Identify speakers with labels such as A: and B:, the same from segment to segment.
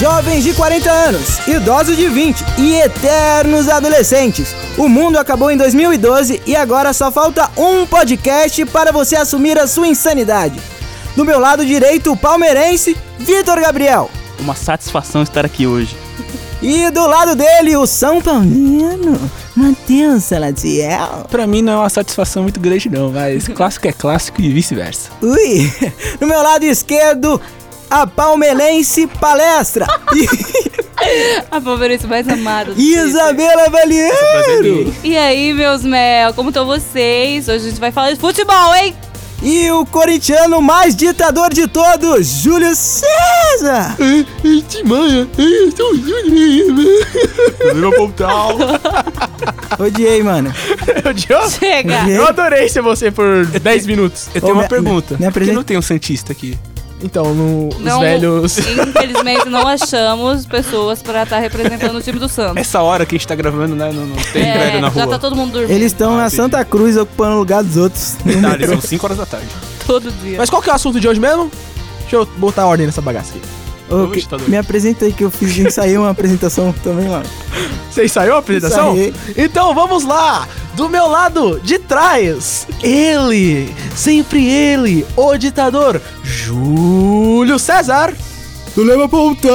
A: Jovens de 40 anos, idosos de 20 e eternos adolescentes. O mundo acabou em 2012 e agora só falta um podcast para você assumir a sua insanidade. Do meu lado direito, o palmeirense Vitor Gabriel.
B: Uma satisfação estar aqui hoje.
A: E do lado dele, o São Paulino, Matheus Saladiel.
C: Pra mim não é uma satisfação muito grande não, mas clássico é clássico e vice-versa.
A: Ui! No meu lado esquerdo, a palmelense palestra.
D: A palmeirense mais amada do Twitter.
A: Isabela Valiero.
D: E aí, meus mel, como estão vocês? Hoje a gente vai falar de futebol, hein?
A: E o corintiano mais ditador de todos, Júlio César.
B: Virou
C: um
B: pontal.
A: Odiei, mano.
C: Eu
D: Chega!
A: Odiei.
C: adorei ser você por 10 minutos. Eu tenho
A: Ô,
C: uma
A: me-
C: pergunta.
A: me
C: Por que
A: apresenta-
C: não tem um Santista aqui? Então, os
D: Não- então.
C: velhos...
D: Infelizmente, não achamos pessoas pra estar representando o time do Santos.
C: Essa hora que a gente tá gravando, né? Não, não tem velho na
D: já
C: rua.
D: tá todo mundo dormindo
A: Eles estão na
C: Ah, entendi.
A: Santa Cruz ocupando o lugar dos outros.
C: Detalhe, são 5 horas da tarde.
D: todo dia.
C: Mas qual que é o assunto de hoje mesmo? Deixa eu botar ordem nessa bagaça aqui.
A: Ô,
B: Ô,
A: que-
C: tá
B: ditador.
A: me apresenta aí que eu fiz ensaiei uma apresentação também lá.
C: Você ensaiou a apresentação?
A: Ensaiei.
C: Então vamos lá! Do meu lado de trás, ele, sempre ele, o ditador Júlio César.
A: Tu leva ponta!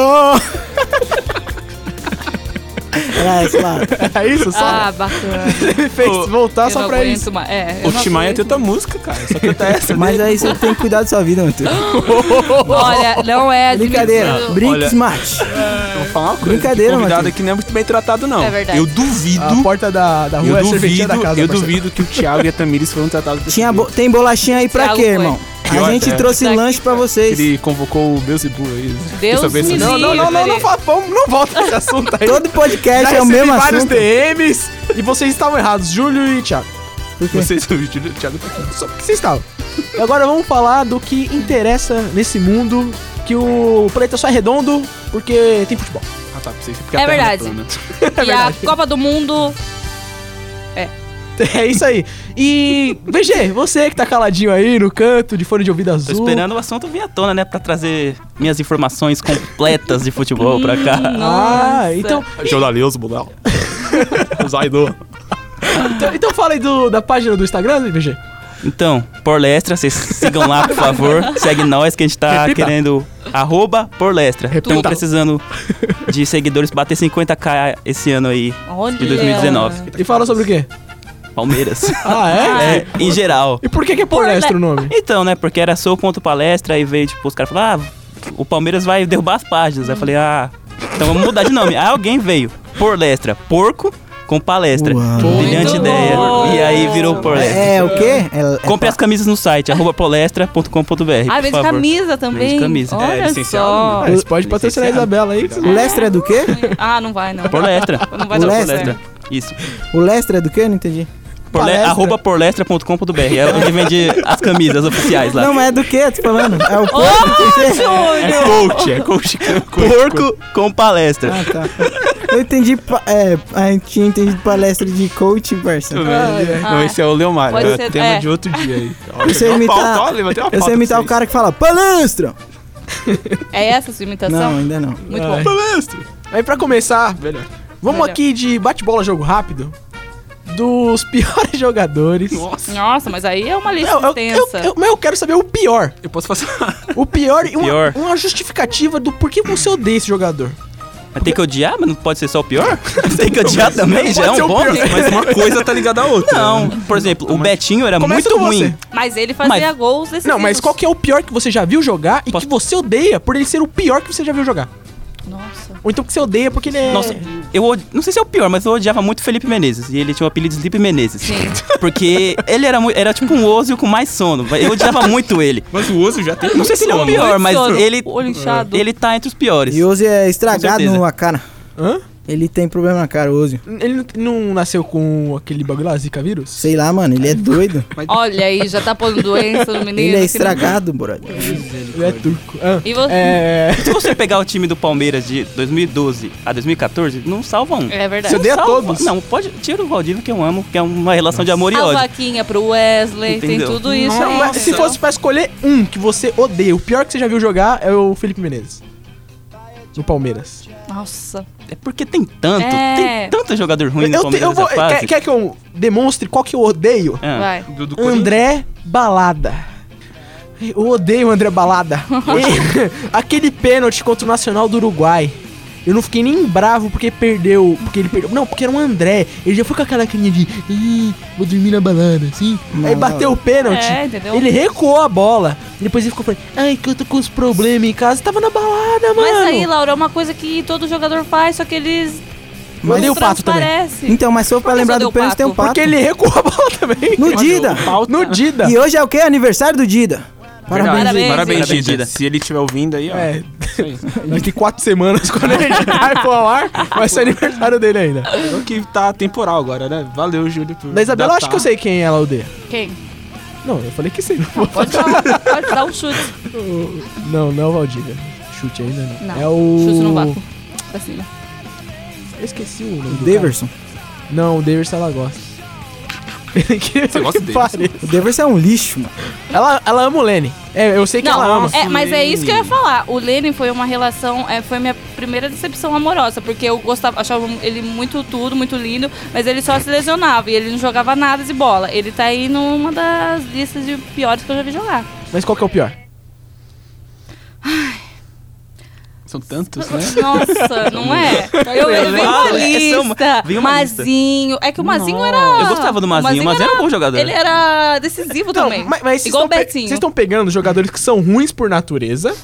A: Era essa lá.
C: É isso só?
D: Ah, bacana.
C: Ele fez
B: Ô,
C: voltar
D: eu
C: só
D: não
C: pra
D: aguento
C: isso.
D: mais. É, eu
B: O
D: não
B: Timaya
D: aguento
B: tem outra música, cara. Só canta essa.
A: Mas
C: né?
A: é aí você tem que cuidar da sua vida, Matheus.
D: mais. Olha, não é
A: Brincadeira.
D: admitido.
A: Brinque
B: Olha-
A: smart.
C: é,
A: É.
B: Eu vou falar uma coisa.
A: Brincadeira,
B: que convidado
A: Matheus.
B: aqui não é muito bem tratado, não.
D: É verdade.
B: Eu duvido.
C: A porta da, da rua
B: Eu
C: é a serventia
B: duvido,
C: da casa.
B: eu
C: parceiro.
B: duvido que o Thiago e a Tamiris foram tratados desse
A: Tinha bo- tem bolachinha aí pra
D: Thiago
A: quê,
D: foi.
A: irmão?
B: Pior,
A: A gente
E: é.
B: né?
A: trouxe
D: Daqui É.
A: lanche pra vocês.
B: Ele convocou o Beuzebu aí.
D: Deus
B: Essa vez-
D: me
B: Não,
C: Não, não, não, não, não, fa- vamos- não volta esse assunto aí.
A: Todo
C: Já
A: podcast é o
C: recebi
A: mesmo
C: vários
A: assunto.
C: DMs e vocês estavam errados, Júlio e Thiago.
A: Por quê?
B: Vocês o vídeo do Thiago tá aqui.
C: Só porque vocês estavam. E Agora vamos falar do que interessa nesse mundo, que o planeta só é redondo porque tem futebol.
B: Ah, tá, pra vocês. Porque
D: É
B: a terra
D: verdade.
B: plana.
D: E a Copa do Mundo
C: É isso aí. E, VG, você que tá caladinho aí no canto, de fone de ouvido
B: Tô
C: azul.
B: esperando o assunto vir à tona, né? Pra trazer minhas informações completas de futebol pra cá.
C: Ah,
D: Hum, Nossa.
C: então,
B: É Jornalismo, não. Zaido.
C: então, então fala aí do- da página do Instagram, VG.
B: Então, Porlestra, vocês sigam lá, por favor. Segue nós que a gente tá
C: Repita.
B: querendo. Arroba Porlestra. Estamos
C: Repita.
B: precisando de seguidores pra bater 50k esse ano aí,
D: Olha.
B: de 2019.
D: é?
C: E fala sobre o quê?
B: Palmeiras.
C: Ah, é?
B: É, em geral.
C: E por que, que é Polestra o nome?
B: Então, né? Porque era sou ponto palestra e veio, tipo, os caras falaram, ah, o Palmeiras vai derrubar as páginas. Aí eu falei, ah, então vamos mudar de nome. Aí alguém veio, Porlestra, porco com palestra.
A: Uau.
B: Brilhante
D: Muito
B: ideia.
D: bom.
B: E aí virou Porlestra.
A: É, o quê? É- é
B: Compre as camisas no site, arroba polestra.com.br.
D: Ah,
B: por
D: vende
B: favor.
D: camisa também.
B: Vende camisa. É,
D: Olha
B: licenciado,
D: só.
C: Ah, você pode patrocinar a Isabela aí. que você-
A: O Lestre é do quê?
D: Ah, não vai,
C: É
D: não.
B: Porlestra.
D: Não vai dar
A: Palestra.
D: certo.
B: Isso.
A: O Lestre é do quê? Eu Não entendi.
B: Porle
C: Palestra.
B: Arroba porlestra.com.br. É onde vende as camisas oficiais lá.
A: Não, mas é do quê? Tô falando. É o
D: Ô, Júlio!
B: é coach, é coach. Porco com palestra.
A: Ah, tá. Eu entendi. pa- É, a gente tinha entendido palestra de coach, parça.
B: Não, esse é o Leomar.
D: Pode
B: É
D: ser-
B: tema
D: é.
B: de outro dia aí.
A: Eu sei
C: tá,
A: imitar, eu sei imitar o cara que fala palestra!
D: É essa a sua imitação?
A: Não, ainda não.
D: Muito
B: É.
D: bom.
C: Aí pra começar, velho, vamos
D: Melhor.
C: aqui de bate-bola jogo rápido. Dos piores jogadores.
B: Nossa.
D: Nossa, mas aí é uma lista
C: Eu, eu, eu,
D: extensa.
C: eu- mas eu quero saber o pior.
B: Eu posso fazer.
C: O pior e uma,
B: pior.
C: uma justificativa do porquê você odeia esse jogador.
B: Mas tem que odiar, mas não pode ser só o pior? tem que odiar também, já é
C: Pode ser
B: um
C: o
B: bônus.
C: pior.
B: Mas uma coisa.
E: tá ligada à outra.
B: Não, por exemplo, o Betinho era
C: Então, Começa
B: muito
C: com você.
B: ruim.
D: Mas ele fazia gols tipo. decisivos.
C: Não, mas qual que é o pior que você já viu jogar e
B: Posso-
C: que você odeia por ele ser o pior que você já viu jogar?
D: Nossa.
C: Ou então que você odeia porque ele é.
B: Nossa, eu od- não sei se é o pior, mas eu odiava muito Felipe Menezes. E ele tinha o apelido de Felipe Menezes. Porque ele era, mu- era tipo um Ozio com mais sono. Eu odiava muito ele.
E: Mas o Oso já tem.
B: Não sei se ele é o
D: Sono,
B: pior,
D: muito
B: mas
D: sono,
B: ele.
D: olho inchado.
B: Ele tá entre os piores.
A: E o Ozzy é estragado
B: certeza.
A: na cara.
C: Hã?
A: Ele tem problema na cara, o Ozzy.
C: Ele não- não nasceu com aquele bagulho lá, Zika vírus?
A: Sei lá, mano, ele é doido.
D: Olha aí, já tá pondo doença no menino.
A: Ele é
D: que
A: estragado, brother.
C: Ele é turco. Hã?
D: não- E você... É,
C: É.
B: Se você pegar o time do Palmeiras de 2012 a 2014, não salva um.
D: É verdade.
C: Você odeia
B: Salva-
C: todos?
B: Não, pode. Tira o Valdívia, que eu amo, que é uma relação de amor e
D: A
B: ódio.
D: vaquinha pro Wesley,
B: Entendeu?
D: tem tudo isso.
C: Não,
D: aí,
C: mas se
D: entendeu?
C: fosse pra escolher um que você odeia, o pior que você já viu jogar é o Felipe Menezes. no Palmeiras.
D: Nossa.
B: É porque tem tanto,
D: É.
B: tem tanto jogador ruim no
C: Eu, te-
B: Palmeiras é
C: eu vou,
B: nessa fase.
C: quer, quer que eu demonstre qual que eu odeio?
B: Ah,
D: Vai.
B: do- do Corinthians.
C: André Balada. Eu odeio o André Balada. E- Aquele pênalti contra o Nacional do Uruguai. Eu não fiquei nem bravo porque perdeu. Porque ele perdeu. Não, porque era um André. Ele já foi com aquela carinha de. "Ih, vou dormir na balada, assim. Aí bateu o pênalti.
D: É, entendeu?
C: ele recuou a bola. E depois ele ficou falando: Ai, que eu tô com uns problemas em casa. Tava na balada, mano.
D: Mas aí, Laura, é uma coisa que todo jogador faz, só que eles
C: Eu odeio
D: não
C: o pato também.
D: transparecem.
A: Então, mas se for pra
D: Por que
A: lembrar
D: só
A: do
D: deu
A: pênalti,
D: pato?
A: tem um pato.
C: Porque ele recuou a bola também.
A: No Dida.
C: No Dida.
A: E hoje é o quê? Aniversário do Dida.
E: Verdade.
A: Parabéns.
D: Parabéns,
E: Parabéns,
B: Dida.
E: Dida. Se ele estiver ouvindo aí, ó.
C: É. Daqui quatro semanas, quando a gente vai pro ar, vai ser aniversário dele ainda.
E: Eu que tá temporal agora, né? Valeu, Júlio. Por
C: Da Isabela, eu acho
E: datar.
C: que eu
B: tá.
C: sei quem é, ela odeia.
D: Quem?
C: Não, eu falei que sei. Não,
D: Pode dar, pode dar um chute.
C: não, não é o Valdívia. Chute ainda não.
D: Não.
C: É o.
D: Chute no vácuo. Pra cima.
C: Eu esqueci o nome.
A: O
C: do
A: Deverson.
C: cara. Não, o Deverson ela gosta. que
E: Você gosta
C: que
E: do
C: pareça.
A: O Deverson é um lixo, mano.
C: Ela, ela ama o Lene. É, eu sei que ela ama.
D: Não, é, mas é
E: Lene.
D: isso que eu
C: assim.
D: ia falar. O Lenny foi uma relação, é, foi minha primeira decepção amorosa, porque eu gostava, achava ele muito tudo, muito lindo, mas ele só se lesionava e ele não jogava nada de bola. Ele tá aí numa das listas de piores que eu já vi jogar.
C: Mas qual que é o pior?
E: São tantos, né?
D: Nossa, não é? Eu, eu vi
B: Claro,
D: uma
B: essa é uma-
D: lista.
B: veio uma lista.
D: Mazinho. É que o Mazinho era.
B: Eu gostava do Mazinho, o Mazinho era um bom jogador.
D: Ele era decisivo
C: Não,
D: também.
C: Então, mas, mas vocês
D: Igual o
C: tão pe-
D: Betinho.
C: Vocês estão pegando jogadores que são ruins por natureza.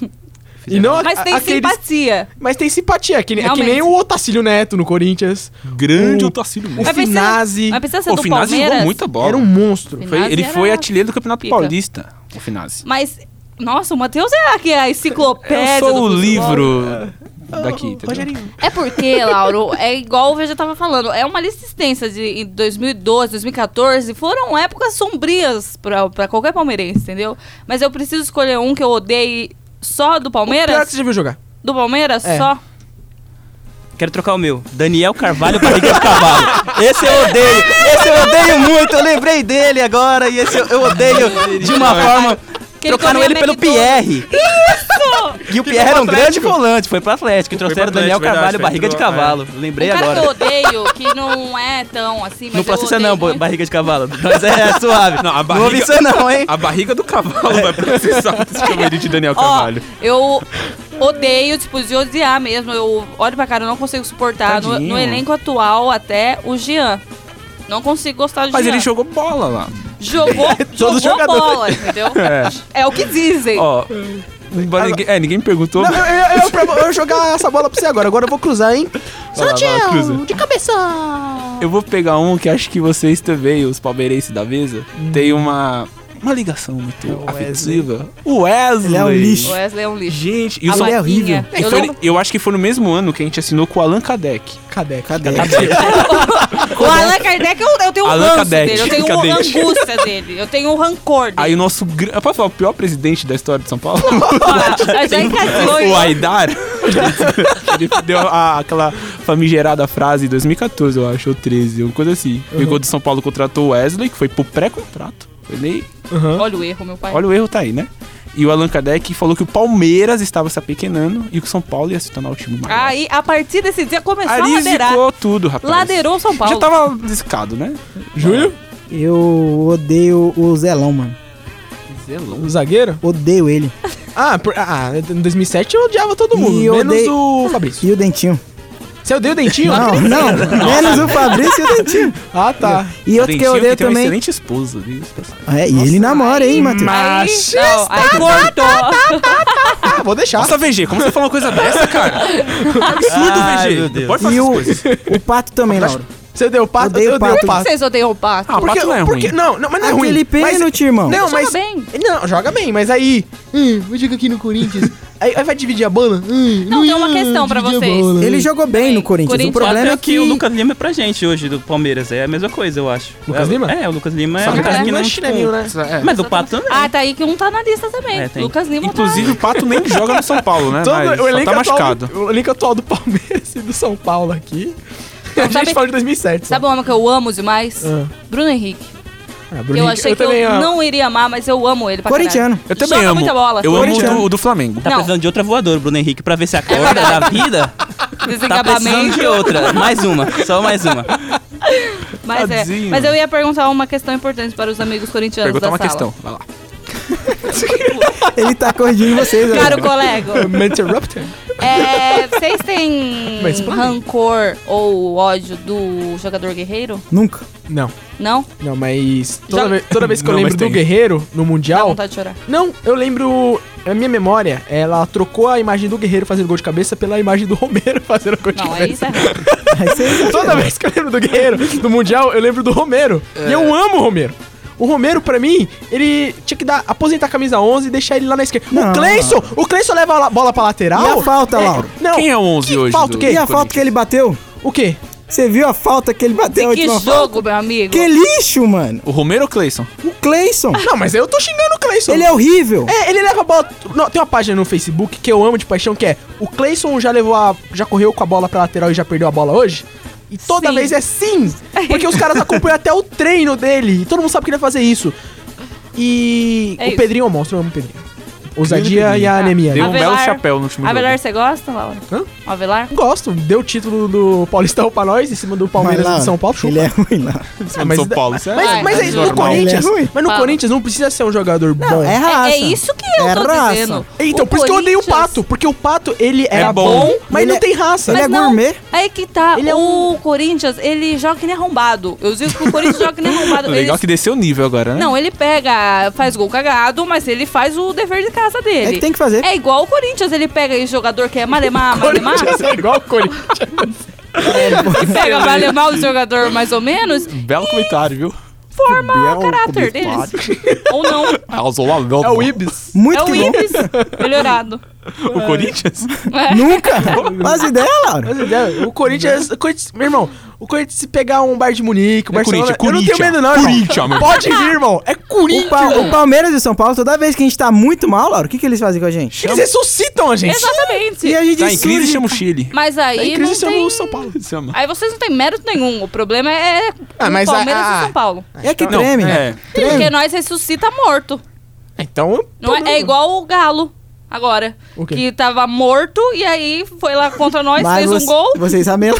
C: e não a-
D: Mas tem
C: aqueles-
D: simpatia.
C: Mas tem simpatia. Que, nem- é que nem
D: Realmente.
C: o Otacílio Neto no Corinthians.
E: Grande
C: O-
E: Otacílio
C: o
E: Neto.
D: Mas precisa-
C: Finazzi.
D: Mas precisa ser
E: Pô,
D: do
E: O Finazzi jogou
D: Palmeiras.
E: muita bola.
C: Era um monstro.
E: Foi- ele
D: Finazzi
E: foi
D: era
E: artilheiro do Campeonato
D: pica.
E: Paulista, o Finazzi.
D: Mas, nossa, o Matheus é a, que é a
E: Eu
D: enciclopédia.
E: sou
D: do
E: o
D: futebol.
E: livro daqui, entendeu?
C: Rogerinho.
D: É porque, Lauro, é igual o Veja tava falando, é uma lista extensa de em 2012, 2014, foram épocas sombrias pra, pra qualquer palmeirense, entendeu? Mas eu preciso escolher um que eu odeie só do
B: é
C: Pior que
D: Palmeiras?
C: você já viu jogar.
D: Do Palmeiras?
C: É.
D: Só?
B: Quero trocar o meu. Daniel Carvalho, barriga de cavalo. Esse eu odeio. Esse eu odeio muito. Eu lembrei dele agora e esse eu, eu odeio de
C: é.
B: uma forma.
D: Que ele
B: trocaram
D: comia
B: ele pelo
D: McDonald's.
B: Pierre. E o Pierre era um
E: pro
B: grande
E: Atlético.
B: volante. Foi pro Atlético. E
E: Foi pro
B: trouxeram Daniel
E: Atlético, verdade,
B: Carvalho,
E: foi, é.
B: barriga de
E: entrou,
B: cavalo. Lembrei
D: um cara
B: agora.
D: que eu odeio, que não é tão assim, mas
B: Não
D: eu
B: processa
D: odeio
B: não, bo-
D: muito.
B: barriga de cavalo. Mas é suave.
E: Não, a
B: Não ouvi
E: barriga,
B: isso não, hein?
E: a barriga do cavalo vai precisar desse camarada de Daniel
D: Ó,
E: Carvalho.
D: eu odeio, tipo, de odiar mesmo. Eu olho pra cara, eu não consigo suportar. No,
E: Tadinho.
D: no elenco atual, até o Jean. Não consigo gostar do
E: Mas
D: Jean.
E: ele jogou bola lá.
D: jogou,
C: todo
D: jogou
C: jogador.
D: bola, entendeu? É. o que dizem.
E: Ó, mas ninguém- é, ninguém me perguntou.
C: Não, eu, eu, eu, pra- eu vou jogar essa bola pra você agora. Agora eu vou cruzar, hein?
E: Vai lá, vai lá, cruza.
C: de cabeção.
E: Eu vou pegar um que acho que vocês também, os palmeirenses da mesa, tem uma, uma ligação muito
C: o
E: afetiva. O Wesley.
A: Ele é um
D: O
A: lixo.
D: Wesley é um lixo.
E: Gente, e o
D: A
E: São...
A: Ele é
D: Maguinha.
E: É,
D: Eu
E: foi-
D: lembro-
E: eu acho que foi no mesmo ano que a gente assinou com o Allan Kardec.
C: Cadê? Cadê?
D: O Allan Kardec, eu, eu tenho um
E: Allan
D: ranço
E: Kardec.
D: dele. Eu tenho
E: Cadê?
D: uma angústia dele. Eu tenho um rancor dele.
E: Aí o nosso. gran- Eu posso falar o pior presidente da história de São Paulo?
D: Ó, já encaixou.
E: o Aidar. Ele deu a- aquela famigerada frase em 2014, eu acho, ou 13, uma coisa assim. Pegou do São Paulo, contratou o Wesley, que foi pro pré-contrato. Foi nem
D: Olha o erro, meu pai.
E: Olha o erro tá aí, né? E o Allan Kardec falou que o Palmeiras estava se apequenando e que o São Paulo ia se tornar o time maior.
D: Aí, a partir desse dia, começou a
E: Ali
D: Ah, é ladeirar.
E: zicou tudo, rapaz.
D: Ladeirou São Paulo.
E: Já tava zicado, né?
C: Júlio?
A: Eu odeio o Zelão, mano.
E: Zelão.
C: O Um zagueiro?
A: Odeio ele.
C: Ah, por, ah, em 2007 eu odiava todo mundo.
A: E eu
C: menos
A: odeio-
C: o Fabrício.
A: E o Dentinho.
C: Você odeia o Dentinho?
A: Não, não. Menos o Fabrício e o Dentinho.
C: Ah, tá.
A: E outro que eu odeio
E: tem uma
A: também.
E: excelente esposa, viu? Isso, pessoal.
A: É, e ele namora, hein, Matheus?
D: Aí, não,
C: tá,
D: aí cortou.
C: Ah, vou deixar.
E: Nossa, VG, como você fala uma coisa dessa, cara? Absurdo,
B: Ai,
E: VG.
B: meu Deus.
E: Pode fazer
A: E
E: essas
A: o,
E: coisas.
A: o Pato também, Laura.
C: Você deu o pato?
A: Odeio
C: eu dei
A: pato.
C: o pato.
D: Vocês odeiam o Pato?
E: Ah,
C: Porque,
E: pato não é
C: porque,
E: ruim.
C: não, não, mas não é ruim.
A: Aquele pênalti, irmão.
C: Não,
D: Joga
C: mas.
D: bem.
C: Não, joga bem, mas aí. Hum, vou jogar aqui no Corinthians. aí, aí vai dividir a bola? Hum,
D: Não, tem uma questão pra vocês.
A: Ele jogou bem no Corinthians.
D: Corinthians,
A: O problema
B: Até
A: é que.
B: o Lucas Lima é pra gente hoje do Palmeiras. É a mesma coisa, eu acho.
C: Lucas
B: É,
C: Lima?
B: É, o Lucas Lima é
C: Só
B: um
C: que o
B: cara que
C: Casimiro
B: não.
C: é chinelinho, né?
E: É.
B: Mas o Pato também.
D: Ah, tá aí que um tá na lista também.
B: É, tem.
D: Lucas Lima tá-
E: Inclusive, o Pato nem joga no São Paulo, né?
C: Todo
E: Mas
C: o,
E: só
C: elenco é
E: tá
C: atual,
E: machucado.
C: do- o elenco atual do Palmeiras e do São Paulo aqui. a gente
D: sabe-
C: fala de 2007.
D: tá... Sabe o homem que eu amo demais?
C: Ah.
D: Bruno Henrique.
C: Ah,
D: Eu achei que
C: também,
D: eu
C: ó,
D: não iria amar, mas eu amo ele pra caralho.
A: Corintiano.
E: Eu também
D: Joga
E: amo.
D: muita bola.
E: Eu amo o
A: Corinthians.
E: do, o do Flamengo.
B: Tá
D: Não.
B: precisando de outra voadora, Bruno Henrique, pra ver se acorda da vida. Tá precisando
D: Desengabamento.
B: de outra. Mais uma. Só mais uma.
D: mas, é.
E: Tadinho.
D: mas eu ia perguntar uma questão importante para os amigos corintianos
E: Perguntar
D: da
E: é uma
D: sala.
E: questão. Vai lá.
A: Ele tá corrigindo vocês, né?
D: Caro colega,
C: Me interrupted?
D: é, vocês têm
C: Mas pra mim.
D: rancor ou ódio do jogador guerreiro?
A: Nunca.
C: Não,
D: Não?
C: não, mas toda,
D: Já-
C: vez, toda vez que eu
E: Não,
C: lembro
E: mas
C: do
E: tem.
C: Guerreiro no
D: Dá
C: Mundial,
D: vontade de chorar.
C: Não, eu lembro. A minha memória, ela trocou a imagem do Guerreiro fazendo gol de cabeça pela imagem do Romero fazendo gol de
D: Não, é isso
C: cabeça.
D: é errado.
A: Aí é vocês-
C: Toda vez que eu lembro do Guerreiro, do Mundial, eu lembro do Romero. E eu amo o Romero. O Romero, pra mim, ele tinha que dar, aposentar a camisa 11 e deixar ele lá na esquerda.
A: Não.
C: O Cleison, o Cleison leva a la- bola pra lateral.
A: E a falta, Lauro?
C: Não.
E: Quem é o 11
C: que
E: hoje
C: Falta
E: do-
C: o
A: E
C: quê?
A: a falta que ele bateu?
C: O quê?
A: Você viu a falta que ele bateu? a
D: Que
A: última
D: jogo,
A: falta?
D: meu amigo.
A: Que lixo, mano.
E: O Romero ou Cleison?
A: O Cleison.
C: Ah, Não, mas eu tô xingando o Cleison.
A: Ele é horrível.
C: É, ele leva a bola. Não, tem uma página no Facebook que eu amo de paixão que é o Clayson já levou a. já correu com a bola pra lateral e já perdeu a bola hoje? E toda
D: Sim.
C: vez é sim! Porque os caras acompanham até o treino dele. E todo mundo sabe que ele vai fazer isso. E.
D: É
C: o
D: isso.
C: Pedrinho é um monstro, eu amo o Pedrinho. Ousadia e a
D: Ah,
C: anemia.
E: Deu
C: né?
E: um
D: Avelar-
E: belo chapéu no último
D: Avelar,
E: jogo.
D: você gosta, Laura?
C: Hã?
D: Avelar?
C: Gosto, deu o título do Paulistão pra nós em cima do Palmeiras
A: Mas,
C: e do
A: Lauro,
C: São Paulo. Chupa. Ah,
A: Ele é ruim, lá.
E: Em
C: mas-
E: São Paulo. Isso é-
C: Mas,
D: Vai,
C: mas
D: é
C: aí, no
E: normal.
C: Corinthians.
A: Ele é ruim.
C: mas no
D: Fala.
C: Corinthians não precisa ser um jogador bom.
A: É
D: É,
A: raça.
D: é isso que eu
A: É
D: tô
A: raça.
D: dizendo.
C: Então,
D: O
C: por isso que eu odeio o
D: Corinthians-
C: Pato, porque o Pato, ele é era bom,
E: bom,
C: mas
A: ele
C: não
A: é-
C: tem raça.
A: Ele é
D: não,
A: gourmet.
D: Aí que tá.
C: Ele é
A: um-
D: O Corinthians, ele joga que nem arrombado. Eu digo que o Corinthians joga que nem arrombado.
E: Legal
D: Ele-
E: que desceu o nível agora, né?
D: Não, ele pega, faz gol cagado, mas ele faz o dever de casa dele.
A: É que tem que fazer.
D: É igual o Corinthians, ele pega esse jogador que é malemar, malemar. É,
C: Corinthians é igual o Corinthians.
D: Ele pega malemar o jogador mais ou menos,
E: Belo comentário, viu? É
D: forma
E: Belo
D: é o caráter deles. Ou não.
E: É o Ibis.
A: Muito
D: É
A: que
D: o
A: bom.
D: Ibis é melhorado.
E: O Corinthians?
D: É.
A: Nunca. Faz ideia, Laura.
C: Mas, né, O Corinthians, o Corinthians- Meu irmão, o Corinthians se pegar um bar de Munique, o Barcelona...
E: É Corinthians,
C: eu não tenho
E: Corinthians,
C: medo não, irmão.
E: Corinthians, meu.
C: Pode vir, irmão. É
A: O,
C: Corinthians.
A: Pa- o Palmeiras e o São Paulo, toda vez que a gente tá muito mal, Laura, o que, que eles fazem com a gente?
C: Eles ressuscitam a gente.
A: E
D: Exatamente.
A: a gente
E: Tá em crise,
A: surge-
E: chama o Chile.
D: Mas
C: Tá
D: aí
C: em
D: não
C: crise chama o
D: tem...
C: São Paulo.
E: Chama.
D: Aí vocês não têm mérito nenhum. O problema é
C: Ah,
D: o
C: mas a-
D: Palmeiras
C: a-
D: e São Paulo.
A: É que
E: Não,
A: treme.
E: é.
D: Porque
A: Treme.
D: nós ressuscita morto.
C: né? Então...
D: Não é, é igual o Galo agora.
C: O quê?
D: Que tava morto e aí foi lá contra nós,
A: Mas
D: fez
A: vo-
D: um gol.
A: Vocês sabem.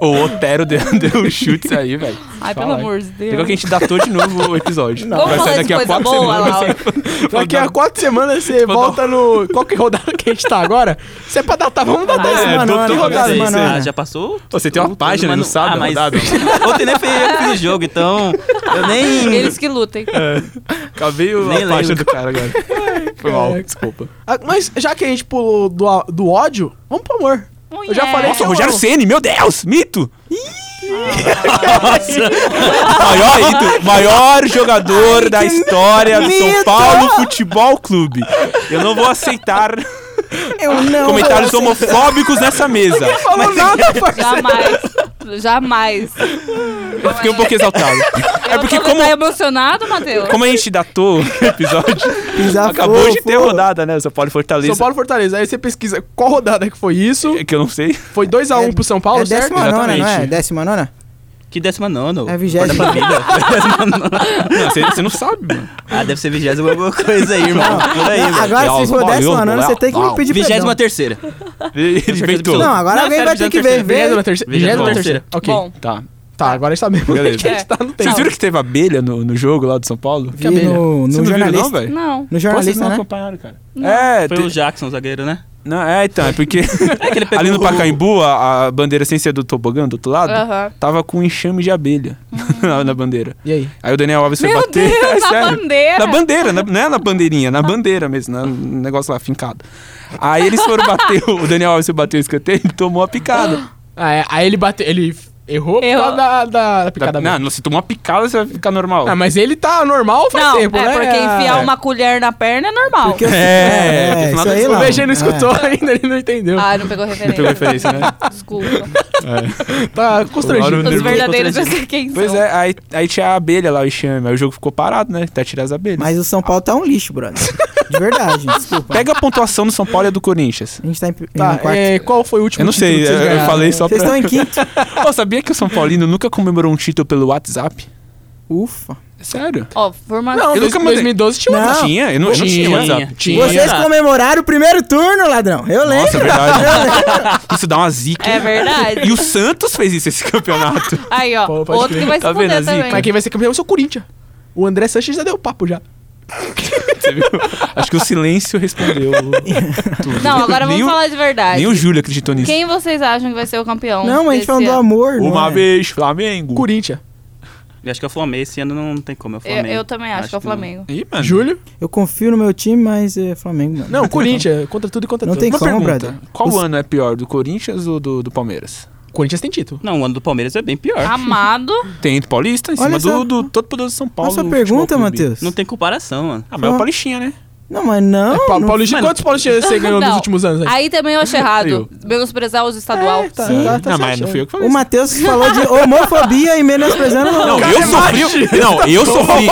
E: O Otero deu, deu chutes aí, velho.
D: Ai,
E: Fala
D: pelo
E: aí.
D: amor de Deus.
E: Legal que a gente datou de novo o episódio.
D: Vamos falar de coisa boa, Laura.
C: Daqui a quatro semanas você
E: Vou
C: volta
E: um-
C: no... Qual que é a rodada que a gente tá agora? Se é pra datar, vamos datar
A: Tá
E: Ah,
C: esse
E: é,
C: mano.
E: doutor
C: Vamos datar
E: Roberto,
C: esse
E: isso
C: mano. né?
A: Mano.
D: é,
B: Ah, já passou?
E: Você tem uma
B: tudo,
E: página,
B: mas
E: não sabe a
B: Ah, mas...
E: rodada?
B: Ontem nem fui eu que fiz o jogo, então... Eu nem...
D: Eles que lutem.
E: Acabei o,
B: Nem
E: a faixa
B: lembro.
E: do cara agora. Foi mal, desculpa.
C: Ah, Mas já que a gente pulou do, a- do ódio, vamos pro amor. Eu já
D: Mulher.
C: falei que
E: Nossa,
C: eu
E: Rogério
C: amo.
E: Ceni, meu Deus, mito! maior ídolo, maior jogador da história do São
A: mito!
E: Paulo Futebol Clube. Eu não vou aceitar
A: Eu não.
E: comentários
A: vou aceitar.
E: homofóbicos nessa mesa.
C: falou nada, parceiro.
D: Jamais. Jamais.
E: Eu fiquei um pouco exaltado.
D: Eu
E: É porque
D: tô- Tá
E: como,
D: emocionado, Matheus?
E: como é a gente datou o episódio,
A: Já
E: acabou
A: foi,
E: de ter
A: foi.
E: rodada, né? O São Paulo e Fortaleza.
C: São Paulo e Fortaleza. Aí você pesquisa qual rodada que foi isso.
E: É Que eu não sei.
C: Foi 2x1
A: É-
C: pro São Paulo,
A: É
C: certo?
A: décima nona, não é?
E: Exatamente.
A: Décima nona?
B: Que décima nona?
A: É vigésima.
B: Acorda pra vida. Décima nona.
E: Não, você, você não sabe, mano.
B: Ah, deve ser vigésima alguma coisa aí, irmão. Por aí, velho.
A: Agora, se
E: Leal,
A: for
E: Leal,
A: décima nona,
E: Leal,
A: você tem que me
E: Leal.
A: pedir
B: Vigésima
A: perdão.
B: terceira.
E: Ele inventou.
A: Não, agora
B: Não,
A: alguém
B: sério,
A: vai ter que ver.
B: vigésima
A: ver.
C: Vigésima terceira.
B: Vigésima
C: Vigésima
B: terceira.
C: terceira. Ok.
D: Bom,
E: Tá,
C: Tá, agora está mesmo.
E: beleza.
D: É.
C: Que a gente tá no tempo.
E: Vocês viram que teve abelha no, no jogo lá do São Paulo?
A: Vi no,
E: Você
A: no
E: não viu, não,
A: jornalista.
E: velho?
D: não.
A: No
E: Pô, Vocês
A: jornalista,
E: não
A: né?
E: acompanharam, cara. É,
B: Foi
E: te-
B: o Jackson, zagueiro, né?
E: não, é, então, é porque
B: É que ele pegou
E: ali no
B: o-
E: Pacaembu, a, a bandeira sem ser do tobogã, do outro lado,
D: Aham.
E: tava com um enxame de abelha na bandeira.
C: E aí?
E: Aí o Daniel Alves foi
D: Meu
E: bater.
D: Deus,
E: é
D: na
E: sério.
D: bandeira.
E: Na bandeira, na- não é na bandeirinha, na bandeira mesmo, na- no negócio lá, fincado. Aí eles foram bater, o Daniel Alves foi bater o escanteio e tomou a picada.
C: Ah, é, aí ele bateu. Ele f- errou por
D: Errou.
C: causa da, da, da picada
E: não,
C: mesmo.
E: não, se tomou uma picada, você vai ficar normal.
C: Ah, mas ele tá normal faz
D: Não,
C: tempo,
D: é
C: né?
D: porque enfiar uma colher na perna é normal.
A: Porque eu-
E: É,
A: é,
E: porque
A: isso
E: senão
A: aí,
E: eu
C: O
A: Laura.
C: VG não escutou
A: É.
C: ainda, ele não entendeu.
D: Ah, não pegou referência.
E: Pegou referência, né?
D: Desculpa.
C: Tá constrangido.
E: Lauro-
D: Os
E: Nervoso
D: verdadeiros eu
B: contra
D: sei quem
E: É. Pois
D: são.
E: é, aí, aí tinha a abelha lá, o enxame. Aí o jogo ficou parado, né? Até tirar as abelhas.
A: Mas o São Paulo tá um lixo, brother. De É, verdade, desculpa.
E: Pega a pontuação do São Paulo e a do Corinthians.
A: A gente tá em, em
C: Tá,
A: quarto.
C: é, qual foi o último
E: Eu não sei,
C: título que
E: eu,
C: vocês
E: eu
C: ganharam?
E: falei só
A: Vocês
E: pra...
A: estão em quinto.
E: Pô, sabia que o São Paulino nunca comemorou um título pelo WhatsApp?
C: Ufa.
E: É Sério?
D: Ó, formação.
E: Não,
D: Não,
E: eu nunca mandei.
C: 2012 tinha
A: é- Não.
E: Tinha? um Eu não, eu não tinha,
B: Tinha.
E: WhatsApp.
B: Tinha.
A: Vocês comemoraram o primeiro turno, ladrão. Eu lembro.
E: Nossa, é verdade. isso dá uma zica.
D: É verdade.
E: E o Santos fez isso esse campeonato.
D: Aí, ó.
E: Pô, pode
D: outro que
E: crer.
D: vai se
E: Tá vendo a
D: fuder
E: zica?
D: também.
C: Mas quem vai ser campeão vai ser o Corinthians. O André Sanches já deu papo já.
E: Você viu? Acho que o silêncio respondeu. tudo.
D: Não, agora vamos
E: Nem o-
D: falar de verdade.
E: Nem o Júlio acreditou nisso.
D: Quem vocês acham que vai ser o campeão?
A: Não, mas a gente
D: desse
A: falou do
D: ano?
A: amor. não
E: Uma
A: é?
E: vez, Flamengo.
C: Corinthians.
B: Eu acho que é o Flamengo. Esse ano não tem como, é o
D: Eu,
B: Flamengo.
D: eu também acho, que é o Flamengo.
E: Ih, mano.
C: Júlio?
A: Eu confio no meu time, mas é Flamengo, mano.
C: Não, Corinthians. É Contra tudo e contra
A: Não
C: tudo.
A: tem
E: Uma
A: como,
E: pergunta.
A: brother.
E: Qual
A: Os-
E: ano é pior, do Corinthians ou do, do Palmeiras?
C: Corinthians tem título.
B: Não, o ano do Palmeiras é bem pior.
D: Amado.
E: Tem do Paulista, em cima
A: Olha só.
E: do, do todo poderoso São Paulo.
A: Nossa
E: Futebol
A: pergunta,
E: Clube.
A: Matheus.
B: Não tem comparação, mano.
E: Ah, mas é o Paulistinha, né?
A: Não, mas não.
C: Pa
A: não-
C: É, Paulistinha,
B: Mano,
C: quantos paulistas você ganhou nos
D: Não.
C: últimos anos aí?
D: Aí também eu acho errado. Menosprezar os estadual.
C: É, tá,
A: Sim.
C: tá, tá
E: não, mas
C: certo.
E: não fui eu que falei
A: O Matheus que falou de homofobia e menosprezando.
E: Não, eu sofri. Não,
C: tá
E: eu sofri.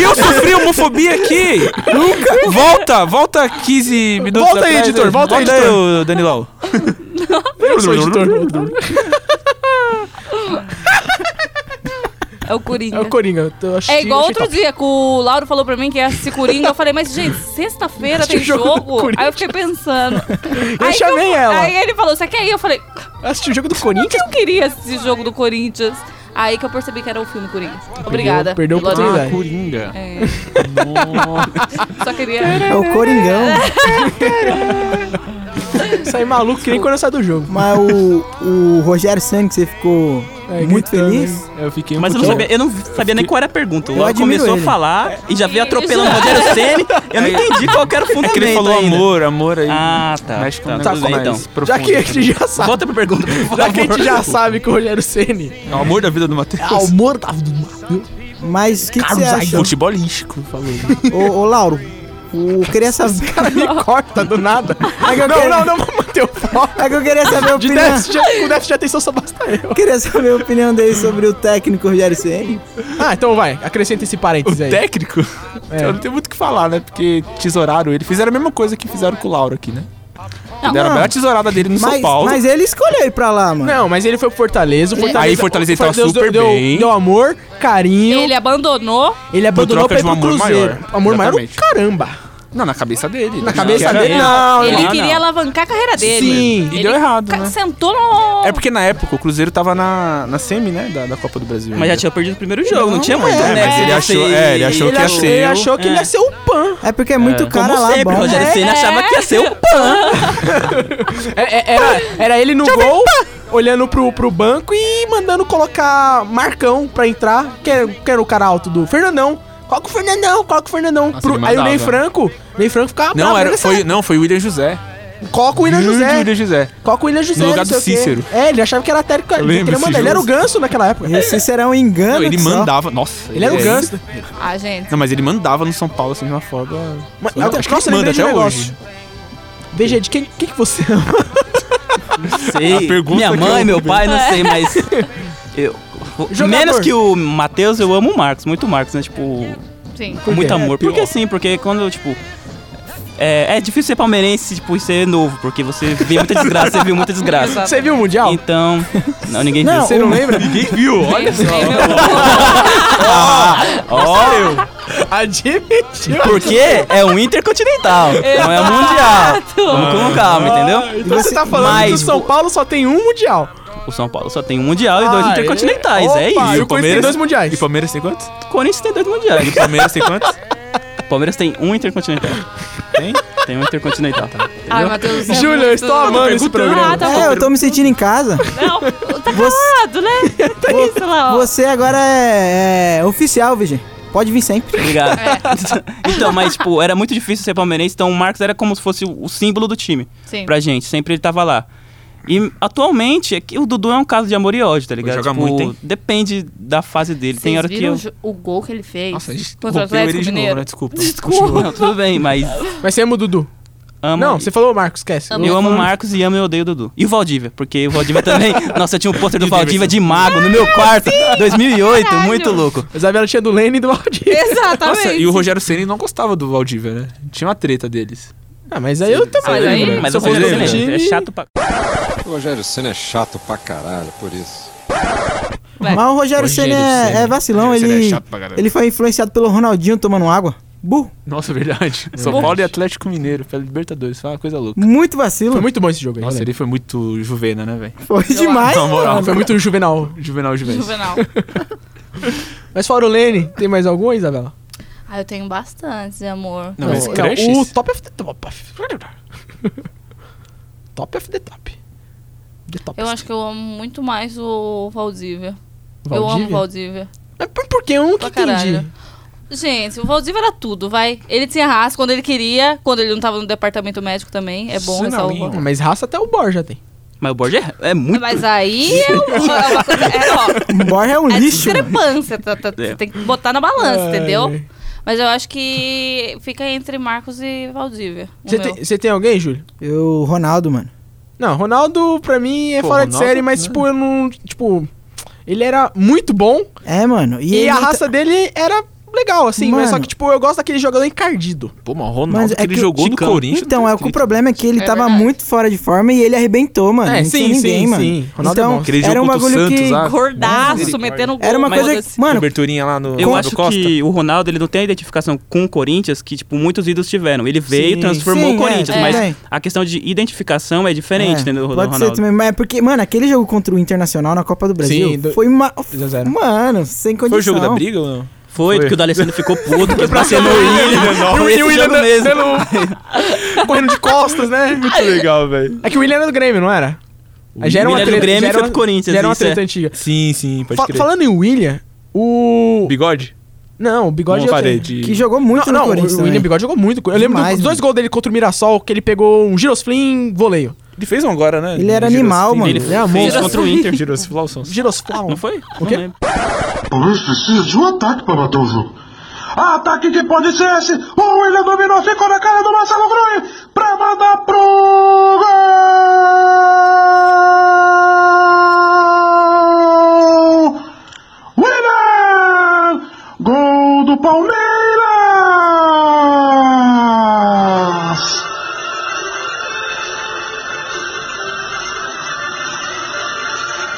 E: Eu sofri homofobia aqui. Nunca. Volta, volta 15 minutos.
C: Volta
E: atrás.
C: aí,
E: né?
C: editor, volta aí, editor.
E: ô, Danilão.
C: Eu sou editor. né?
D: É o Coringa.
C: É o Coringa. eu acho-
D: É igual
C: achei
D: outro
C: top.
D: dia que o Lauro falou pra mim que ia assistir Coringa. Eu falei, mas gente, sexta-feira tem
C: Assistiu o
D: jogo?
C: jogo do Corinthians.
D: Aí eu fiquei pensando.
C: Eu
D: Aí que
C: chamei ela.
D: Aí ele falou, você quer ir? Eu falei, por
C: Assisti o jogo do
D: que
C: Corinthians.
D: eu queria esse jogo do Corinthians? Aí que eu percebi que era o filme Coringa. Obrigada. É.
C: perdeu a
D: Glória a
C: oportunidade.
E: Coringa.
D: Deus. Só queria...
A: É o Coringão.
C: Saí é maluco que nem quando eu saí do jogo.
A: Mas o, o Rogério Senna, que você ficou
C: É,
A: muito
C: gritando,
A: feliz.
E: tá, Eu fiquei um
B: Mas eu não
E: pouquinho-
B: sabia, eu não sabia nem qual era a pergunta. O
A: Eu
B: Lauro
A: admiro
B: começou
A: ele.
B: a
E: É,
B: falar e já veio
D: E-
B: atropelando o Rogério Ceni. Eu não entendi qual que era o fundamento
E: É que ele falou
B: ainda.
E: amor, amor aí.
B: Ah, tá.
E: Mexe com
B: Tá,
E: um
B: tudo
E: negócio
B: bem,
E: mais
B: então.
E: profundo.
C: Já que a gente já sabe.
B: Volta pra pergunta, por
C: Já que a gente
B: favor.
C: já sabe que o Rogério Ceni
E: É o amor da vida do
C: é
E: Matheus.
C: o amor da vida.
A: Mas o que, que você acha?
E: Futebolístico, falou.
A: Ô, ô, Lauro, o- eu queria saber.
C: cara me corta do nada.
A: É que eu,
C: Não,
A: queria-
C: não, não, vou manter o foco.
A: é que eu queria saber a
C: De
A: opinião.
C: déficit, de- com déficit de atenção só basta eu.
A: Eu queria saber a opinião dele sobre o técnico Rogério Senna.
C: Ah, então vai, acrescenta esse parênteses aí.
E: Técnico?
C: É.
E: Eu não tenho muito o que falar, né? Porque tesouraram ele. Fizeram a mesma coisa que fizeram com o Lauro aqui, né?
D: Não.
E: Deram a melhor tesourada dele no São
A: Mas,
E: Paulo.
A: mas ele escolheu ir pra lá, Ah, mano.
C: Não, mas ele foi pro Fortaleza. O Fortaleza
E: Aí Fortaleza ele
C: foi-
E: tava
C: deu-
E: super
C: deu,
E: bem.
C: Deu amor, carinho.
D: Ele é- abandonou.
C: Ele abandonou
E: troca
C: pra ir
E: de um
C: pro
E: amor
C: Cruzeiro.
E: maior.
C: Amor maior, o
E: Exatamente.
C: caramba.
E: Não, na cabeça dele. Na
C: cabeça dele, né?
E: não.
D: Ele
E: não,
D: queria
E: Ah, não.
D: alavancar a carreira dele.
C: Sim,
E: e deu errado,
D: ca-
E: né?
D: Sentou no...
E: É porque na época o Cruzeiro tava na, na semi, né? Da, da Copa do Brasil.
B: Mas já tinha perdido o primeiro jogo, não, tinha muito,
E: é,
B: né?
E: mas ele achou-
B: Esse-
E: é, ele achou
C: Ele
E: que ia
C: achou,
E: ser
C: ele
E: eu,
C: achou que
B: é.
C: ele ia ser o Pan.
A: É porque é muito cara
B: Como
A: lá,
B: sempre,
A: bom. né?
B: o Rogério Ceni achava que ia ser o pan.
C: É- é- Era, era ele no gol, olhando pro, pro banco e mandando colocar Marcão pra entrar. Que era, que era o cara alto do Fernandão. Coloca o Fernandão, coloca o Fernandão.
E: Nossa,
C: Pro-
E: ele
C: aí o Ney
E: mandava.
C: Franco, Ney Franco ficava
E: Não,
C: bravo,
E: era,
C: ele
E: foi,
C: sabe.
E: não, foi o William José.
C: Coloca o William
E: Juro de
C: José.
E: William José.
C: Coloca o William José.
E: No lugar
C: não
E: do
C: sei o quê.
E: Cícero.
C: É, ele achava que era técnico.
E: Eu lembro
C: Ele, queria
E: esse
C: mandar- ele era o
E: jogo.
C: Ganso naquela época.
A: E esse será um engano.
E: Não, ele
A: que só.
E: mandava. Nossa. é.
C: Ele era um o Ganso.
D: Ah, gente.
E: Não, mas ele mandava no São Paulo assim de uma forma.
C: Mas,
E: Não, acho que
C: nossa,
E: ele manda
C: lembrei de um
E: até
C: negócio. Veja, de quem, quem que você ama?
B: Sei.
E: A pergunta
B: Minha
E: que
B: mãe,
E: eu- É.
B: meu pai, não sei, mas. Eu,
C: Jogador.
B: menos que o Matheus, eu amo o Marcos, muito o Marcos, né? Tipo,
D: Sim.
C: quê?
B: muito amor.
E: É, pior.
B: porque assim, sim, porque quando, tipo. É, é difícil ser palmeirense, tipo, e ser novo, porque você vê muita desgraça, você viu muita desgraça.
C: Você viu o Mundial?
B: Então. Não, ninguém
A: Não,
B: viu.
C: Você não lembra?
E: Ninguém viu, olha
D: Sim,
E: só.
D: sim, meu-
B: Ó,
C: Admitiu.
B: porque é um intercontinental, não é mundial. Vamos com calma, entendeu?
C: E você tá falando
B: Mas
C: que o São Paulo só tem um Mundial.
B: O São Paulo só tem um mundial e dois
C: Ah,
B: intercontinentais, é
C: Opa,
B: isso.
C: E o Corinthians tem dois Mundiais.
E: E Palmeiras tem quantos?
B: O Corinthians tem dois mundiais.
E: E Palmeiras tem quantos?
B: O Palmeiras tem um intercontinental.
E: Tem?
B: Tem um intercontinental, tá?
D: Ai, Matheus. você é
C: Júlio, eu
D: muito-
C: estou amando esse programa.
D: Ah, tá
A: É, eu tô me sentindo em casa.
D: Não, tá
A: Você,
D: errado, né? Tá isso lá, ó.
A: você agora é, é oficial, Virgem. Pode vir sempre.
B: Obrigado.
D: É.
B: então, mas, tipo, era muito difícil ser palmeirense, então o Marcos era como se fosse o símbolo do time
D: Sim.
B: pra gente. Sempre ele tava lá. E atualmente, é que o Dudu é um caso de amor e ódio, tá ligado?
E: joga
B: Tipo,
E: muito, hein?
B: Depende da fase dele. Tem
D: Vocês
B: hora que
D: viram
B: eu.
D: o jo- o gol que ele fez
E: Nossa, a gente
D: contra o
E: rompeu ele
D: Atlético
E: de novo,
D: Mineiro?
E: né? Desculpa.
D: Desculpa.
B: Não, tudo bem, mas
C: Mas você ama o Dudu.
B: amo.
C: Não, você falou o Marcos, esquece.
D: Amo.
B: Eu amo o Marcos e amo e odeio o Dudu. E o Valdívia, porque o Valdívia também. Nossa, eu tinha um pôster do Valdívia de mago no meu quarto, 2008,
D: Caralho.
B: muito louco.
C: A Isabela tinha do Lene e do Valdir.
D: Exatamente.
E: Nossa, e o Rogério Ceni não gostava do Valdívia, né? Tinha uma treta deles.
C: Ah, mas aí eu também.
D: mas aí-
C: lembro.
B: Mas
C: Se
B: eu sou
C: eu fosse
E: lembra?
C: do
B: brasileiro,
C: time...
B: é chato pra.
F: O Rogério Senna é chato pra caralho, por isso.
D: Vai.
A: Mas o Rogério Ceni
E: Ceni.
A: é, é vacilão,
E: Rogério Ceni
A: ele,
E: é chato pra caramba.
A: ele foi influenciado pelo Ronaldinho tomando água. Burro,
E: Nossa, verdade. São Paulo e Atlético Mineiro, pela Libertadores. Foi uma coisa louca.
A: muito vacilo.
C: Foi
A: Foi,
C: muito bom esse jogo aí.
E: Nossa,
C: né?
E: ele
B: É
E: foi muito Juvena, né, velho?
A: demais.
E: Na moral.
C: Foi muito juvenal.
E: Juvenal Juvenal.
D: Juvenal.
E: né?
C: Mas fora o Lene, tem mais algum, Isabela?
D: Ah, eu tenho bastante, amor.
E: Não, mas
C: Não,
E: crushes?
C: o top of the top. top of the top. The top.
D: Eu acho que eu amo muito mais o Valdívia. Eu amo o Valdívia.
C: Mas por, por um que? Eu nunca
D: Pra
C: entendi.
D: caralho. Gente, o Valdívia era tudo, vai. Ele tinha raça quando ele queria, quando ele não tava no departamento médico também. É bom essa
E: Sinalzinho.
D: uva.
C: Mas raça até o Borja tem.
B: Mas o Borges é, é muito.
D: Mas aí é uma, é uma coisa. É, ó,
A: O Borja é um
D: é
A: lixo. mano.
D: discrepância. tá- tá-
B: É.
D: Você tem que botar na balança,
C: Ai,
D: entendeu?
C: ai.
D: Mas eu acho que fica entre Marcos e Valdívia. o
C: Você
D: meu.
C: tem, você tem alguém, Júlio?
A: Eu, Ronaldo, mano.
C: Não, Ronaldo pra mim é
E: Pô,
C: fora de
E: Ronaldo,
C: série, mas
E: né?
C: tipo, eu não. Tipo, ele era muito bom
A: É, mano. E,
C: e,
A: ele
C: a
A: entra-
C: raça dele era legal, assim. Mas só
A: Mano.
C: que, tipo, eu gosto daquele jogador encardido.
E: Pô, mas o Ronaldo
A: Mas é
E: que ele
A: que o
E: jogou no
B: Chicão-
E: Corinthians.
A: Então,
E: não
A: é,
E: tem
A: o
E: acredito.
A: problema é que ele
D: É
A: tava
D: verdade.
A: muito fora de forma e ele arrebentou, mano.
C: É,
A: não
C: sim,
A: tinha ninguém,
C: sim,
A: mano.
C: sim. Ronaldo é bom.
A: então,
E: Aquele jogo
A: era um
E: contra o
A: bagulho que...
E: Santos, ah.
D: Gordaço,
E: Nossa,
D: metendo gol.
A: Era uma
D: mas-
A: coisa que... Mano,
E: Coberturinha lá no.
B: Eu
E: Fábio
B: acho
E: Costa.
B: que o Ronaldo ele não tem a identificação com o Corinthians que tipo muitos ídolos tiveram. Ele veio,
C: Sim,
B: transformou
A: sim,
B: o Corinthians,
A: é,
B: mas
A: também.
B: a questão de identificação é diferente,
A: É,
B: entendeu? do
A: Pode ser
B: Ronaldo.
A: também, mas é porque, mano, aquele jogo contra o Internacional na Copa do Brasil
C: Sim, do-
A: foi uma.
C: 2 a 0.
A: Mano, sem condição.
E: Foi o jogo da briga ou não?
B: Foi,
E: Foi.
B: que o D'Alessandro ficou puto, que pra ser no Willian.
E: Não,
B: esse jogo mesmo.
C: Correndo de costas, né?
E: Muito legal, velho.
C: É que o Willian era do Grêmio, não era? Aí Já era
B: O
C: uma
B: Willian era do
C: treta,
B: Grêmio
C: já
B: e
C: era
B: foi
C: uma-
B: pro Corinthians,
C: Já era uma
B: isso é.
C: treta antiga.
E: Sim, sim, pode
C: Fa-
E: crer.
C: falando em William, o.
E: Bigode?
C: Não, o bigode
E: Não,
C: é outro.
E: parede.
A: Que jogou muito
C: Não,
A: no
C: não,
A: Corinthians.
C: o William
A: também.
C: Bigode jogou muito. Eu lembro
A: Demais,
C: dos dois
A: mano.
C: gols dele contra o Mirassol, que ele pegou um girosflim voleio.
E: Ele fez um agora, né?
A: Ele era animal, mano.
B: Ele
A: Ele
B: fez
A: é
C: um
B: isso
C: monstro.
B: contra o Inter.
E: Girou esse Flauson.
C: Girosflau.
B: Não foi?
C: O quê?
B: Não lembro.
F: Luiz precisa de um ataque para matar o jogo. Ataque que pode ser esse. O William dominou, ficou na cara do Marcelo Groi para mandar pro gol. William! Gol do Palmeiras!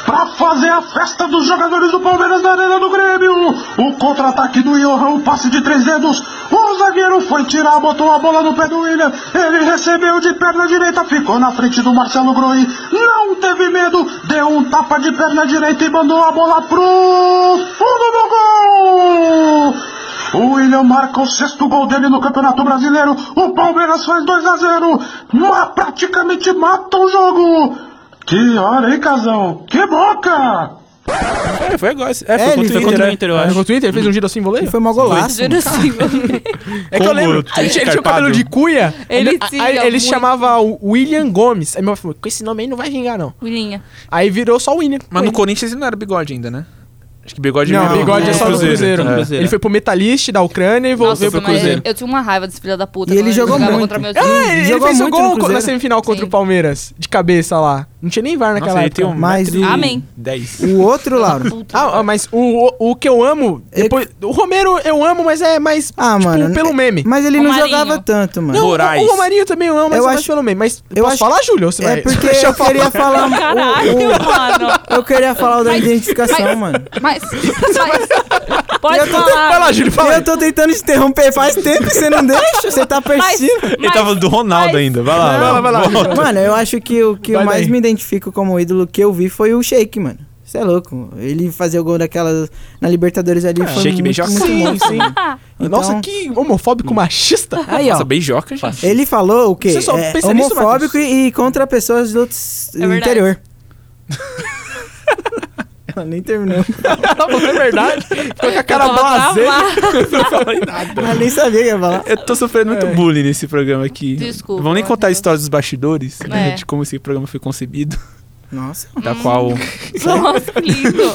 F: Pra fazer a festa dos jogadores do Palmeiras na Arena do Grêmio. O contra-ataque do Johan, o passe de três dedos. O zagueiro foi tirar, botou a bola no pé do William. Ele recebeu de perna direita, ficou na frente do Marcelo Groi. Não teve medo, deu um tapa de perna direita e mandou a bola pro fundo do gol. O William marca o sexto gol dele no Campeonato Brasileiro. O Palmeiras faz 2 a 0. Ma- Praticamente mata o jogo. Que hora, hein, casão? Que boca!
E: É, foi agora. esse- É,
A: É,
E: foi
A: ele
E: contra o
A: fez
E: Inter.
B: contra o
E: né?
B: Inter, eu
C: Ah,
B: acho.
C: Contra o Twitter, ele fez um girosflim voleio?
A: Foi uma golaço.
D: Juro assim,
C: É que eu
E: Como
C: lembro.
E: tu
C: Ele, ele tinha o
E: escarpado.
C: cabelo de cuia.
D: Ele
C: aí-
D: tinha
C: aí ele
D: muito.
C: chamava o William Gomes. Aí meu pai falou, com esse nome aí não vai vingar, não.
D: Willinha.
C: Aí virou só o William.
E: Mas
C: William.
E: no Corinthians ele não era bigode ainda, né? Acho que bigode
C: Não,
E: virou-
C: o bigode é
E: virou
C: só no Cruzeiro.
E: É.
B: Cruzeiro.
C: Ele foi pro Metalist da Ucrânia e voltou
D: Nossa,
C: pro
D: mas
C: Cruzeiro.
D: eu tinha uma raiva desse filho da puta.
A: E
D: quando
A: ele jogou
D: jogava
A: muito.
D: contra meu time.
C: Ah, ele, ele
A: Jogou
C: fez o
A: muito no
C: gol co-
A: Cruzeiro.
C: na semifinal contra
D: Sim.
C: o Palmeiras, de cabeça lá. Não tinha nem VAR naquela
E: Nossa, ele
C: época.
E: tem um
A: Mas
E: metro e
A: o-
D: Amém.
E: 10.
A: O outro, Lauro. É
C: Ah, ah, mas o, o, o que eu amo. Depois, O Romero eu amo, mas é mais
A: Ah,
C: tipo,
A: mano.
C: pelo meme.
A: Mas ele não
D: Romarinho.
A: jogava tanto, mano.
C: não, o-
E: Moraes.
C: O, Romarinho também eu amo, mas
A: Eu
C: eu mais
A: acho-
C: pelo meme. Mas
A: eu
C: posso
A: acho-
C: falar, Júlio? ou Você
A: É
C: vai
A: porque
C: deixar
A: eu queria falar. um-
D: Caralho,
A: o- o-
D: mano.
A: eu queria falar o da identificação,
D: Ah, mas-
A: mano.
D: Mas, mas pode
C: Vai lá,
D: falar.
C: Júlio, fala. aí.
A: Eu tô tentando te interromper faz tempo, você não deixa, você tá
D: Mas,
A: persistindo.
E: Ele tava falando do Ronaldo Ah,
D: mas-
E: ainda. Vai lá,
C: Vai lá, vai lá.
A: Mano, eu acho que o que
C: Vai
A: eu mais
C: daí.
A: me identifico como ídolo que eu vi foi o Shake, mano. Você é louco. Ele fazer o gol daquela na Libertadores ali foi
E: Shake
A: muito,
E: beijoca.
A: muito
E: Sim,
A: monstro,
E: sim.
A: mano. Então,
C: Nossa, que homofóbico machista.
A: Aí, ó.
E: Nossa, beijoca, gente.
A: Ele falou o quê?
C: Você só
A: é,
C: pensa nisso,
A: homofóbico e, e contra pessoas do outro s-
D: É verdade.
A: interior. Ela nem terminou.
C: Tá falando a verdade. Ficou com a cara
D: Eu tava
C: blasé.
D: travada.
A: Ela nem sabia que ia falar.
E: Eu tô sofrendo
C: É.
E: muito bullying nesse programa aqui.
D: Desculpa.
E: Vamos nem contar a história dos bastidores, né,
D: É.
E: de como esse programa foi concebido,
A: Nossa. Hum.
E: da qual...
D: Nossa, que lindo.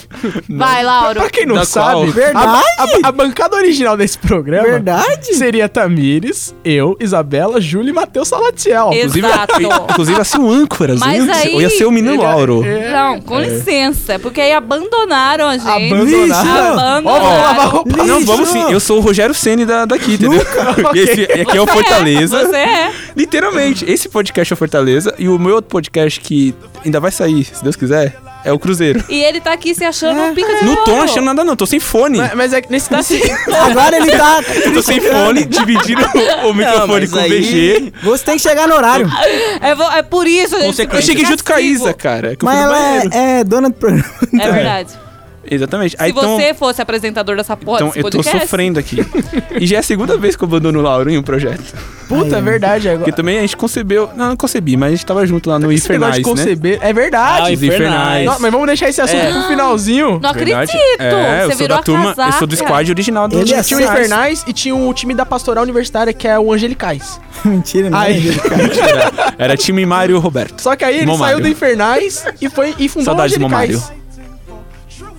D: Vai, Lauro.
C: Pra quem não
E: Da qual-
C: sabe,
A: Verdade?
C: a, a- a bancada original desse programa
A: Verdade?
C: seria Tamires, eu, Isabela, Júlio e Matheus Salatiel.
D: Exato.
E: Inclusive, ia ser o âncora,
D: Mas
E: eu ia ser-
D: aí-
E: eu ia ser o
C: é-
E: menino Lauro. É.
D: Não, com licença. Porque aí abandonaram a gente.
C: Abandonaram. Ó, vamos lavar a
D: Abandonaram.
C: roupa.
E: Não,
A: Lixo!
E: vamos sim. Eu sou o Rogério Ceni da, daqui, entendeu? Esse aqui é o Fortaleza.
D: Você é.
E: Literalmente, esse podcast é o Fortaleza e o meu outro podcast que ainda vai sair, se Deus quiser, É o Cruzeiro.
D: E ele tá aqui se achando um pica de
E: Não tô
D: ouro.
E: achando nada, não. Tô sem fone.
C: Mas, mas é que nesse... nesse...
A: Agora ele tá.
E: Tô sem fone, dividindo o- o microfone
G: mas
E: com o
G: aí-
E: BG.
A: Você tem que chegar no horário.
D: É, vo- é por isso, gente.
E: Eu
G: Consequência.
E: cheguei junto com a
D: castigo.
E: Isa, cara. que eu
A: Mas
E: fui no
A: ela
E: banheiro.
A: é, é dona do programa.
D: É verdade.
E: Exatamente.
D: Se
E: Aí, então,
D: você fosse apresentador dessa porra
E: então
D: desse
E: eu tô
D: podcast...
E: sofrendo aqui. E já é a segunda vez que eu abandono o Lauro em um projeto.
C: Puta, é verdade agora.
E: Porque também a gente concebeu. Não, não concebi, mas a gente tava junto lá no
C: Esse negócio
E: Infernais,
C: de
E: né?
C: conceber... É verdade.
E: Ah,
G: Ai, infernais.
C: Não, mas vamos deixar esse assunto
G: É.
C: pro finalzinho.
D: Não
E: Verdade.
D: acredito!
E: É,
D: você
E: eu sou
D: virou
E: da
D: a
E: turma,
D: casaca.
E: eu sou do squad original do
A: Ele é
C: Tinha o
A: Sociais.
C: Infernais e tinha o time da Pastoral Universitária, que é o Angelicais.
A: Mentira, não.
C: Aí,
E: Era, era time Mário e Roberto.
C: só que aí ele
E: Irmão
C: saiu
E: Mário.
C: do Infernais e foi e fundou
E: Saudades
C: o
E: do
C: Angelicais.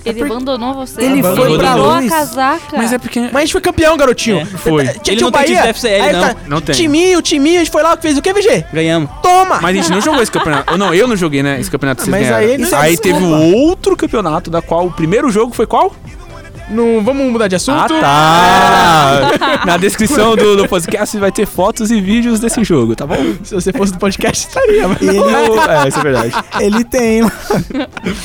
D: Ele abandonou você.
A: Ele
D: abandonou.
A: foi
E: pra
D: virou a
A: luz.
D: casaca.
E: Mas é porque.
C: Mas a gente foi campeão, garotinho.
G: É,
E: foi.
C: Tinha-
G: Ele
C: tinha
G: não
C: o
G: tem
C: Bahia.
G: time da FCL,
C: Aí
G: não.
C: tá,
E: Não tem.
C: Timinho, timinho, a gente foi lá que fez o que, VG?
G: Ganhamos.
C: Toma!
E: Mas a gente não jogou esse campeonato. Eu não, eu não joguei, né? Esse campeonato que vocês
C: Mas
E: ganharam.
C: aí não é
E: aí
C: desculpa.
E: teve um outro campeonato, da qual o primeiro jogo foi qual?
C: Não, vamos mudar de assunto?
E: Ah, tá! Na descrição do, do podcast vai ter fotos e vídeos desse jogo, tá bom?
C: Se você fosse do podcast, estaria, mas...
A: Ele,
E: é, isso é verdade.
A: ele tem.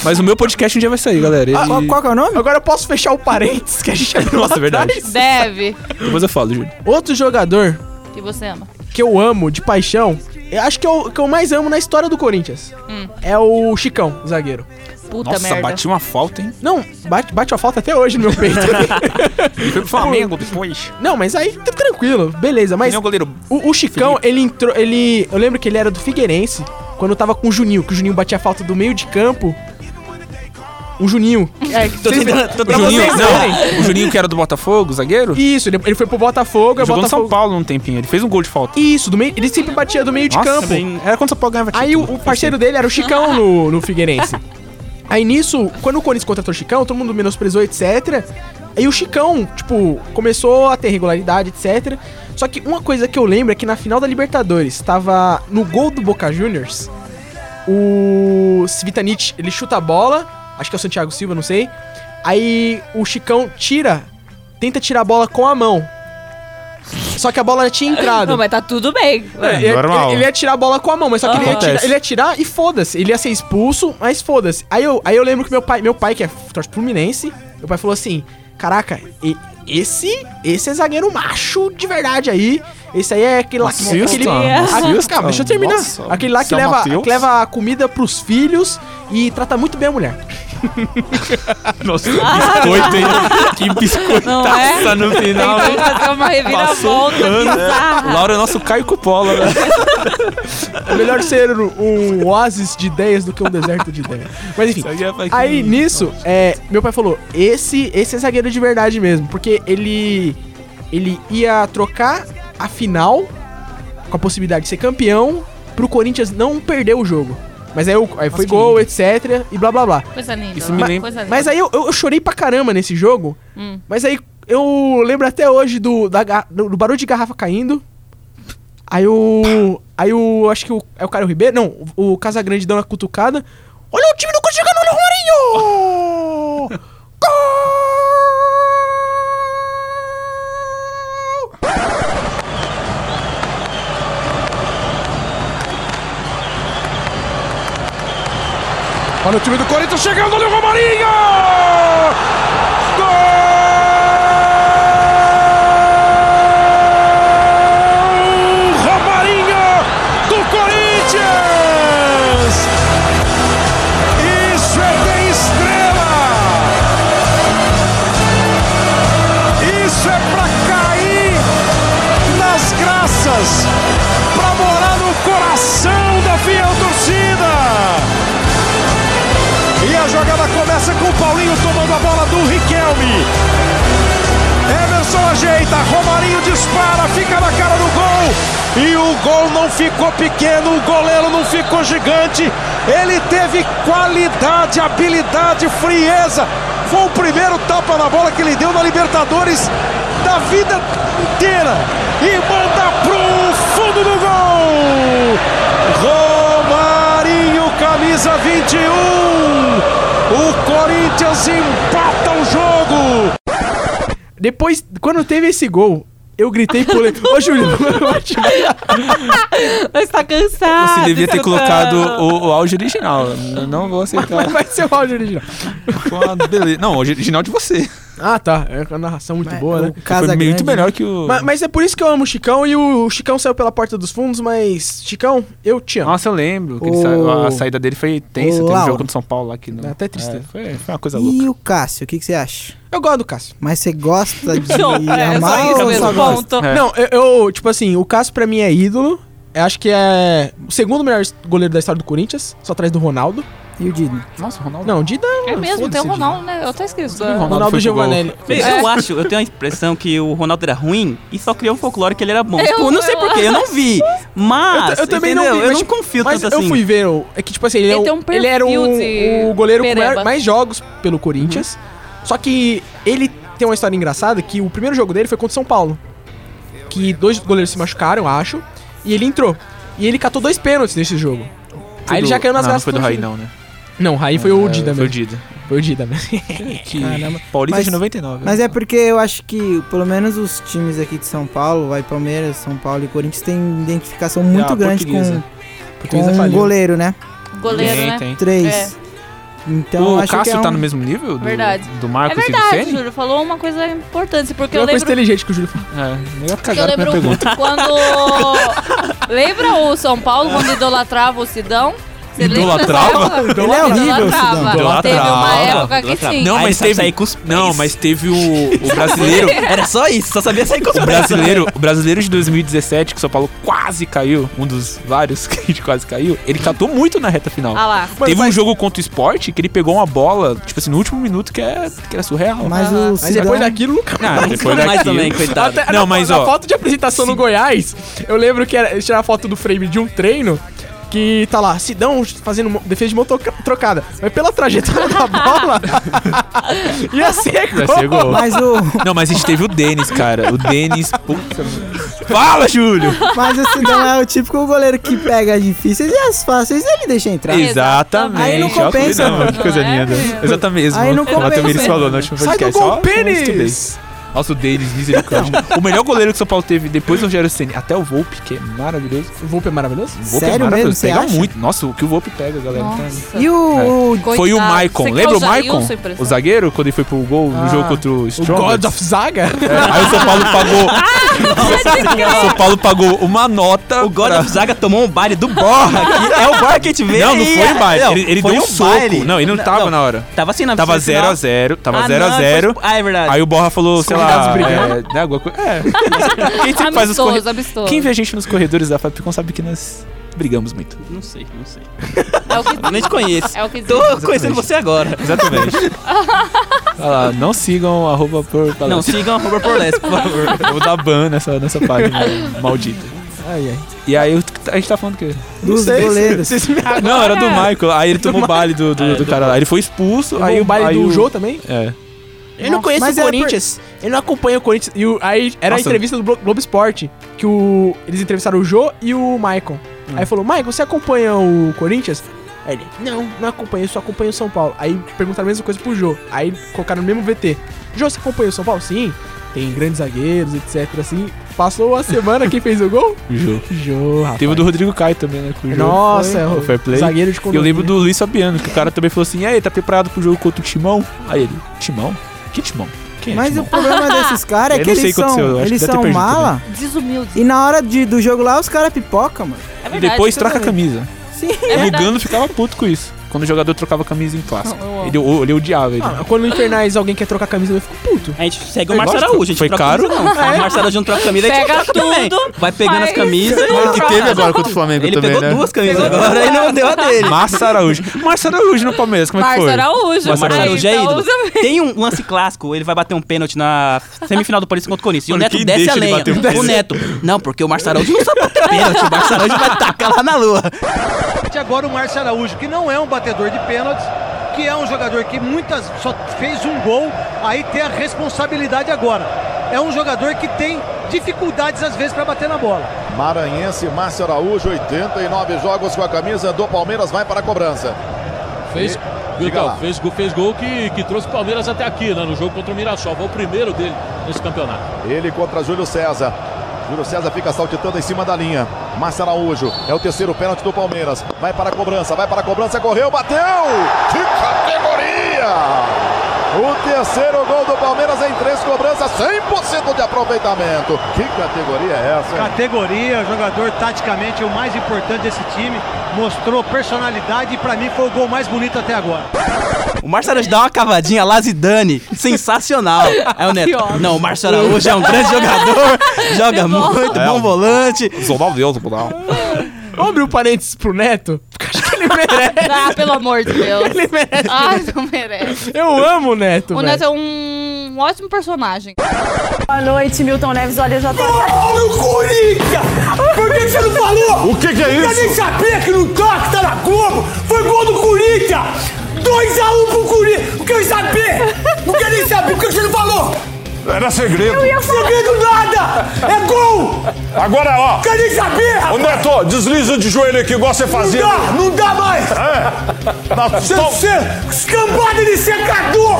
E: Mas o meu podcast um dia vai sair, galera.
C: Ah,
E: E
A: Qual, qual que é o nome?
C: Agora eu posso fechar o parênteses que a gente abriu lá
E: Nossa, é verdade.
C: atrás?
D: Deve.
E: Depois eu falo, Júlio.
C: Outro jogador
D: Que você ama.
C: que eu amo de paixão, eu acho que eu, que eu mais amo na história do Corinthians,
D: Hum.
C: é o Chicão, zagueiro.
D: Puta merda.
E: uma falta, hein?
C: Não, bate, bate a falta até hoje no meu peito.
E: Ele foi pro Flamengo depois.
C: Não, mas aí tá tranquilo, beleza. Mas
E: Ele é um goleiro.
C: o, o Chicão, ele entrou. Ele. Eu lembro que ele era do Figueirense, quando tava com o Juninho, que o Juninho batia a falta do meio de campo. O Juninho. É, que vocês-
G: tô
E: O
C: pra
E: Juninho,
C: vocês verem.
E: não. O Juninho que era do Botafogo, zagueiro?
C: Isso, ele, ele foi pro Botafogo, é
E: Ele jogou no São
C: Botafogo.
E: Paulo um tempinho. Ele fez um gol de falta.
C: Isso, do meio, ele sempre batia do meio de
E: Nossa,
C: campo.
E: bem- Era quando o São Paulo ganhava
C: Aí o,
E: título.
C: o parceiro dele era o Chicão no, no Figueirense. Aí nisso, quando o Corinthians contratou o Chicão, todo mundo menosprezou, etc. Aí o Chicão, tipo, começou a ter regularidade, etc. Só que uma coisa que eu lembro é que na final da Libertadores, tava no gol do Boca Juniors, o Svitanic, ele chuta a bola, acho que é o Santiago Silva, não sei. Aí o Chicão tira, tenta tirar a bola com a mão. Só que a bola tinha entrado.
D: Não, mas tá tudo bem.
E: É,
C: Ele,
E: normal.
C: ele- ele ia tirar a bola com a mão, mas só que ele, ia
G: Acontece.
C: tirar, ele ia tirar e foda-se. Ele ia ser expulso, mas foda-se. Aí eu, aí eu lembro que meu pai, meu pai que é torce pro Fluminense, meu pai falou assim: Caraca, e- esse, esse é zagueiro macho de verdade aí. Esse aí é aquele lá que.
E: Assista,
C: aquele-
E: assista.
C: aquele- Calma, deixa eu terminar.
E: Nossa,
C: aquele lá que
E: São
C: leva,
E: Mateus.
C: que leva a comida pros filhos e trata muito bem a mulher.
E: Nossa, que biscoito, hein? Que
D: Não é?
E: biscoitaça no final. um
D: Então fazer uma reviravolta bizarra.
E: Laura é nosso Caio Cupola, né?
C: É melhor ser um oásis de ideias do que um deserto de ideias. Mas enfim.
E: é
C: Aí nisso, é, meu pai falou: esse, esse é zagueiro de verdade mesmo, porque ele ele ia trocar a final com a possibilidade de ser campeão pro Corinthians não perder o jogo. Mas aí, o- aí foi gol, etc, e blá blá blá.
D: Coisa linda.
E: Isso me lembra-
D: Coisa linda.
C: Mas aí eu, eu chorei pra caramba nesse jogo.
D: Hum.
C: Mas é, aí eu lembro até hoje do, da ga- do, do barulho de garrafa caindo. Aí o. Aí o. Acho que o, é o Caio Ribeiro. Não, o, o Casagrande dando uma cutucada. Olha o time do Corinthians chegando, olha o Romarinho! Gol!
H: Olha o time do Corinthians chegando, olha o Romarinho! Gol! Romarinho do Corinthians! Isso é ter estrela! Isso é pra cair nas graças! Pra morar no coração da fiel torcida! E a jogada começa com o Paulinho tomando a bola do Riquelme. Emerson ajeita, Romarinho dispara, fica na cara do gol. E o gol não ficou pequeno, o goleiro não ficou gigante. Ele teve qualidade, habilidade, frieza. Foi o primeiro tapa na bola que ele deu na Libertadores da vida inteira. E manda pro fundo do gol. Romarinho, camisa 21. O Corinthians empata o jogo.
C: Depois, quando teve esse gol, Eu gritei e pulei. Ô, Júlio,
D: Mas tá cansado.
C: Ah,
E: Você devia ter
D: tá-
E: colocado o, o áudio original. Eu não vou aceitar.
C: vai ser o áudio original.
E: Ficou uma beleza. Não, o original de você.
C: Ah, tá. É uma narração muito boa, né?
A: O Casa
E: Foi muito
A: Grande,
E: melhor que o.
C: Ma- Mas, é por isso que eu amo o Chicão e o Chicão saiu pela porta dos fundos, mas. Chicão, eu te amo.
E: Nossa, eu lembro. que ele
A: Ô.
E: sa- A saída dele foi tensa.
A: Ô,
E: Teve um
A: Laura.
E: jogo do São Paulo lá que não.
C: Dá tá até tristeza.
E: É, foi, foi uma coisa louca.
A: E o Cássio, o que, que você acha?
C: Eu gosto do Cássio.
A: Mas você gosta de
D: Show, é
A: amar
D: só isso
A: ou só
D: mesmo,
A: gosta?
D: ponto.
E: É.
C: Não, eu, eu, tipo assim, o Cássio pra mim é ídolo. Eu acho que é o segundo melhor goleiro da história do Corinthians, só atrás do Ronaldo.
A: E o Dino?
E: Nossa, o Ronaldo.
C: Não, Dida. um
D: É mesmo, tem o
E: Foda-se,
D: Ronaldo, né? Eu até esqueci.
E: Ronaldo
C: Ronaldo
E: foi pro gol.
C: Giovanelli.
B: Bem,
D: É.
B: Eu acho, eu tenho a impressão que o Ronaldo era ruim e só criou um folclore que ele era bom.
D: Eu-
B: Tipo, Eu, não sei
D: eu-
B: porquê, eu não vi. Mas,
C: Eu, t- eu também
B: entendeu?
C: não vi,
B: eu
C: mas,
B: não confio
C: mas
B: tanto assim.
C: eu fui ver. o- É que, tipo assim, ele, é
D: Ele
C: o-
D: tem um
C: ele era
D: perfil
C: o,
D: de
C: o goleiro com
D: pereba. Uhum.
C: maior- mais jogos pelo Corinthians. Só que ele tem uma história engraçada que o primeiro jogo dele foi contra o São Paulo. Que dois goleiros se machucaram, acho. E ele entrou. E ele catou dois pênaltis nesse jogo. Aí ele já caiu nas
E: não, não
C: garras
E: foi do
C: torcida.
E: Raí, não, né?
C: Não, o Raí foi o
E: É, Foi
C: Dida
E: o
C: mesmo.
E: Dida.
C: Foi o Dida mesmo.
E: Que... Paulista
A: Mas-
E: de 99.
A: Mas é porque eu acho que, pelo menos os times aqui de São Paulo, vai Palmeiras, São Paulo e Corinthians, tem identificação muito
E: a
A: grande com,
E: portuguesa. é
A: com
C: Portuguesa
A: um
C: faliu.
A: goleiro, né?
D: Goleiro, né?
E: tem.
A: Três.
D: É.
A: Então,
E: o
A: acho
E: Cássio
A: que é um...
E: tá no mesmo nível do,
D: Verdade.
E: do
D: É
E: Marcos e do
D: verdade,
E: Ceni?
D: Júlio. Falou uma coisa importante, porque
C: Foi
D: eu
C: uma coisa
D: lembro.
C: inteligente que o Júlio falou.
E: É, melhor
D: que Eu
E: cagar a
D: lembro
E: minha pergunta.
D: quando. lembra o São Paulo quando idolatrava o Sidão? Você lembra?
E: Idolatrava?
A: Ele é horrível, Sidão.
D: Idolatrava. Teve uma
E: Idolatrava.
D: época que sim.
E: Não,
B: Aí
E: mas
B: sabe
E: teve- É
B: sair com os pés.
E: Não, mas teve o, o brasileiro.
B: Era só isso, só sabia sair com os
E: O
B: pés.
E: brasileiro, o brasileiro de 2017, que o São Paulo quase caiu, um dos vários que a gente quase caiu, ele catou muito na reta final.
D: Ah lá.
E: Teve um jogo contra o esporte que ele pegou uma bola, tipo assim, no último minuto, que é que era surreal.
A: Mas o
C: Ah, Mas depois
A: Sidão...
C: daquilo, nunca mais.
E: Ah, depois
B: mais
E: daquilo-
B: também, coitado.
C: Até-
E: Não,
C: na,
E: mas,
C: na
E: ó,
C: foto de apresentação no Goiás, eu lembro que era, eles tiraram foto do frame de um treino que tá lá, Sidão fazendo mo- defesa de mão troca- trocada. Mas pela trajetória da bola, ia ser
E: Ia
C: gol.
E: ser gol.
A: Mas o,
E: Não, mas a gente teve o Denis, cara. O Denis. Puta, Fala, Júlio!
A: mas o Sidão é o típico goleiro que pega as difíceis e as fáceis ele deixa entrar.
E: Exatamente.
A: Aí não compensa.
E: Olha que coisa
D: Não é
E: linda.
D: mesmo?
E: Exatamente. mesmo.
A: Aí não
E: Como
A: compensa.
E: até o Vinícius falou no último
C: Sai do
E: podcast.
C: gol,
E: Ó,
C: Pênis!
E: estudei. Nossa, o Denis, misericórdia. o melhor goleiro que o São Paulo teve depois do Rogério Ceni, até o Volpe, que é maravilhoso.
C: O Volpe é maravilhoso?
E: O Volpe
A: Sério
E: é maravilhoso.
A: mesmo, você
E: pega
A: acha?
E: muito. Nossa, o que o Volpe pega, galera. tá
D: Nossa.
A: E o... o-
D: Coitado.
E: É. Foi o
D: Você
E: Maicon.
D: quer
E: Lembra o
D: usar
E: Maicon?
D: isso, impressão?
E: O zagueiro, quando ele foi pro gol no
C: Ah,
E: jogo contra o
C: O
E: Strong.
C: God of Zaga?
E: Aí o São Paulo pagou.
D: Ah,
E: o São Paulo pagou uma nota.
B: O God
E: pra-
B: of Zaga tomou um baile do Borra. que é o Borra que a gente vê.
E: Não, não
B: aí.
E: foi em baile.
B: Não,
E: ele ele
B: foi
E: deu um soco.
B: baile.
E: Não, ele não tava na hora.
B: Tava assim na
E: Tava
B: no final.
E: 0x0. Tava
B: Ah,
E: 0x0.
B: não, foi- Ah, é verdade.
E: Aí o Borra falou, sei lá,
C: convidados
E: é, né, alguma coisa. É. Quem
B: tipo,
E: sempre faz os
D: Amistoso,
E: corredores.
D: amistoso.
E: Quem vê a gente nos corredores da Fapcon sabe que nós brigamos muito.
B: Não sei, não sei.
D: É o que
B: Eu nem te conheço.
D: É o que diz.
B: Tô conhecendo você agora.
E: Exatamente. Olha lá, não sigam arroba por
B: Não, sigam arroba por leste, por favor.
E: Eu vou dar ban nessa, nessa página maldita.
C: Ai, ai.
E: E aí, eu- a gente tá falando o quê?
A: dos
C: Não sei se-
A: goleiros.
C: se- se me-
E: Não, era
D: é.
E: do Michael. Aí ele tomou baile do, do, do cara lá. Ele foi expulso.
C: Aí o um baile
E: aí
C: do
E: o-
C: Jô também?
E: É.
C: Eu não conheço
A: Mas
C: o
A: era
C: Corinthians. Eu não acompanho o Corinthians. E o- aí era a
E: Nossa.
C: entrevista do Glo- Globo Esporte. Que o, eles entrevistaram o Jô e o Maicon. Aí falou, Maicon, você acompanha o Corinthians? Aí ele, não, não acompanho, eu só acompanho o São Paulo. Aí perguntaram a mesma coisa pro Jô. Aí colocaram no mesmo VT. Jô, você acompanha o São Paulo? Sim. Tem grandes zagueiros, etc. Assim, passou a semana, quem fez o gol?
E: O Jô.
C: Jô, rapaz.
E: Teve o do Rodrigo Caio também, né? Com o Jô.
C: Nossa,
E: Foi-
C: o
E: o fair play.
C: zagueiro de
E: E eu
C: condomínio.
E: lembro do Luiz Fabiano, que o cara também falou assim: e aí, tá preparado pro jogo contra o Timão? Aí ele, Timão? Que Timão? Quem é
A: Mas o
E: Timão?
A: problema desses caras é
E: Eu
A: que
E: não sei
A: eles
E: o que aconteceu, eu
A: são,
E: acho
A: eles
E: que deve ter
A: são
E: perdido
A: mala
D: Desumilde.
A: e na hora de, do jogo lá os caras pipoca, mano.
D: É
E: E
D: verdade,
E: depois
D: isso
E: troca a
D: mesmo.
E: camisa.
A: Sim.
D: É
E: o
D: verdade.
E: Lugano ficava puto com isso. Quando o jogador trocava camisa em clássico.
D: Não, eu amo.
E: Ele, o- ele odiava ele.
C: Ah, quando no Infernais alguém quer trocar a camisa, eu fico puto.
B: A gente segue
E: É
B: o Marcelo
E: lógico,
B: Araújo. A gente
E: foi
B: troca
E: caro.
B: camisa, não. O Marcelo Araújo não troca camisa, a gente
D: É. Pega
B: troca também.
D: tudo,
B: Vai pegando
D: faz-
B: as camisas.
I: O que teve agora contra o Flamengo
B: Ele
I: também,
B: pegou
I: né?
B: duas camisas agora e não deu a dele.
E: Massa Araújo. Massa Araújo no Palmeiras, como é que
D: Marcio
E: foi?
D: Araújo.
E: Marcio
D: Aí,
B: Maravilhoso, é
D: então,
B: ídolo.
D: usa-
B: Tem um lance clássico, ele vai bater um pênalti na semifinal do Paulista contra o Corinthians. E o
I: Mano,
B: Neto
I: quem
B: desce
I: deixa
B: a
I: ele
B: lenha.
I: bater um
B: o
I: desse?
B: Neto. Não, porque o Marcelo Araújo não sabe bater pênalti. O Marcelo Araújo vai tacar lá na lua.
J: Agora o Márcio Araújo, que não é um batedor de pênaltis, que é um jogador que muitas só fez um gol, aí tem a responsabilidade agora. É um jogador que tem dificuldades às vezes para bater na bola.
I: Maranhense, Márcio Araújo, 89 jogos com a camisa do Palmeiras, vai para a cobrança. fez, viu, então,
H: Diga
I: Theo?
H: lá.
I: fez, gol- fez gol que, que trouxe o Palmeiras até aqui, né? No jogo contra o Mirassol. Foi o primeiro dele nesse campeonato.
H: Ele contra Júlio César. Júlio César fica saltitando em cima da linha. Márcio Araújo é o terceiro pênalti do Palmeiras. Vai para a cobrança, vai para a cobrança, correu, bateu! Que categoria! O terceiro gol do Palmeiras em três cobranças, 100% de aproveitamento. Que categoria é essa? hein?
J: Categoria, jogador taticamente o mais importante desse time, mostrou personalidade e pra mim foi o gol mais bonito até agora.
B: O Márcio Araújo dá uma cavadinha lá, Zidane. Sensacional. Aí o Neto.
D: Que ódio.
B: Não, o Márcio Araújo é um grande jogador. joga
D: bom.
B: muito, bom volante.
E: Zonal Deus, Zonal.
C: Vamos abrir um parênteses pro Neto? Porque acho que ele merece.
D: Ah, pelo amor de Deus.
C: ele merece.
D: Ai, não merece.
C: Eu amo o Neto,
D: O
C: velho.
D: Neto é um ótimo personagem.
K: Boa noite, Milton Neves. Olha, eu já tô.
H: O que, que é isso? tá, um Era segredo.
F: Segredo nada! É gol!
H: Agora, ó,
F: Quer nem saber?
H: o Neto, desliza de joelho aqui, igual você
F: Não
H: fazia.
F: dá, não dá mais!
L: É.
F: Você, escambada de secador!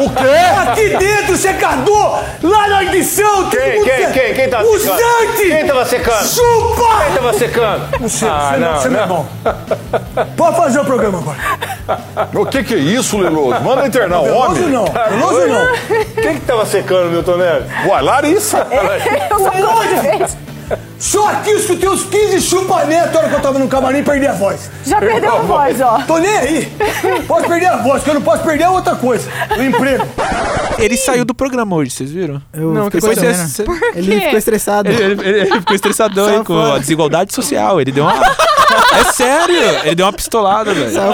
H: O quê?
F: Aqui dentro, secador! Lá na edição! todo
L: Quem,
F: mundo
L: quem,
F: tem-
L: quem? Quem tava
F: O
L: secando?
F: Santi!
L: Quem tava secando?
F: Chupa!
L: Quem tava secando?
F: Você,
L: Ah,
F: você não,
L: não,
F: você não é
L: não.
F: bom. Pode fazer o programa agora.
H: O que, que é isso, Leloso? Manda internar,
F: Veloso
H: homem.
F: não, Veloso não.
L: Tá Quem que tava secando, Milton Neves?
H: Ué, Larissa.
M: É,
K: Eu sou contra.
F: Só aqui eu escutei os 15 chupanetos a hora que eu tava no camarim e perdi a voz.
K: Já perdeu a voz, ó.
F: Tô nem aí. Posso perder a voz, o que eu não posso perder é outra coisa. O emprego.
E: Ele saiu do programa hoje, vocês viram?
C: Eu
E: Não, é
C: fiquei
E: depois
C: sabendo.
E: você- você-
C: Ele ficou estressado.
E: Ele, ele- ele ficou estressadão aí com a desigualdade social. Ele deu uma. É sério! Ele deu uma pistolada, velho. Saiu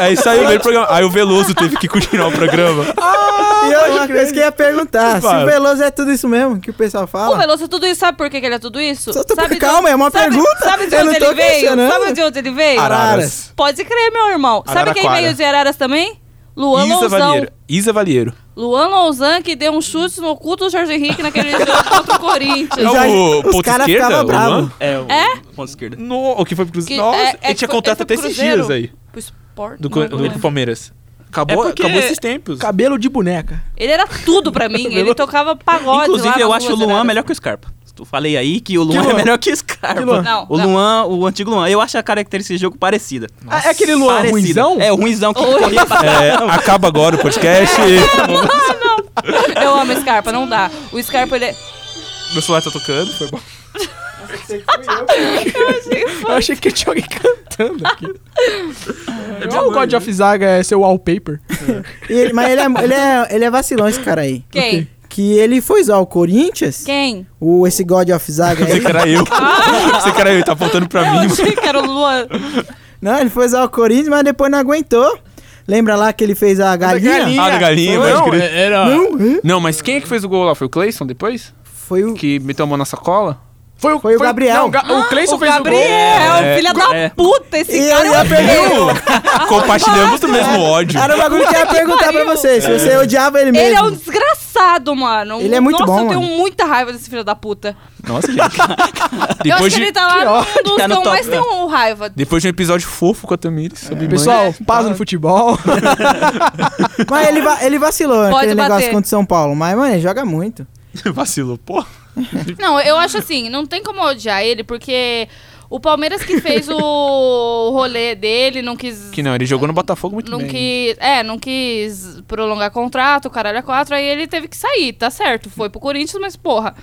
E: Aí saiu bem do programa. Aí o Veloso teve que continuar o programa.
D: Ah,
A: E eu, uma coisa que eu ia perguntar: se
E: Fala.
A: o Veloso é tudo isso mesmo que o pessoal
D: O
A: fala?
D: Veloso é tudo isso, sabe por que que ele é tudo isso?
A: Só tô-
D: Sabe de-
A: calma, é uma
D: sabe-
A: pergunta. tá
D: Sabe de
A: Eu
D: onde
A: não
D: ele
A: tô
D: veio?
A: questionando.
D: Sabe de onde ele veio?
E: Araras.
D: Pode crer, meu irmão. Sabe quem
E: Araraquara.
D: veio de Araras também? Luan
E: Isa
D: Lousão.
E: Valheiro. Isa Valheiro.
D: Luan Louzan que deu um chute no cu do Jorge Henrique naquele jogo contra o Corinthians.
A: Já-
E: É o
A: os
E: ponto
A: caras
E: esquerda,
A: ficavam
E: o
A: bravos.
E: Luan?
B: É, o
D: É?
B: ponto esquerda.
E: No, o que foi pro
D: Que-
E: Cruzeiro? Nossa,
D: é- é
E: ele
D: que
E: tinha
D: foi-
E: contrato
D: ele foi
E: até
D: pro
E: esses
D: Cruzeiro,
E: dias aí.
D: Pro Sport,
E: Do,
D: não
E: co-
D: é
E: do,
D: pro Corinthians.
E: Palmeiras.
B: É
E: Acabou,
B: porque-
E: acabou esses tempos.
C: Cabelo de boneca.
D: Ele era tudo pra mim. Ele tocava pagode lá
B: Inclusive,
D: nas
B: eu acho o
D: ruas,
B: Luan
D: Araras.
B: melhor que o Scarpa. Tu falei aí que o Luan,
C: Luan?
B: é melhor que o Scarpa.
C: Que Luan?
D: Não,
B: o
D: não.
B: Luan, o antigo Luan. Eu acho a característica desse jogo parecida.
C: Ah, é aquele Luan
B: Parecida.
C: ruizão?
B: É, o ruizão que corria pra
E: É, acaba agora o podcast.
D: É. Eu amo o Scarpa, não dá. O Scarpa, ele é...
E: Meu celular tá tocando. Foi bom.
C: Eu achei que tinha alguém cantando aqui. o God of Zaga é seu wallpaper.
A: E ele- mas ele é, ele, é, ele é vacilão, esse cara aí.
D: Quem?
A: Que ele foi zoar o Corinthians,
D: Quem? Ah.
A: o, esse God of Zaga aí.
E: Você que era eu. Você que era eu, tá apontando pra
D: Eu
E: mim.
D: achei que era o Luan.
A: Não, ele foi zoar o Corinthians, mas depois não aguentou. Lembra lá que ele fez a galinha?
C: galinha.
E: Ah, da galinha,
C: Não,
E: pode crer.
I: Era.
E: Não, mas quem é que fez o gol lá? Foi o Cleison depois?
A: Foi o...
E: Que meteu a mão na sacola?
C: Foi o,
A: Foi o Gabriel.
C: Não, o, Ga- o Cleison
D: Ah, o
C: fez
D: Gabriel,
E: É,
D: filha da puta, esse
A: E
D: cara
A: ele
D: é um feio.
E: Compartilhamos o mesmo ódio.
A: Era o bagulho que eu ia perguntar pra
D: pariu.
A: vocês, se você odiava ele mesmo.
D: Ele é um desgraçado, mano.
A: Ele é muito
D: Nossa,
A: bom,
D: eu tenho
A: mano.
D: muita raiva desse filho da puta.
E: Nossa, gente.
D: eu acho
E: Depois
D: que ele
E: de,
D: tá lá no- nos
B: tá no
D: que eu
B: top,
D: mais
B: né?
D: tenho um raiva.
E: depois de um episódio fofo com a Tamires sobre
A: É.
E: mãe.
C: Pessoal, paz no futebol.
A: Mas ele, va- ele vacilou
D: Pode
A: aquele negócio
D: bater.
A: contra o São Paulo. Mas, mano, ele joga muito.
E: vacilou, pô.
D: Não, eu acho assim, não tem como eu odiar ele, porque o Palmeiras que fez o rolê dele, não quis.
E: Que não, ele jogou no Botafogo muito
D: Não
E: bem.
D: quis, é, não quis prolongar contrato, caralho, a quatro, aí ele teve que sair, tá certo. Foi pro Corinthians, mas porra.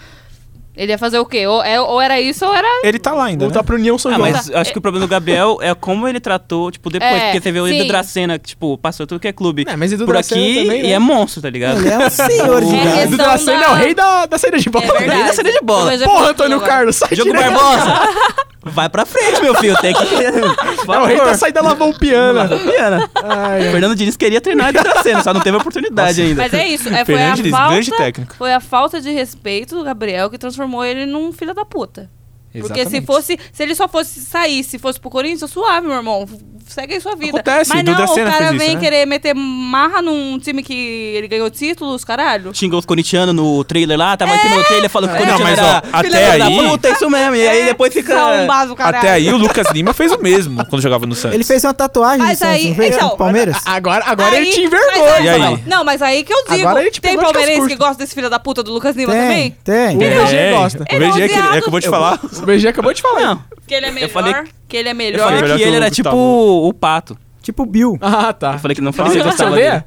D: Ele ia fazer o quê? Ou, é- ou era isso ou era.
E: Ele tá lá ainda.
C: Voltar
E: né?
C: pro União São
B: Ah,
C: João.
B: mas eu acho que o problema do Gabriel é como ele tratou, tipo, depois.
D: É,
B: porque teve o
D: sim.
B: Edu Dracena, que, tipo, passou tudo que é clube
C: É, mas Edu
B: por
C: Dracena
B: aqui
C: também, né?
B: e é monstro, tá ligado?
A: Ele é um senhor de
D: É
A: idade.
D: esse-
C: Edu
D: São
C: Dracena é o
D: da-
C: rei da, da saída de bola.
D: É verdade.
B: saída de bola.
D: Eu já
C: Porra,
D: falei
C: Antônio
D: agora.
C: Carlos, sai
B: Jogo
C: direto.
B: Barbosa! Vai pra frente, meu filho, tem que...
C: É o
B: Vai
C: rei da saída lavampiana.
B: Piana.
C: Ai,
B: Fernando Diniz queria treinar Edu Dracena, só não teve oportunidade ainda.
D: Mas é isso, é, foi, a
E: Fernandes, grande
D: falta,
E: técnico.
D: foi a falta de respeito do Gabriel que transformou ele num filho da puta. Porque se
E: Exatamente.
D: fosse, se ele só fosse sair, se fosse pro Corinthians, suave, meu irmão. segue aí sua vida.
E: Acontece,
D: Mas
E: Duda
D: não, o
E: Sena
D: cara
E: fez isso,
D: vem
E: né?
D: querer meter marra num time que ele ganhou títulos, caralho.
B: Xingou os corintianos no trailer lá, tava aqui no
D: É.
B: trailer falando que o
E: Não,
B: corintiano
E: mas,
B: era
E: ó,
B: filha
E: até
B: da
E: aí-
B: puta, é isso mesmo. E aí depois fica...
D: Sambado, É um caralho.
E: Até aí o Lucas Lima fez o mesmo quando jogava no Santos.
A: Ele fez uma tatuagem
D: Mas
A: no Santos,
D: aí-
A: não fez?
D: então,
A: No Palmeiras?
C: Agora, agora ele
D: Aí-
C: te
D: mas é
C: envergonha.
E: E aí?
D: Não, mas aí que eu digo,
C: Agora ele te
D: tem
C: pegou de
D: palmeirense
C: cascudo.
D: que gosta desse filho da puta do Lucas Lima
A: Tem,
D: também?
A: tem.
C: Ele-
E: Tem.
C: O VG gosta.
E: O VG é que,
D: é Ele é
E: é que eu vou te falar.
C: O BG acabou de falar.
D: Que ele é melhor,
B: falei-
D: que ele é
B: Eu
D: melhor.
B: falei
E: melhor
B: que
E: que
B: ele
E: o
B: era
E: Gustavo.
B: tipo o pato.
A: Tipo o Bill.
C: Ah, tá.
B: Eu falei que não falei que
C: Você
B: eu gostava
C: odeia?
B: dele.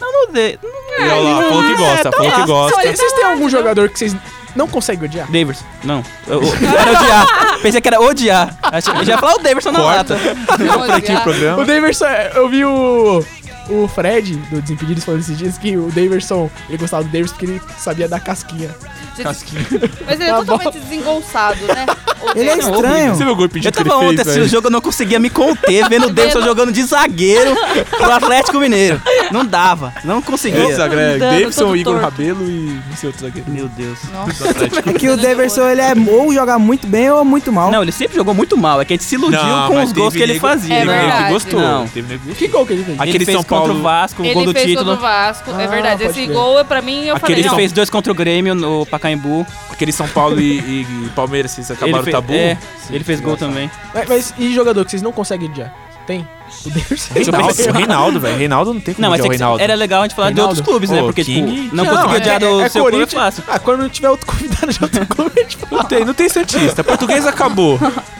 B: Não, não odeio.
E: E olha lá, falou que gosta, falou que gosta.
C: É, tá Vocês vocês têm algum jogador que vocês não conseguem odiar?
B: Davis. Não. Eu, eu- era odiar. Pensei que era odiar. Achei- Eu já ia falar o Davidson na lata.
D: Não, odiar.
C: O Daverson, eu vi o. O Fred, do Desimpedidos, falando esses dias que o Daverson, ele gostava do Daverson porque ele sabia dar casquinha.
D: Mas
E: Tá
D: ele é totalmente desengonçado, né? O
A: Ele é
D: Davidson.
A: estranho.
E: Você viu o gol impedido
B: Eu
E: que ele
B: tava ontem
E: fez,
B: assistindo o
E: velho?
B: jogo, eu não conseguia me conter vendo o Davidson jogando de zagueiro pro Atlético Mineiro. Não dava, não
E: Esse
B: conseguia.
E: zagueiro é
D: Andando,
E: Davidson,
D: todo
E: Igor
D: torto.
E: Rabelo e não sei outro zagueiro.
B: Meu Deus.
D: Nossa,
A: É que o Deverson, ele é ou jogar muito bem ou muito mal.
B: Não, ele sempre jogou muito mal, é que a gente se iludiu
E: Não,
B: com
E: mas
B: os gols que ele
E: teve nego-
B: fazia.
D: É
E: teve nego
D: verdade.
E: que gostou.
B: Não.
E: Teve nego que
C: Que gol que ele fez?
E: Aquele
B: ele fez
E: São
B: contra
E: Paulo-
B: o Vasco, o
D: ele
B: gol do
D: fez
B: título.
D: contra o Vasco, é
C: Ah, pode
D: verdade. Esse
C: crer.
D: gol, é pra mim, eu
E: Aquele
D: falei,
B: Ele
D: não.
B: fez dois contra o Grêmio no Pacaembu.
E: Aquele São Paulo e, e- e Palmeiras, vocês acabaram
B: Ele,
E: o
B: fe-
E: tabu?
B: é,
E: Sim,
B: ele fez gol
E: engraçado.
B: também.
C: Mas, mas e jogador que vocês não conseguem odiar? Tem? O Daverson.
E: Reinaldo, Reinaldo, velho. Reinaldo não tem como
B: Não, mas
E: odiar
B: é
E: o
B: que
E: Reinaldo.
B: era legal a gente falar de
C: Reinaldo?
B: outros clubes, né?
E: Pô,
B: Porque, tipo,
E: King.
B: não conseguiu odiar do seu clube é
C: Corinthians.
B: fácil.
C: Ah, quando não tiver outro convidado de outro clube, a gente fala.
E: Não tem, não tem Santista. Português acabou.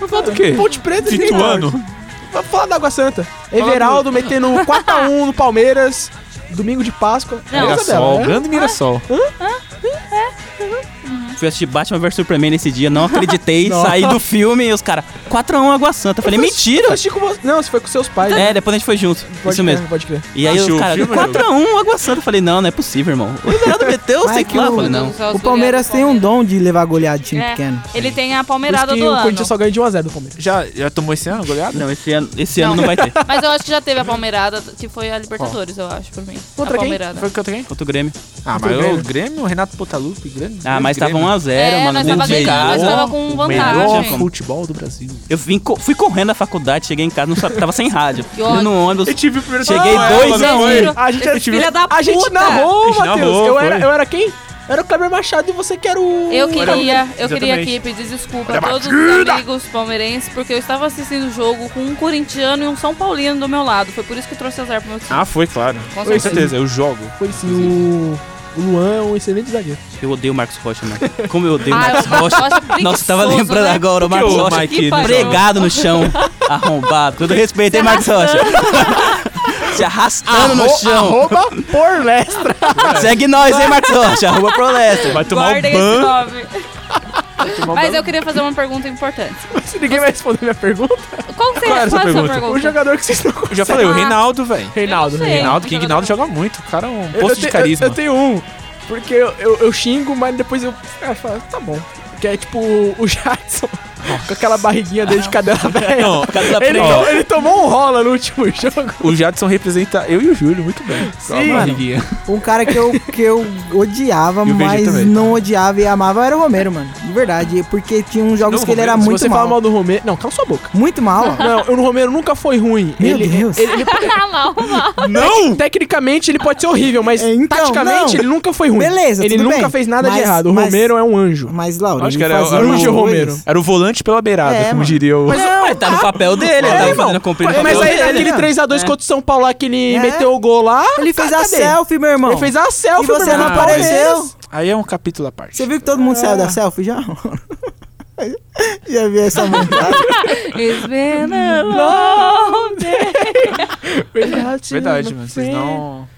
E: Fala do quê?
C: Ponte Preta e
E: Tituano.
C: Reinaldo. Vamos falar da Água Santa. Everaldo metendo 4x1 no Palmeiras. Domingo de Páscoa.
D: Não.
C: Beleza,
E: Mirassol,
C: Bela, né?
E: grande Mirassol.
B: Fui assistir Batman vs Superman nesse dia, não acreditei,
C: Nossa.
B: saí do filme e os caras, 4x1 Água Santa. Eu falei,
C: Eu
B: mentira!
C: assisti com você. Não, você foi com seus pais. né?
B: É, depois a gente foi junto,
C: Pode
B: isso
C: crer,
B: mesmo.
C: Pode crer.
B: E aí
E: Assistiu
B: os
E: o
B: caras,
E: filme, né?
B: 4x1 Água Santa. Eu falei, não, não é possível, irmão. O Everaldo meteu,
A: Mas
B: sei
A: é
B: que lá,
A: que
B: eu
A: o-
B: falei, não.
A: O Palmeiras tem um dom de levar goleado de time
D: É,
A: pequeno.
D: ele tem a
C: Por isso
D: palmeirada
C: que
D: do
C: o
D: ano.
C: Corinthians só ganha de 1x0 do Palmeiras.
E: Já, já tomou esse ano, goleado?
B: Não, esse ano, esse ano não vai ter.
D: Mas eu acho que já teve a palmeirada, que foi a Libertadores, eu acho, por mim.
C: Contra quem?
D: a palmeirada.
E: Foi contra quem?
B: Contra o Grêmio.
E: Ah, mas o Grêmio, o Renato Portaluppi, grande.
B: Ah,
E: grande
B: mas tava
E: Grêmio.
B: 1x0,
D: é,
B: mano.
D: nós
B: dentro
D: tava,
B: de
D: ganhando, nós
B: casa.
D: tava com
E: Melhor
D: vantagem.
E: futebol do Brasil.
B: Eu vim co- fui correndo da faculdade, cheguei em casa, não sabia, tava sem rádio.
D: Que
B: Fui
D: ódio.
B: no ônibus.
E: tive o primeiro
B: Cheguei
E: Ah,
B: dois
D: Vocês
B: a um.
D: viram?
C: A gente,
D: Esse filho da
C: a gente
D: puta.
C: narrou,
E: A gente
C: Matheus.
E: narrou,
C: Eu
E: foi.
C: era, eu era quem? Eu era o Kleber Machado e você que era o. era
D: Eu
C: o-
D: queria, eu queria
E: Exatamente.
D: aqui pedir desculpa a todos os amigos palmeirenses, porque eu estava assistindo o jogo com um corintiano e um São Paulino do meu lado. Foi por isso que eu trouxe azar pro meu time.
E: Ah, foi, claro.
D: Com
E: Com
D: certeza.
E: certeza, eu jogo.
C: Foi sim, o. O Luan é um excelente zagueiro.
B: Eu odeio o Marcos Rocha, mano. Como eu odeio o
D: Ah,
B: Marcos
D: o Marcos
B: Rocha.
D: Rocha é
B: Nossa, tava
D: preguiçoso,
B: lembrando
D: né?
B: agora o Marcos
E: o
B: Rocha
E: Mike
D: não
B: pregado no chão, arrombado. Todo respeito, hein, Marcos Rocha?
D: é
B: Se arrastando no chão.
C: Arroba por Lestra.
B: Segue nós, hein, Marcos Rocha? Arroba pro Lester.
E: Vai tomar
D: Guardem
E: um ban.
D: esse nome. Mas eu queria fazer uma pergunta importante.
C: Se ninguém vai responder minha pergunta.
D: Qual que
E: Qual era
D: é a
E: essa
D: sua
E: pergunta?
D: pergunta?
C: O jogador que vocês não
E: Eu já falei, o
D: Ah.
E: Reinaldo, velho.
C: Reinaldo,
D: Eu não sei.
E: Reinaldo,
D: um
E: que
D: jogador.
E: Reinaldo joga muito. O cara é um
C: Eu
E: poço de
C: tenho-
E: carisma.
C: Eu, eu tenho um, porque eu, eu, eu xingo, mas depois eu, eu falo, tá bom. Que é tipo o Jadson, com aquela barriguinha dele de cadela velha.
E: Não,
B: Cabelo
C: Ele,
B: preto.
C: to- ele tomou um rola no último jogo.
E: O Jadson representa eu e o Júlio muito bem. Só
C: Sim.
E: a barriguinha.
A: Um cara que eu, que eu odiava,
E: E o VG
A: mas
E: também. tá.
A: não odiava e amava era o Romero, mano. De verdade. Porque tinha uns jogos
E: Não,
A: que ele era
E: Romero, se
A: muito
C: você
A: mal.
C: fala mal do Romero. Não, cala sua boca.
A: Muito mal. ó.
C: Não, o Romero nunca foi ruim.
A: Meu
C: ele,
A: Deus.
C: Ele, ele-
E: Não!
C: tecnicamente ele pode ser horrível, mas
A: É, então,
C: taticamente
A: não.
C: ele nunca foi ruim.
A: Beleza,
C: ele
A: tudo
C: nunca
A: bem.
C: fez nada de
A: Mas-
C: errado. O
A: mas-
C: Romero é um anjo.
A: Mas, Laura,
E: Acho que
A: ele
E: era-
A: fazia um
E: era o
A: umas
C: Gil
A: coisas.
C: Romero.
E: Era o volante pela beirada,
A: É,
E: como
A: mano.
E: diria o.
B: Ué, tá no papel dele, ele
A: É,
B: tá
A: irmão.
B: fazendo a compra de
C: Mas
B: papel
C: aí,
B: dele.
C: aquele
A: né?
C: 3x2
B: É.
C: contra o São Paulo lá que ele
A: É.
C: meteu o gol lá.
A: Ele fez a
C: cadê?
A: selfie, meu irmão.
C: Ele fez a selfie,
A: E você
C: meu
A: não
C: irmão.
A: apareceu.
E: Aí é um capítulo à parte.
A: Você viu que todo mundo saiu
D: Ah.
A: da selfie já? já vi essa mensagem.
D: It's been a long day.
C: Verdade,
E: Verdade, mano. Vocês não.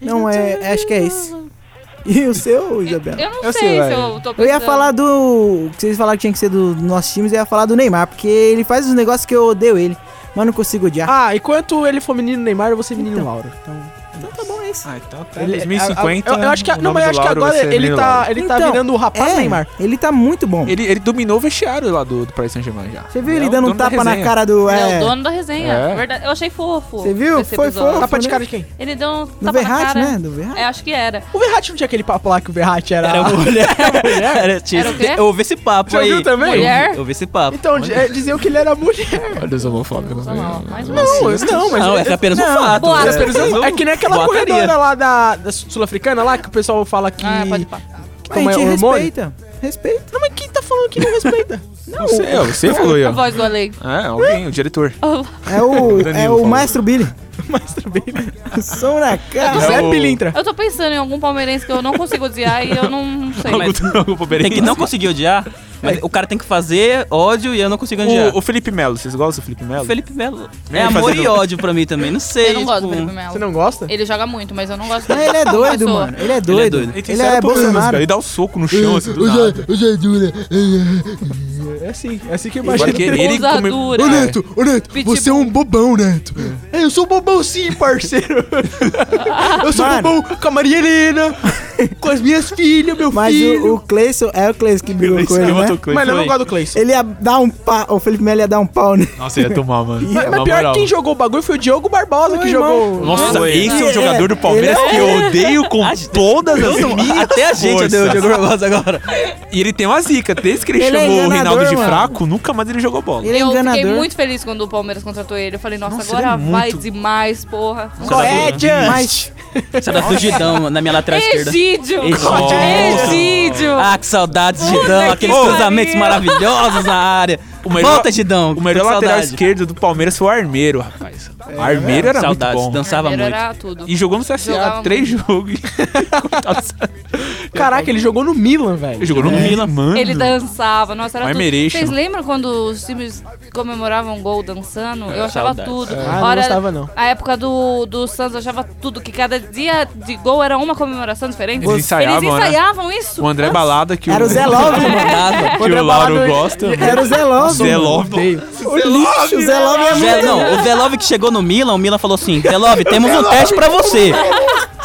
A: Não, é, acho que é esse. E o seu, Isabela?
D: Eu não
C: Eu sei,
D: sei se
C: velho.
D: eu tô
A: Eu
D: pensando.
A: ia falar do. que Vocês falaram que tinha que ser do do nosso time, eu ia falar do Neymar, porque ele faz os negócios que eu odeio ele, mas não consigo odiar.
C: Ah, enquanto ele for menino Neymar, eu vou ser menino Lauro.
A: Então tá bom, é mas.
E: Ah, então até
C: Ele-
E: 2050.
C: a- a- eu, eu acho que.
E: o
C: Não,
E: nome
C: mas
E: do
C: eu acho que
E: Lauro vai
C: agora
E: ser
C: ele
E: Ney
C: tá,
E: Lauro.
C: ele tá
A: Então,
C: virando o rapaz
A: é,
C: Neymar.
A: Ele tá muito bom.
E: Ele, ele dominou o vestiário lá do, do Paris Saint-Germain já.
A: Você viu
E: é
A: ele
E: o
A: dando um
E: dono da
A: tapa na
E: resenha.
A: cara do.
D: É,
A: é,
D: o dono da resenha.
E: É.
D: Verdade, eu achei fofo.
A: Você viu?
D: esse
A: Foi
D: episódio.
A: fofo.
C: Tapa de cara de quem?
D: Ele deu um
A: Do
D: tapa na
A: Verratti,
D: cara.
A: né? Do Verratti.
D: É, acho que era.
C: O Verratti não tinha aquele papo lá que o Verratti era.
B: Era mulher. Era, tinha-
D: Era o quê?
B: Eu ouvi esse papo
C: Você
B: aí.
C: ouviu também?
D: Mulher?
B: Eu ouvi esse papo.
C: Então, d- é, diziam que ele era mulher.
E: Olha os homofóbicos.
D: Sei lá, mais um.
C: Não, eu- não, mas.
B: não, é apenas um fato.
D: boato.
B: É
D: É apenas
B: apenas um-
C: É que nem aquela
B: boataria.
C: corredora lá da, da sul-africana lá que o pessoal fala que.
D: Ah, pode pá.
C: que
A: Mas
C: toma
A: a gente
C: hormônio.
A: respeita. Respeita.
C: Não, mas quem tá falando que não respeita?
E: Não sei, ó, você falou aí,
D: A
E: ó. Tá
D: voz do Ale.
E: É, alguém, o diretor.
A: É o, é
E: Danilo
A: o
E: falou.
A: Maestro Billy.
C: mas também.
A: Som na cara.
C: Zé
E: É o-
C: Pilintra.
D: Eu tô pensando em algum palmeirense que eu não consigo odiar e eu não sei.
B: Mas tem que não conseguir odiar, mas o cara tem que fazer ódio e eu não consigo odiar.
E: O, o Felipe Melo, vocês gostam do Felipe Melo?
B: O Felipe Melo.
E: Vem
B: É amor
E: fazendo-
B: e ódio pra mim também, não sei. tipo,
D: Eu não gosto do Felipe
C: tipo, Você
D: Melo.
C: não gosta?
D: Ele joga muito, mas eu não gosto
A: Não,
D: dele.
A: ele é
D: como
A: doido,
D: pessoa.
A: mano. Ele é doido.
B: doido.
A: Ele,
E: tem
A: é
E: sério problemas,
A: Bolsonaro.
E: cara. Ele dá um soco no chão, assim, do nada.
C: É assim, é assim que
E: Ele
C: imagina.
E: queria- ele come-
D: Ousadura.
C: ô Neto,
D: Pitbull. você é
C: um bobão, Neto. É, eu sou bobão sim, parceiro. eu sou
A: Mano.
C: bobão com a Maria Helena, com as minhas filhas, meu
A: Mas
C: filho.
A: o, o Cleison, é o Cleison que brigou com ele,
E: Eu
A: né?
E: tô com ele,
C: Mano, eu não
E: foi.
C: gosto do Cleison.
A: Ele ia dar um pau, o Felipe Melo ia dar um pau nele.
E: Nossa, ele ia tomar, mano.
C: Mas, mas
E: Na
C: pior
E: moral.
C: que quem jogou o bagulho foi o Diogo Barbosa que jogou.
E: Nossa,
B: Nossa,
E: esse é
A: ele-
E: o jogador do Palmeiras que eu
D: é.
E: odeio com todas as minhas
B: Até a gente
E: forças.
B: odeia o Diogo Barbosa agora.
E: E ele tem uma zica. Desde que ele,
A: Ele é
E: chamou o Reinaldo de
A: enganador, mano.
E: fraco, nunca mais ele jogou bola.
A: Ele é
D: eu fiquei
A: enganador.
D: muito feliz quando o Palmeiras contratou ele. Eu falei, nossa,
E: Nossa,
D: agora
E: ele é
D: vai
E: muito-
D: demais, porra.
C: é
D: Não
B: Cara,
A: Mas
B: Você era do Gidão na minha lateral esquerda.
D: Egídio!
B: Nossa.
D: Egídio!
B: Ah, que saudades,
D: Puta
B: Gidão.
D: que
B: Aqueles
D: pariu.
B: cruzamentos maravilhosos na área.
E: O melhor-
B: Volta, Gidão.
E: O melhor
B: que
E: lateral
B: saudade.
E: esquerdo do Palmeiras foi o Armeiro, rapaz. Armeiro era
B: Saudades,
E: muito bom.
B: dançava
D: Primeiro
B: muito.
D: era tudo.
E: E jogou no CSA,
D: Jogava
E: três jogos. Coitado do CSA.
C: Caraca, ele jogou no Milan,
E: ele
C: velho. É.
E: jogou no Milan, mano.
D: Ele dançava, nossa, era
E: Mas
D: tudo.
E: mereixo.
D: Vocês lembram quando os times comemoravam gol dançando?
E: É,
D: Eu achava
B: saudades.
D: tudo.
C: Ah, não
D: Ora,
C: gostava, não.
D: A época do, do Santos, eu achava tudo, que cada dia de gol era uma comemoração diferente.
E: Eles ensaiavam, né?
D: Eles ensaiavam isso?
E: O André Balada, que
A: era o Zé Love, mano.
B: Nada.
E: que o Lauro gosta.
A: Era o Zé Love.
E: Zé Love.
A: O lixo,
C: né,
A: o Zé Love é
B: Zé,
A: muito...
B: não, o Zelov que chegou no Milan, o Milan falou assim: Zelov, temos um teste pra você.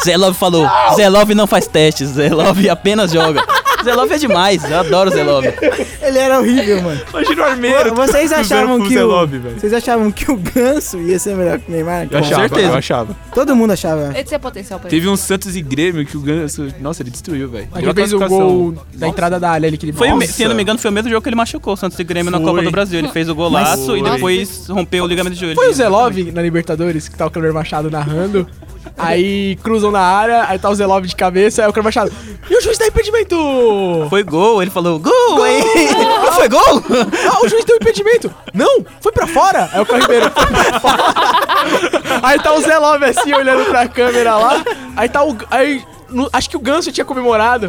B: Zelov falou: Zelov não faz testes, Zelov apenas joga. Zelov é demais, eu adoro Zelov.
A: Ele era horrível, mano.
E: Imagina o Armeiro.
A: Vocês
E: Fizeram
A: achavam
E: com o
A: que
E: Zé
A: o...
E: Love, velho.
A: Vocês achavam que o Ganso ia ser melhor que o Neymar?
E: Eu achava,
B: certeza.
E: eu achava.
A: Todo mundo achava.
D: Esse é potencial pra ele.
E: Teve um Santos e Grêmio que o Ganso... Nossa, ele destruiu, velho.
C: Ele fez o gol da entrada da área ali que ele
B: Foi, o me-
E: Nossa.
B: se eu não me engano, foi o mesmo jogo que ele machucou o Santos e Grêmio na
E: Foi.
B: Copa do Brasil. Ele fez o golaço e
E: Mas-
B: depois rompeu o ligamento de joelho.
C: Foi o Zelov na Libertadores, que tá o Cleber Machado narrando. Aí cruzam na área, aí tá o Zelov de cabeça, aí o Cleber Machado. E o juiz dá impedimento!
B: Foi gol, ele falou: Gol, hein? Não foi gol?
C: Ah, o juiz deu impedimento! Não! Foi pra fora! Aí o Caio Ribeiro foi pra fora. Aí tá o Zé Love assim, olhando pra câmera lá. Aí tá o. Aí, no- acho que o Ganso tinha comemorado.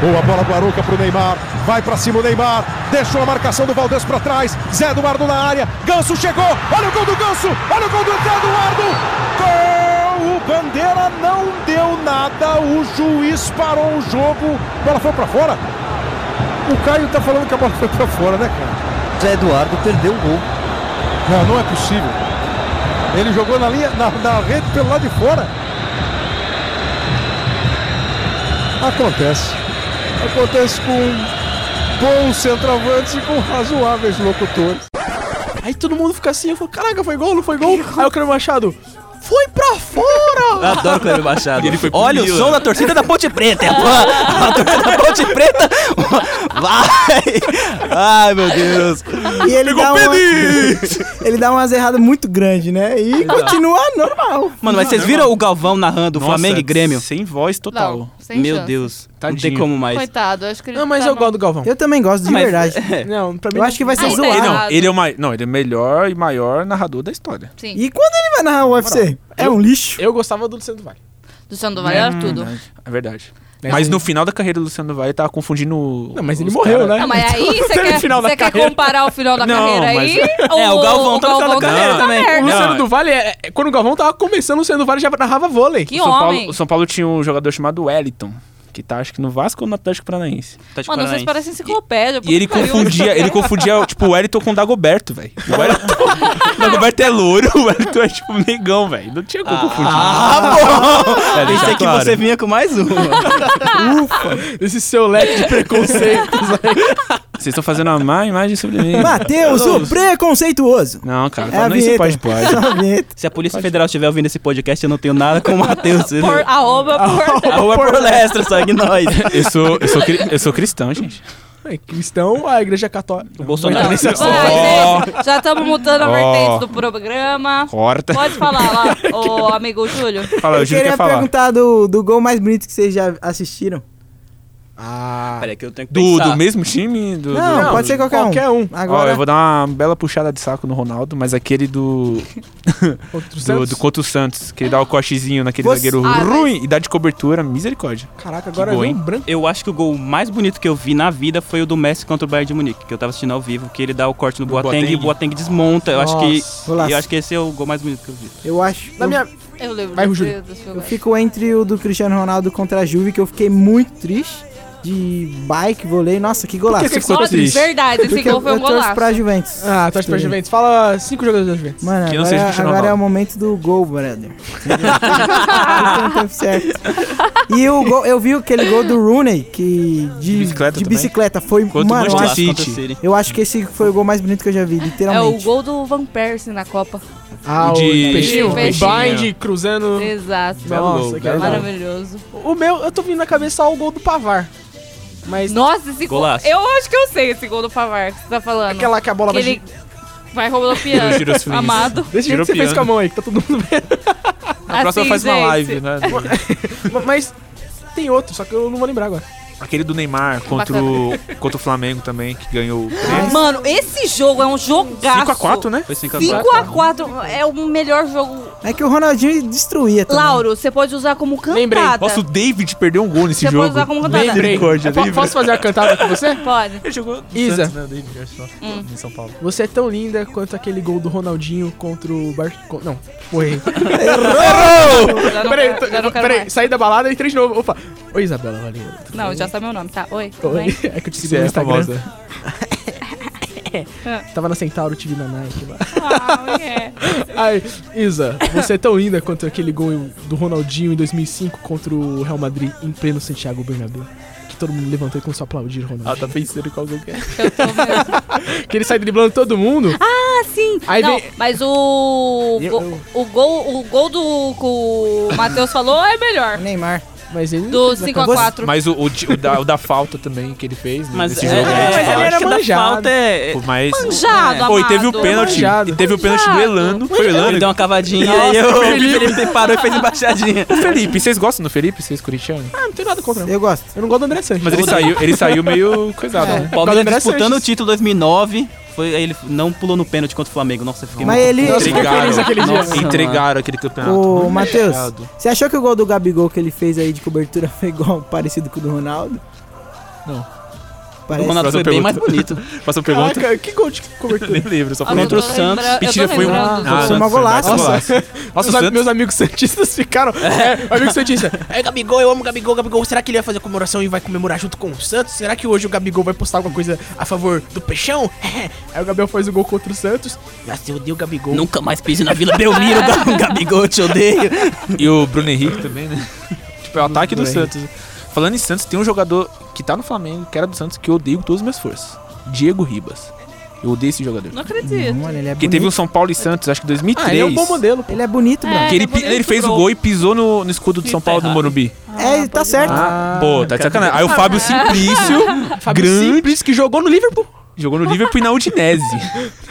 H: Boa bola do Arouca pro Neymar. Vai pra cima o Neymar. Deixou a marcação do Valdez pra trás. Zé Eduardo na área. Ganso chegou. Olha o gol do Ganso. Olha o gol do Zé Eduardo. Gol! O Bandeira não deu nada. O juiz parou o jogo. A bola foi pra fora. O Caio tá falando que a bola foi pra fora, né, cara?
N: Zé Eduardo perdeu o gol.
H: Não, não é possível. Ele jogou na linha, na, na rede pelo lado de fora. Acontece. Acontece com bons centroavantes e com razoáveis locutores.
C: Aí todo mundo fica assim, eu falo, caraca, foi gol, não foi gol? Aí o Cleber Machado. Foi pra fora!
B: Eu adoro o Cleber Machado.
E: ele foi pro
B: Olha
E: Milan.
B: o som da torcida da Ponte Preta. é A, a torcida da Ponte Preta. Vai! Ai, meu Deus.
A: E ele dá, uma... ele dá umas erradas muito grandes, né? E continua normal.
B: Mano, mas vocês viram o Galvão narrando
E: Nossa,
B: Flamengo e Grêmio?
E: Sem voz total.
D: Não, sem
B: Meu
D: chance.
B: Deus. Não tem
E: Tadinho.
B: como mais.
D: Coitado, eu acho que ele
C: Não, mas
D: tá
C: eu
D: no-
C: gosto do Galvão.
A: Eu também gosto, de
B: Mas- É.
A: verdade.
C: Não, pra mim.
A: Eu acho que vai ser
D: Ah, então.
A: zoado.
E: Ele não,
D: Errado.
E: ele é o mai- Não, ele é o melhor e maior narrador da história.
D: Sim.
A: E quando ele vai narrar o UFC? É um lixo. Hum.
C: Eu gostava do Luciano Vale.
D: Do Sandoval era tudo.
E: É verdade. Mas no final da carreira do Luciano Vai, ele tava confundindo.
C: Não, mas ele morreu, né?
D: Não, mas aí você
C: teve
D: quer,
C: final da
D: você quer
C: carreira.
D: comparar o final da
E: Não,
D: carreira aí?
B: É, o Galvão tá no final da carreira
D: tá
B: também.
D: na merda.
C: O Luciano
E: Não,
C: do Vale, é- é- quando o Galvão tava começando, o Luciano do Vale já narrava vôlei.
D: Que
E: São Paulo,
D: homem.
E: o São Paulo tinha um jogador chamado Wellington. que tá acho que no Vasco ou no Atlético Paranaense.
D: Mano, vocês parecem enciclopédia.
E: E ele
D: puta que pariu.
E: confundia, ele confundia, tipo, o Wellington com o Dagoberto, velho. O Wellington, o Dagoberto é louro, o Wellington é, tipo, negão, velho. Não tinha como confundir.
B: Ah, bom!
E: Pra deixar
B: Pensei que
E: claro.
B: você vinha com mais uma.
C: Esse seu leque de preconceitos aí.
E: Vocês estão fazendo uma má imagem sobre mim.
A: Matheus, o preconceituoso.
E: Não, cara,
A: É a
E: falando isso
A: vinheta.
E: pode, pode.
A: É a vinheta.
B: Se a Polícia Federal estiver ouvindo esse podcast, eu não tenho nada com o Matheus.
D: Por, arroba,
E: Ah,
D: por...
B: Arroba é por lestra, segue nós.
E: Eu sou, eu, sou, cri- eu sou cristão, gente.
C: É, cristão, a igreja católica.
B: O Bolsonaro.
D: Vai, gente, já estamos mudando a
E: Ó.
D: vertente do programa.
E: Corta.
D: Pode falar lá, ô amigo Júlio.
E: Fala, o
A: Eu
E: Júlio
A: queria
E: quer falar.
A: perguntar do, do gol mais bonito que vocês já assistiram.
C: Ah.
B: Peraí, que eu tenho que
E: Do,
B: pensar.
E: do mesmo time? Do,
A: Não,
E: do-
A: pode ser qualquer,
C: Qualquer um.
E: Ó,
A: Agora,
E: eu vou dar uma bela puxada de saco no Ronaldo, mas aquele do.
C: Outro
E: do,
C: Santos.
E: do contra o Santos, que ele dá o cochezinho naquele
A: Você-
E: zagueiro
D: Ah, mas-
E: ruim e dá de cobertura, misericórdia.
C: Caraca, agora
E: Que bom,
C: veio
E: hein?
C: um branco.
B: Eu acho que o gol mais bonito que eu vi na vida foi o do Messi contra o Bayern de Munique, que eu tava assistindo ao vivo, que ele dá o corte no Boateng, e o Boateng desmonta. Eu acho que
A: Nossa.
B: eu acho que esse é o gol mais bonito que eu vi.
A: eu acho.
C: Na
A: eu,
C: minha...
D: Eu lembro
C: Vai,
D: desse-
C: Júlio.
A: eu
D: desse filme.
A: fico entre o do Cristiano Ronaldo contra a Juve, que eu fiquei muito triste. De bike, vôlei. Nossa, que golaço.
E: Por que que você ficou
D: Nossa,
E: triste?
D: verdade, esse
A: Porque
D: gol foi
A: eu,
D: um
A: eu torço
D: golaço.
A: pra Juventus.
C: Ah, torce pra Juventus. Fala cinco jogadores da Juventus.
A: Mano,
E: Que não seja
A: agora,
E: Cristiano
A: agora é o
E: Ronaldo.
A: momento do gol, brother. Tem tempo certo. E o gol, eu vi aquele gol do Rooney, que de, de bicicleta,
E: bicicleta também?
A: foi,
E: Contra o
A: mano, eu
E: Manchester
A: acho,
E: City.
B: City. City.
A: eu acho que esse foi o gol mais bonito que eu já vi,
D: É o
A: literalmente.
D: gol do Van Persie na Copa.
A: é
C: Ah,
E: O
C: o
E: de-
C: peixinho.
D: o
C: Blind
D: peixinho.
C: cruzando.
D: Exato.
E: Belo
C: Nossa,
E: gol,
C: que
E: belo
C: maravilha.
D: Maravilhoso.
C: O meu, eu tô vindo na cabeça só o gol do Pavar. Mas
D: Nossa, esse gol.
B: Golaço.
D: Eu acho que eu sei esse gol do Pavar que você tá falando.
C: aquela que a bola
D: que
C: vai...
D: ele vai roubando o
E: Eu giro os
D: piano.
E: filhos.
D: Amado.
C: Desse jeito
E: Girou
C: que você fez
E: piano.
C: com a mão aí, que tá todo mundo vendo.
E: A próxima
D: Assim,
E: faz uma
D: gente.
E: live, né?
C: Ma- Mas tem outro, só que eu não vou lembrar agora.
E: Aquele do Neymar contra o, contra o Flamengo também, que ganhou o prêmio.
D: Mano, esse jogo é um jogaço.
E: 5x4, né?
B: Foi 5 a 4.
D: 5x4 é o melhor jogo.
A: É que o Ronaldinho destruía também.
D: Lauro, você pode usar como cantada.
C: Lembrei.
E: Nossa, o David perdeu um gol nesse
D: Você
E: jogo.
D: pode usar como cantada.
E: Misericórdia,
C: Po-
E: lembra?
C: Posso fazer a cantada com você?
D: Pode.
E: Ele jogou no
C: Isa.
E: Santos, né, o David, acho, lá, em São Paulo.
C: Você é tão linda quanto aquele gol do Ronaldinho contra o Bar... co- Não, foi.
D: Já não,
C: peraí,
D: quero- já não
C: tô-
D: quero
C: peraí,
D: mais.
C: saí da balada e entrei de novo. Opa. Oi, Isabela, valeu. Tudo
D: Não,
C: bem?
D: já sabe meu nome, tá? Oi, tudo
C: Oi.
D: bem?
C: É que eu te
E: Você
C: sigo no
E: é
C: Instagram.
E: famosa.
D: É.
C: Tava na Centauro, te vi na Nike. lá.
D: Ah, é.
C: Ai, Isa, você é tão linda quanto aquele gol do Ronaldinho em 2005 contra o Real Madrid em pleno Santiago Bernabéu. Que todo mundo levantou e começou a aplaudir o
E: Ela
C: Ronaldinho.
E: tá pensando em qual gol que é.
D: Eu tô mesmo.
C: Que ele sai driblando todo mundo.
D: Ah, sim.
C: Aí
D: não,
C: vem-
D: mas o,
C: Eu-
D: go- o gol, o gol do que o Matheus falou é melhor.
A: Neymar.
C: Mas ele
D: Do 5x4.
E: Mas o, o de- o da, o da falta também que ele fez né,
B: Mas
E: nesse
B: é,
E: jogo.
B: é,
C: mas ele
B: eu
C: era
B: acho que da
C: manjado.
B: falta é-
E: Pô, Mas...
D: Manjado,
E: Pô, e teve o
D: amado.
E: pênalti.
C: Manjado.
E: E teve o pênalti do
D: Manjado.
E: Elano. Foi o Elano
B: Ele deu uma cavadinha e eu, o Felipe parou e fez embaixadinha.
E: O Felipe, vocês gostam do Felipe? Vocês corintianos?
C: Ah, não tem nada contra.
A: Eu gosto.
C: Eu não gosto do André Sanches.
E: Mas ele saiu, ele saiu meio coisado,
A: É.
E: né?
B: Palmeiras
C: André
B: disputando
C: Sanches.
B: o título 2009, foi aí ele não pulou no pênalti contra o Flamengo. Nossa, eu fiquei
A: Mas
B: muito-
A: ele- Nossa,
C: fiquei feliz aquele dia.
B: Nossa, mano.
E: Entregaram aquele campeonato.
A: Ô,
E: Mano,
A: Matheus,
E: fechado.
A: você achou que o gol do Gabigol que ele fez aí de cobertura foi igual, parecido com o do Ronaldo?
E: Não.
B: O
A: Parece.
B: Ronaldo foi
E: Próxima
B: bem mais
E: pergunta.
B: bonito.
E: Faça uma pergunta.
C: Caraca, que gol de cobertura.
E: Nem lembro, só
D: Ah,
E: foi
D: mas eu
B: Contra o
D: tô
B: Santos.
D: lembra- eu tô
E: Mentira, foi um-
D: lembrando.
A: Ah, foi uma golaça.
C: um
E: Nossa, o
C: meus, am- meus
E: Santos.
C: amigos Santistas ficaram. É, o amigo Santista. É, Gabigol, eu amo o Gabigol, Gabigol. Será que ele vai fazer comemoração e vai comemorar junto com o Santos? Será que hoje o Gabigol vai postar alguma coisa a favor do Peixão? Aí o Gabriel faz o gol contra o Santos. Nossa, eu odeio o Gabigol.
B: Nunca mais pise na Vila Belmiro,
C: um
B: Gab- Gabigol, te odeio.
E: E o Bruno Henrique também, né? Tipo, é o ataque do Santos. Falando em Santos, tem um jogador que tá no Flamengo, que era do Santos, que eu odeio com todas as minhas forças. Diego Ribas. Eu odeio esse jogador.
D: Não acredito.
A: Mano, ele é
E: Porque
A: bonito.
E: teve um São Paulo e Santos, acho que 2003.
C: Ah, ele é um bom modelo, né? pô.
A: Ele é bonito, mano.
E: Que ele,
D: É, ele é
E: pi- ele fez o
D: bonito,
E: gol e pisou no, no escudo do São Paulo do
B: errado.
E: Morumbi.
A: É,
D: Ah,
A: ele tá certo.
C: Ah,
E: Pô, tá de sacanagem. Aí o
D: é.
E: Fábio Simplício, grande,
C: Simples né? que jogou no Liverpool.
E: jogou no Liverpool e na Udinese.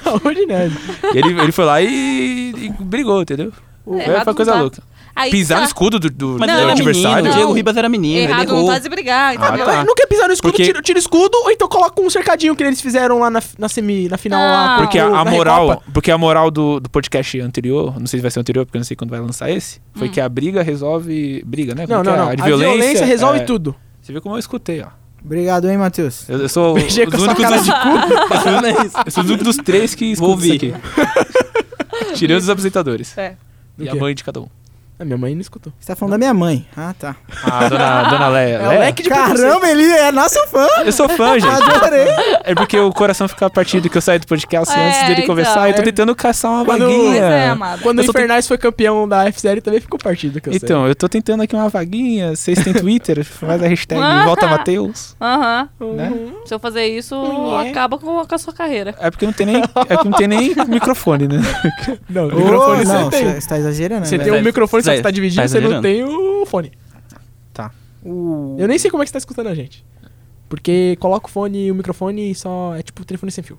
C: Aonde, né?
E: E ele, ele foi lá e, e brigou, entendeu?
D: É,
E: É,
D: errado
E: foi
D: não
E: coisa
D: tá.
E: louca.
D: Aí
E: Pisar no
D: tá.
E: escudo do, do,
B: Mas
E: do
B: ele era
E: adversário.
B: menino, o Diego
D: Não.
B: Ribas era menino, ele
D: Errado não
B: errou.
D: tá de brigar,
E: Ah,
D: entendeu?
E: tá.
C: Não quer pisar no escudo,
E: Porque-
C: tira, tira o escudo, ou então coloca um cercadinho que eles fizeram lá na, na semi, na final lá.
D: Não.
E: Porque a,
C: pro-
E: a
C: Ah, na
E: moral,
C: Recopa.
E: porque a moral do, do podcast anterior, não sei se vai ser anterior, porque eu não sei quando vai lançar esse,
D: Hum.
E: foi que a briga resolve. Briga, né? Como
C: Não,
E: que
C: não,
E: é?
C: não.
E: A, de violência,
C: resolve
E: é.
C: tudo.
E: Você viu como eu escutei, ó.
A: Obrigado, hein, Matheus.
E: Eu, eu sou o
C: Beijei com
E: o
C: sua
E: único
C: cara
E: dos.
C: de
E: Eu sou, eu sou o único dos três que
B: Vou
E: escuta isso aqui. Tirando os apresentadores.
D: É.
E: E a
C: quê?
E: mãe de cada um.
C: A minha mãe não escutou.
A: Você tá falando da minha mãe. Ah, tá.
E: Ah, dona, dona Leia.
C: É o
E: Leia?
C: leque de
A: Caramba, ele é nosso fã.
E: Eu sou fã, gente.
A: Adorei.
E: É porque o coração fica partido que eu saí do podcast
D: É,
E: antes dele
D: então,
E: conversar. Eu tô
D: é.
E: tentando caçar uma
C: Quando-
E: vaguinha.
D: Pois é, amado.
C: Quando
E: Eu
C: o
E: só tô-
C: Infernais foi campeão da F-Série, também ficou partido que eu sei.
E: Então, eu tô tentando aqui uma vaguinha. Vocês têm Twitter? Faz a hashtag
D: Ah.
E: Volta Mateus, é.
D: Aham.
E: né?
D: Se eu fazer isso, acaba com com a sua carreira.
E: É porque não tem nem, é porque não tem nem microfone, né?
C: Não, o
A: Ô,
C: microfone
A: não,
C: você tem.
A: Você tá exagerando.
C: Você
A: né?
C: tem o microfone, só que você tá
B: Tá
C: dividindo, você não
B: exagerando.
C: tem o fone.
E: Tá.
A: O-
C: Eu nem sei como é que você tá escutando a gente. Porque coloca o fone e o microfone e só. É tipo telefone sem fio.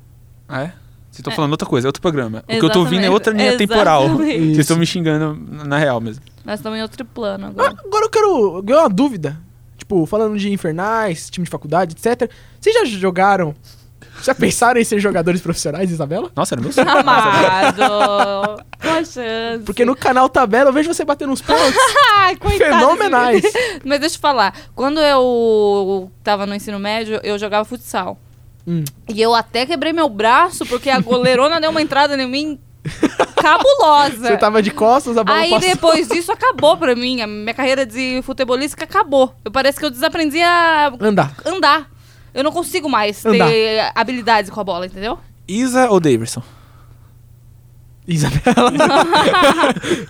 E: Ah, é? Vocês estão falando outra coisa, é outro programa. O que eu tô ouvindo é
D: Exatamente.
E: outra linha temporal.
D: Exatamente.
E: Vocês estão me xingando na na real mesmo.
D: Nós estamos em outro plano agora.
C: Ah, Agora eu quero. Eu ganhei uma dúvida. Tipo, falando de infernais, time de faculdade, etc. Vocês já jogaram. Já pensaram em ser jogadores profissionais, Isabela?
E: Nossa, era meu sonho.
D: Amado! Uma chance.
C: Porque no canal Tabela eu vejo você batendo uns pontos
D: Ai, coitado.
C: fenomenais.
D: Mas deixa eu falar. Quando eu tava no ensino médio, eu jogava futsal.
C: Hum.
D: E eu até quebrei meu braço porque a goleirona deu uma entrada em mim cabulosa.
C: Você tava de costas, a bola
D: Aí
C: passou.
D: depois disso acabou pra mim. A minha carreira de futebolística acabou. Eu parece que eu desaprendi a
C: Andar.
D: andar. Eu não consigo mais
C: Andar.
D: ter habilidades com a bola, entendeu?
E: Isa ou Davidson?
C: Isabela.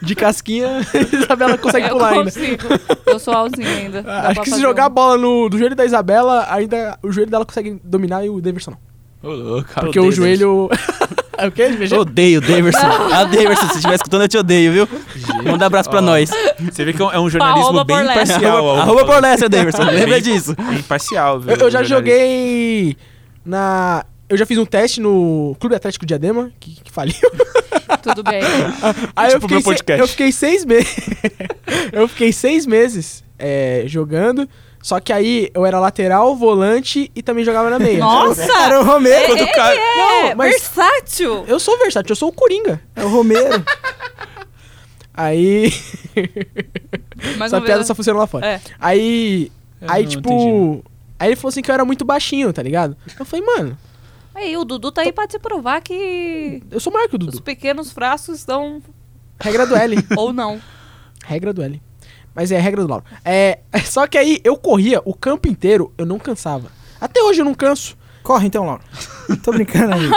C: de casquinha, Isabela consegue
D: eu
C: pular ainda. Ah,
D: consigo. Eu sou alzinho ainda. Dá
C: Acho
D: pra
C: que se
D: fazer
C: jogar a
D: um-
C: bola no, do joelho da Isabela, ainda o joelho dela consegue dominar e o Davidson não.
E: Ô, louco.
C: Porque o joelho. é o quê?
B: Eu odeio o Daverson. Ah, Daverson, se estiver escutando, eu te odeio, viu?
E: um
B: Manda abraço pra nós.
E: Você vê que é um- é um jornalismo
D: Arroba
E: bem
D: Borlé.
E: imparcial.
B: Arroba, arroba por Lester, Daverson. Lembra disso.
E: É imparcial, viu?
C: Eu, eu já
E: jornalismo.
C: joguei na. Eu já fiz um teste no Clube Atlético Diadema, que, que faliu.
D: Tudo bem.
A: É.
C: Aí eu,
E: Tipo
C: fiquei
E: meu
C: se-
E: podcast.
C: eu fiquei seis meses. eu fiquei seis meses é, jogando. Só que aí eu era lateral, volante e também jogava na meia.
A: Era
D: Nossa!
A: o Romero.
D: Ele é
C: Não, mas-
D: versátil!
C: Eu sou versátil, eu sou o Coringa.
A: É o Romero.
C: Aí.
D: Mais
C: Essa
D: uma
C: piada
D: vez-
C: só funciona lá fora.
D: É.
C: Aí.
E: Eu
C: aí,
E: não
C: tipo.
E: entendi.
C: Aí ele falou assim que eu era muito baixinho, tá ligado? Eu falei, mano,
D: Aí, o Dudu tá aí pra te provar que
C: eu sou maior que o
D: os
C: Dudu.
D: pequenos frascos estão.
C: Regra do L.
D: ou não.
C: regra do L. Mas é regra do Lauro. É, só que aí eu corria o campo inteiro, eu não cansava. Até hoje eu não canso.
A: Corre então, Laura. Tô brincando aí.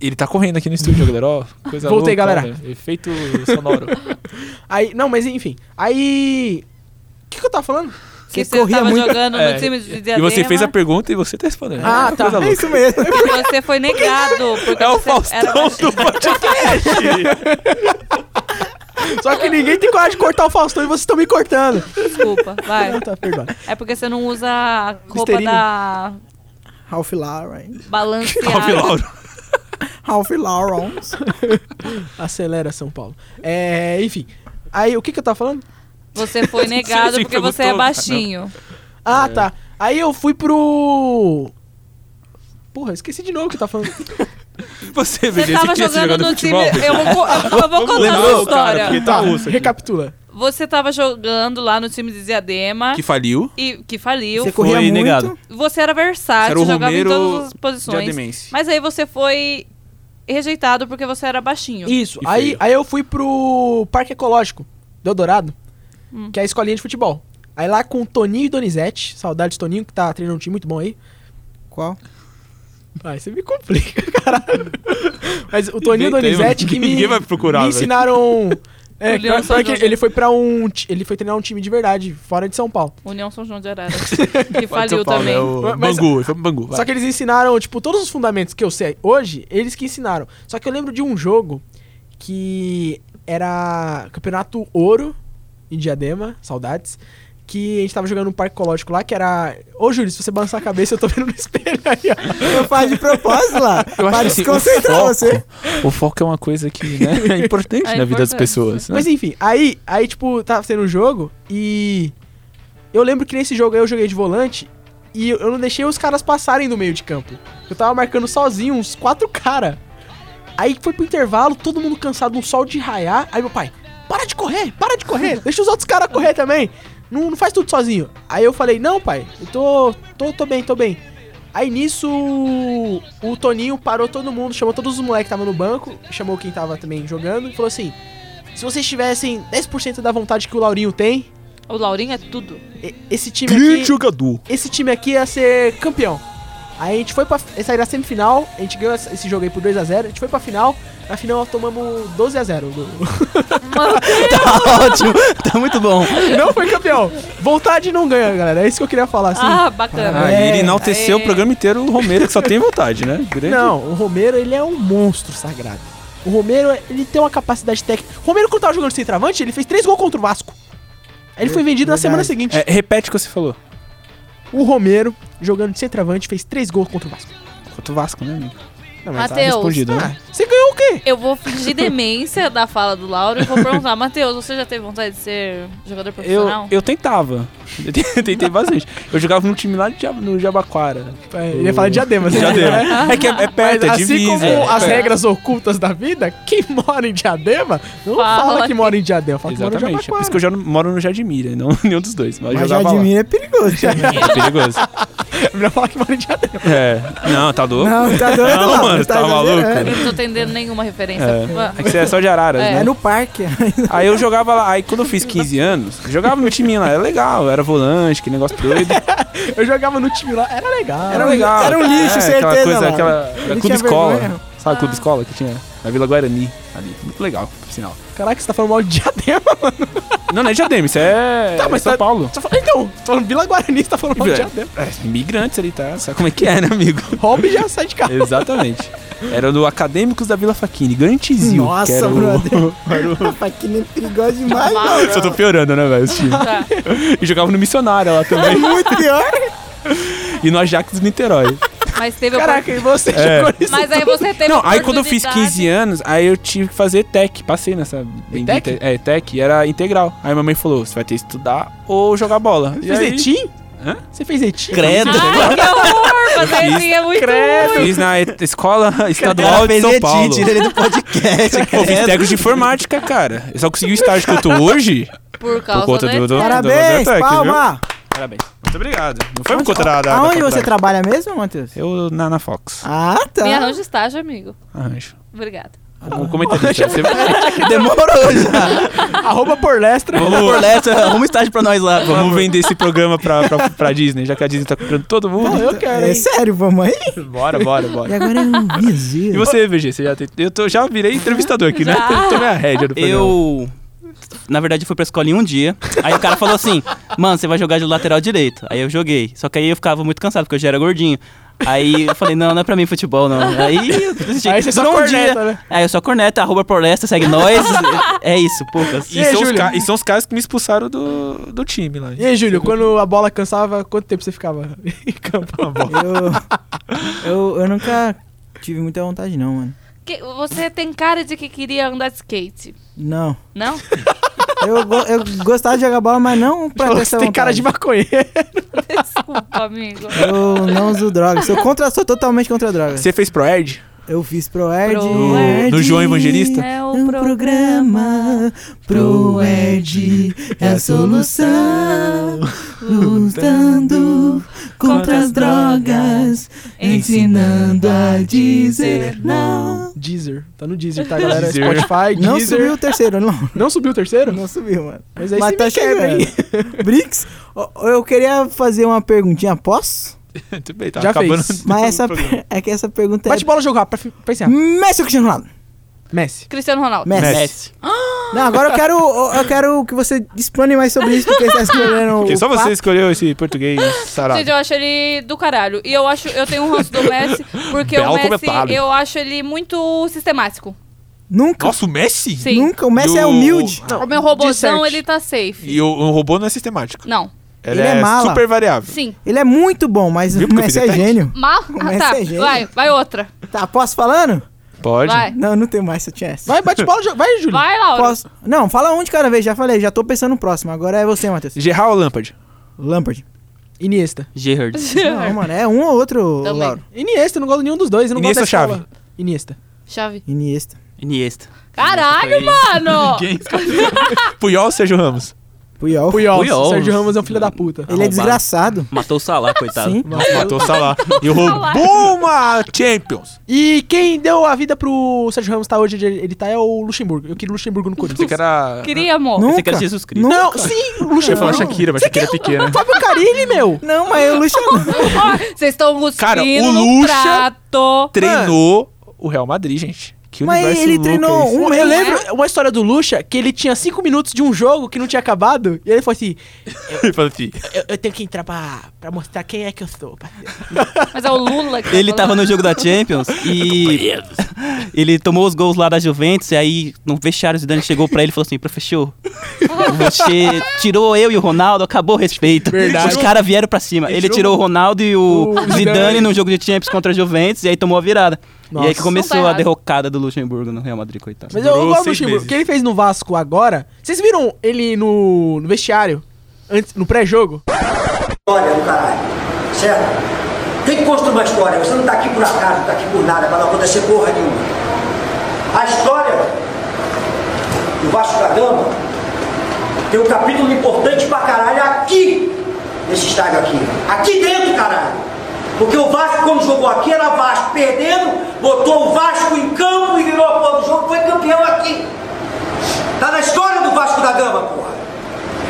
E: Ele tá correndo aqui no estúdio, galera. Ó, coisa louca,
C: Voltei, galera.
E: olha. Efeito sonoro.
C: Aí, não, mas enfim. Aí. O que, que eu tava falando?
D: Que você
A: corria
D: tava
A: muito-
D: jogando
E: É,
D: no time de
E: E
D: diadema.
E: você fez a pergunta e você tá respondendo.
C: Ah, tá.
E: Coisa
A: É
E: louca.
A: isso mesmo.
D: e Você foi negado. Porque
E: É o
D: você era
E: Faustão
D: baixinho.
E: do podcast.
C: Só que ninguém tem coragem de cortar o Faustão e vocês estão me cortando.
D: Desculpa, vai.
C: Não, tá, perdoado.
D: É porque você não usa a roupa
C: Listerine.
D: da
A: Ralph Lauren.
E: Salve,
D: Balenciaga.
E: Lauro.
A: Ralph Lauren.
C: Acelera, São Paulo. É, enfim. Aí, o que, que eu tava falando?
D: Você foi negado
E: Você
D: porque você é
E: perguntou,
D: baixinho.
E: É.
C: Ah, tá. Aí eu fui pro. Porra, esqueci de novo o que eu tava falando.
E: Você,
D: Você
E: BG,
D: tava
E: quer ser jogador
D: jogando
E: de
D: no time.
E: futebol?
D: Eu vou, co- eu, eu vou contar uma
E: Lembrou, cara,
D: história.
E: porque tá russo aqui.
C: Recapitula.
D: Você tava jogando lá no time de Diadema,
E: Que faliu.
D: e, que faliu.
A: Você corria
E: Foi
A: muito.
E: negado.
D: Você era versátil,
E: Era o
D: jogava em
E: Romero
D: todas as posições.
E: diademense.
D: Mas aí você foi rejeitado porque você era baixinho.
C: Isso.
E: E
C: Aí,
E: feio.
C: aí eu fui pro Parque Ecológico do Eldorado,
D: Hum.
C: que é a escolinha de futebol. Aí lá com o Toninho e Donizete, saudade de Toninho, que tá treinando um time muito bom aí.
A: Qual?
C: Ai, você me complica, caralho. Mas o Toninho e
E: Inventa aí,
C: Donizete
E: mano.
C: que me,
E: Ninguém vai procurar,
C: me
E: velho.
C: ensinaram... É,
D: O Leão
C: pior- pior
D: só
C: que
D: joga.
C: ele foi para um... ti- Ele foi treinar um time de verdade, fora de São Paulo.
D: União São João de Arara. Que
E: Fala de
D: faliu
E: São Paulo,
D: também.
E: é o
C: Mas-
E: Bangu, ele foi pro Bangu. vai.
C: Só que eles ensinaram, tipo, todos os fundamentos que eu sei hoje, eles que ensinaram. Só que eu lembro de um jogo que era Campeonato Ouro em Diadema, saudades. Que a gente tava jogando no parque ecológico lá, que era. Ô Júlio, se você balançar a cabeça, eu tô vendo no espelho aí, ó.
A: Eu faço de propósito lá.
E: Eu acho
A: Para
E: que, assim,
A: desconcentrar
E: o
A: você.
E: O foco é uma coisa que né, é importante
D: É
E: na vida das
D: importante.
E: pessoas. Né?
C: Mas enfim, aí, aí, tipo, tava sendo um jogo e. Eu lembro que nesse jogo aí eu joguei de volante e eu não deixei os caras passarem no meio de campo. Eu tava marcando sozinho uns quatro caras. Aí foi pro intervalo, todo mundo cansado, um sol de raiar. Aí meu pai, para de correr, para de correr, deixa os outros caras correr também. Não, não faz tudo sozinho. Aí eu falei, não, pai, eu tô, tô, tô bem, tô bem. Aí nisso o Toninho parou todo mundo, chamou todos os moleques que estavam no banco, chamou quem tava também jogando e falou assim: Se vocês tivessem 10% da vontade que o Laurinho tem,
D: O Laurinho é tudo.
C: e- esse time
E: Grande
C: aqui.
E: jogador.
C: Esse time aqui ia ser campeão. Aí a gente foi pra. sair da semifinal, a gente ganhou esse jogo aí por 2x0, a gente foi pra final, na final nós tomamos 12x0.
B: Tá ótimo, tá muito bom.
C: Não foi campeão. Vontade não ganha, galera. É isso que eu queria falar. Assim.
D: Ah, bacana.
E: Ah,
C: É.
E: ele enalteceu o
D: É.
E: programa inteiro o Romero, que só tem vontade, né? Grande.
C: Não, o Romero, ele é um monstro sagrado. O Romero, ele tem uma capacidade técnica. O Romero, quando tava jogando centroavante, ele fez três gols contra o Vasco. Aí Ele foi vendido na semana seguinte.
E: É, repete o que você falou.
C: O Romero, jogando de centroavante, fez três gols contra o Vasco.
E: Contra o Vasco, né, amigo?
C: Não,
D: Mateus,
E: Respondido, né?
C: Ah, Você ganhou o quê?
D: Eu vou fingir demência da fala do Lauro e vou perguntar, Matheus, você já teve vontade de ser jogador
E: Eu,
D: profissional?
E: eu tentava. Eu te- tentei bastante. Eu jogava num time lá de, Jab- no Jabaquara. É,
C: Ele ia falar de diadema. né?
E: Diadema. É que é, é
C: Mas
E: perto, é
C: assim
E: divisa.
C: como as
E: É.
C: regras ocultas da vida, quem mora em diadema, não
D: Fala
C: fala, que
D: que-
C: mora em diadema, fala que mora em
E: Exatamente. É Por isso que
C: Jabaquara.
E: eu já não- moro no Jadimira, não nenhum dos dois. Mas, eu
A: Mas
E: jogava lá.
A: Jadimir é perigoso. também.
E: É perigoso.
C: É melhor falar que mora em diadema.
E: É. Não, tá louco?
A: Não, tá doido, É.
E: Não,
A: Lauro,
E: mano, tá
A: exagerando.
E: maluco?
D: Eu não tô entendendo nenhuma referência.
E: É que você é só de Araras,
D: É.
E: né?
A: É no parque.
E: Aí eu jogava lá, aí quando eu fiz 15 anos, jogava meu timinho lá, era legal, era volante, que negócio doido.
C: Eu jogava no time lá, era legal.
E: Era legal. É,
A: Era um lixo, certeza,
E: Aquela coisa,
A: mano.
E: aquela. Era
A: Ele
E: clube
A: tinha
E: escola.
A: vergonha.
E: Sabe o clube escola que tinha? Na Vila Guarani, ali. Muito legal, por sinal.
C: Caraca, você tá falando mal de diadema, mano.
E: Não, não é Diadema, isso é.
C: Tá, mas
E: São
C: tá-
E: Paulo.
C: Você fala- então, tô falando Vila Guarani, você tá falando mal de diadema.
E: É, imigrantes ali, tá? Sabe como é que é, né, amigo?
C: Hobby já sai de casa.
E: Exatamente. Era do Acadêmicos da Vila Faquini, grande tizio.
A: Nossa,
E: que era o-
A: brother. Faquinha é perigosa demais. É
D: Lauro,
E: Só tô piorando, né, velho? os times.
D: tá.
E: E jogava no Missionário lá
C: É
E: também.
A: Muito pior.
E: e no Ajax do Niterói.
D: Mas teve
C: Caraca, e você
E: É.
C: jogou nisso.
D: Mas aí você teve
E: Não, aí quando eu fiz
D: oportunidade.
E: 15 anos, aí eu tive que fazer tech. Passei nessa. bendita-
C: tech?
E: É, tech, era integral. Aí minha mãe falou: você vai ter que estudar ou jogar bola. E
C: Você
E: aí,
C: fez ETI?
E: Hã?
C: Você fez ETI?
B: Credo.
D: Ai, que horror! Fazer
E: fiz
D: assim é muito ruim.
E: Fiz na et- escola
B: Ela
E: estadual de
B: fez
E: São
B: edit,
E: Paulo.
B: tira ele do podcast.
E: Pô, fiz
B: credo.
E: técnico de informática, cara. Eu só consegui o estágio que eu tô hoje
D: Por
E: por
D: causa
E: conta
D: da
E: do, do,
D: etapa.
E: do
A: Parabéns,
E: Tech, viu?
A: palma.
E: Parabéns. Muito obrigado. Não foi por conta da, da- da
A: Aonde você
E: faculdade.
A: trabalha mesmo, Matheus?
E: Eu na, na Fox.
A: Ah, tá.
D: Me arranja estágio, amigo.
E: Arranjo.
D: Obrigada.
E: Como Um comentarista. Você...
B: Demorou já.
C: Arroba por Lestra.
B: Por Lessa, arruma estágio pra nós lá.
E: Vamos vender esse programa pra, pra, pra Disney, já que a Disney tá comprando todo mundo.
C: Eu quero,
A: É
C: hein?
A: sério, vamos aí?
E: Bora, bora, bora.
A: E agora é um
E: E
A: vizinho.
E: você, VG? Você já tem... Eu tô, já virei entrevistador aqui, né?
D: Já.
E: Tomei a rédea do programa.
B: Eu. Na verdade, eu fui pra escola em um dia. Aí o cara falou assim: Mano, você vai jogar de lateral direito. Aí eu joguei. Só que aí eu ficava muito cansado, porque eu já era gordinho. Aí eu falei: Não, não é pra mim futebol, não. Aí eu desisti.
C: Aí você só
B: Durou
C: corneta, né?
B: Aí eu só corneta, arroba porlesta, segue nós. é isso, poucas.
E: E, são os
C: Júlio?
E: ca- e são os caras que me expulsaram do, do time lá.
C: E aí, Júlio, quando a bola cansava, quanto tempo você ficava em campo?
A: Eu, eu, eu nunca tive muita vontade, não, mano.
D: Que- você tem cara de que queria andar de skate,
A: Não.
D: não?
A: Eu, go- eu gostava de jogar bola, mas não pra ter essa
C: Você tem cara de
A: vontade.
C: maconheiro.
D: Desculpa, amigo.
A: Eu não uso drogas. Sou contra, sou totalmente contra drogas.
E: Você fez Proerd?
A: Eu fiz Proerd.
D: Proerd.
E: No João Evangelista?
D: É o
A: Um programa Proerd é a solução. Lutando contra as drogas, ensinando a dizer não.
C: Deezer. Tá no Deezer, tá, galera?
E: Deezer.
C: Spotify,
A: Não
C: Deezer.
A: subiu o terceiro, não.
C: Não subiu o terceiro?
A: Não subiu, mano. tá
C: Mas aí você me quebra,
A: chegando. Brinks, ó, eu queria fazer uma perguntinha, posso?
E: Muito bem, tá
C: Já
E: acabando.
C: fez.
A: Mas essa per- é que essa pergunta
C: Bate
A: é
C: bola, jogo rápido, pra, pra encerrar.
A: Messi ou Cristiano Ronaldo?
C: Messi.
D: Cristiano Ronaldo.
A: Messi.
B: Messi.
A: Não, agora eu quero, eu quero que você explane mais sobre isso,
E: tá
A: porque você está escolhendo
E: Porque
A: o
E: só você
A: papo.
E: escolheu esse português sarado.
D: Gente, eu acho ele do caralho. E eu acho, eu tenho um ranço do Messi, porque
E: Belo
D: o Messi,
E: comentário.
D: eu acho ele muito sistemático.
A: Nunca,
E: Nossa, o Messi?
D: Sim.
A: nunca. O Messi
E: E
A: é
E: o-
A: humilde.
D: O meu robôzão,
C: Disserte.
D: ele tá safe.
E: E o, o robô não é sistemático.
D: Não,
E: Ele,
A: Ele é
E: é,
A: mala.
E: super variável.
D: sim.
A: Ele é muito bom, mas
E: Viu
A: o
E: porque eu
A: Messi
E: fiz
A: é
C: Tá
E: até
A: gênio.
D: Mal?
A: Messi
D: Ah, tá.
A: é gênio.
D: vai, vai outra.
A: Tá, posso falando?
E: Pode?
D: Vai.
A: Não, não tem mais, se eu tivesse.
C: Vai, bate bola, jogo. Vai, Júlio.
D: Vai, Laura.
A: Posso... Não, fala um de cada vez, já falei, já tô pensando no próximo. Agora é você, Matheus.
E: Gerard ou Lampard?
A: Lampard.
C: Iniesta.
B: Gerard.
A: Não, mano, é um ou outro,
D: Também.
A: Lauro.
C: Iniesta, eu não gosto de nenhum dos dois. Eu não
E: Iniesta é
C: gosto dessa
E: ou
C: bola. Iniesta.
D: Chave.
A: Iniesta.
B: Iniesta.
E: é
D: Caralho,
B: Iniesta
D: mano!
E: Puyol ou Sérgio Ramos?
A: Puyol.
C: Puyol. Sérgio Ramos é um filho da puta.
A: Ele é desgraçado.
B: Matou o Salah, coitado.
A: Sim.
E: Nossa, matou o Salah. E roubou uma Champions.
C: E quem deu a vida pro Sérgio Ramos tá hoje, onde ele tá, é o Luxemburgo. Eu queria o Luxemburgo no Corinthians.
E: Você que era... né?
D: Queria, amor.
A: Nunca.
B: Você quer Jesus Cristo.
C: Não, sim, o
E: Eu ia falar
C: Luxemburgo.
E: Shakira, mas Shakira é pequena.
C: Fábio Carilli, meu.
A: Não, mas o Lucha não.
D: Ó, Vocês estão cuspindo
E: Cara, o
D: no
E: Lucha-
D: prato.
E: Treinou o Real Madrid, gente. Que
A: Mas
E: universo
A: ele
E: louco é
A: treinou
E: esse?
A: um
C: Eu
A: mês.
C: lembro uma história do Lucha que ele tinha cinco minutos de um jogo que não tinha acabado e ele falou assim:
E: Ele falou assim,
C: Eu, eu tenho que entrar pra, pra mostrar quem é que eu sou. parceiro."
D: Mas é o Lula que tá
B: Ele tava
D: falando.
B: no jogo da Champions e ele tomou os gols lá da Juventus e aí no vestiário o Zidane chegou pra ele e falou assim, professor, você tirou eu e o Ronaldo, acabou o respeito.
C: Verdade.
B: Os caras vieram pra cima. Ele, tirou o Ronaldo e o,
C: O
B: Zidane,
C: Zidane.
B: no jogo de Champions contra a Juventus e aí tomou a virada. E aí
C: Nossa.
B: que
D: Não
B: começou
D: tá
B: a
D: errado.
B: derrocada do Luxemburgo no Real Madrid, coitado.
C: Mas eu, eu
E: Durou
C: gosto do
E: seis
C: Luxemburgo.
E: meses.
C: O que ele fez no Vasco agora. Vocês viram ele no, no vestiário? Antes, no pré-jogo?
O: história do caralho, certo? Tem que construir uma história. Você não está aqui por acaso, não está aqui por nada, para não acontecer porra nenhuma. A história do Vasco da Gama tem um capítulo importante pra caralho aqui, nesse estádio aqui. Aqui dentro, caralho. Porque o Vasco, quando jogou aqui, era Vasco perdendo, botou o Vasco em campo e virou a porra do jogo, foi campeão aqui. Tá na história do Vasco da Gama, porra.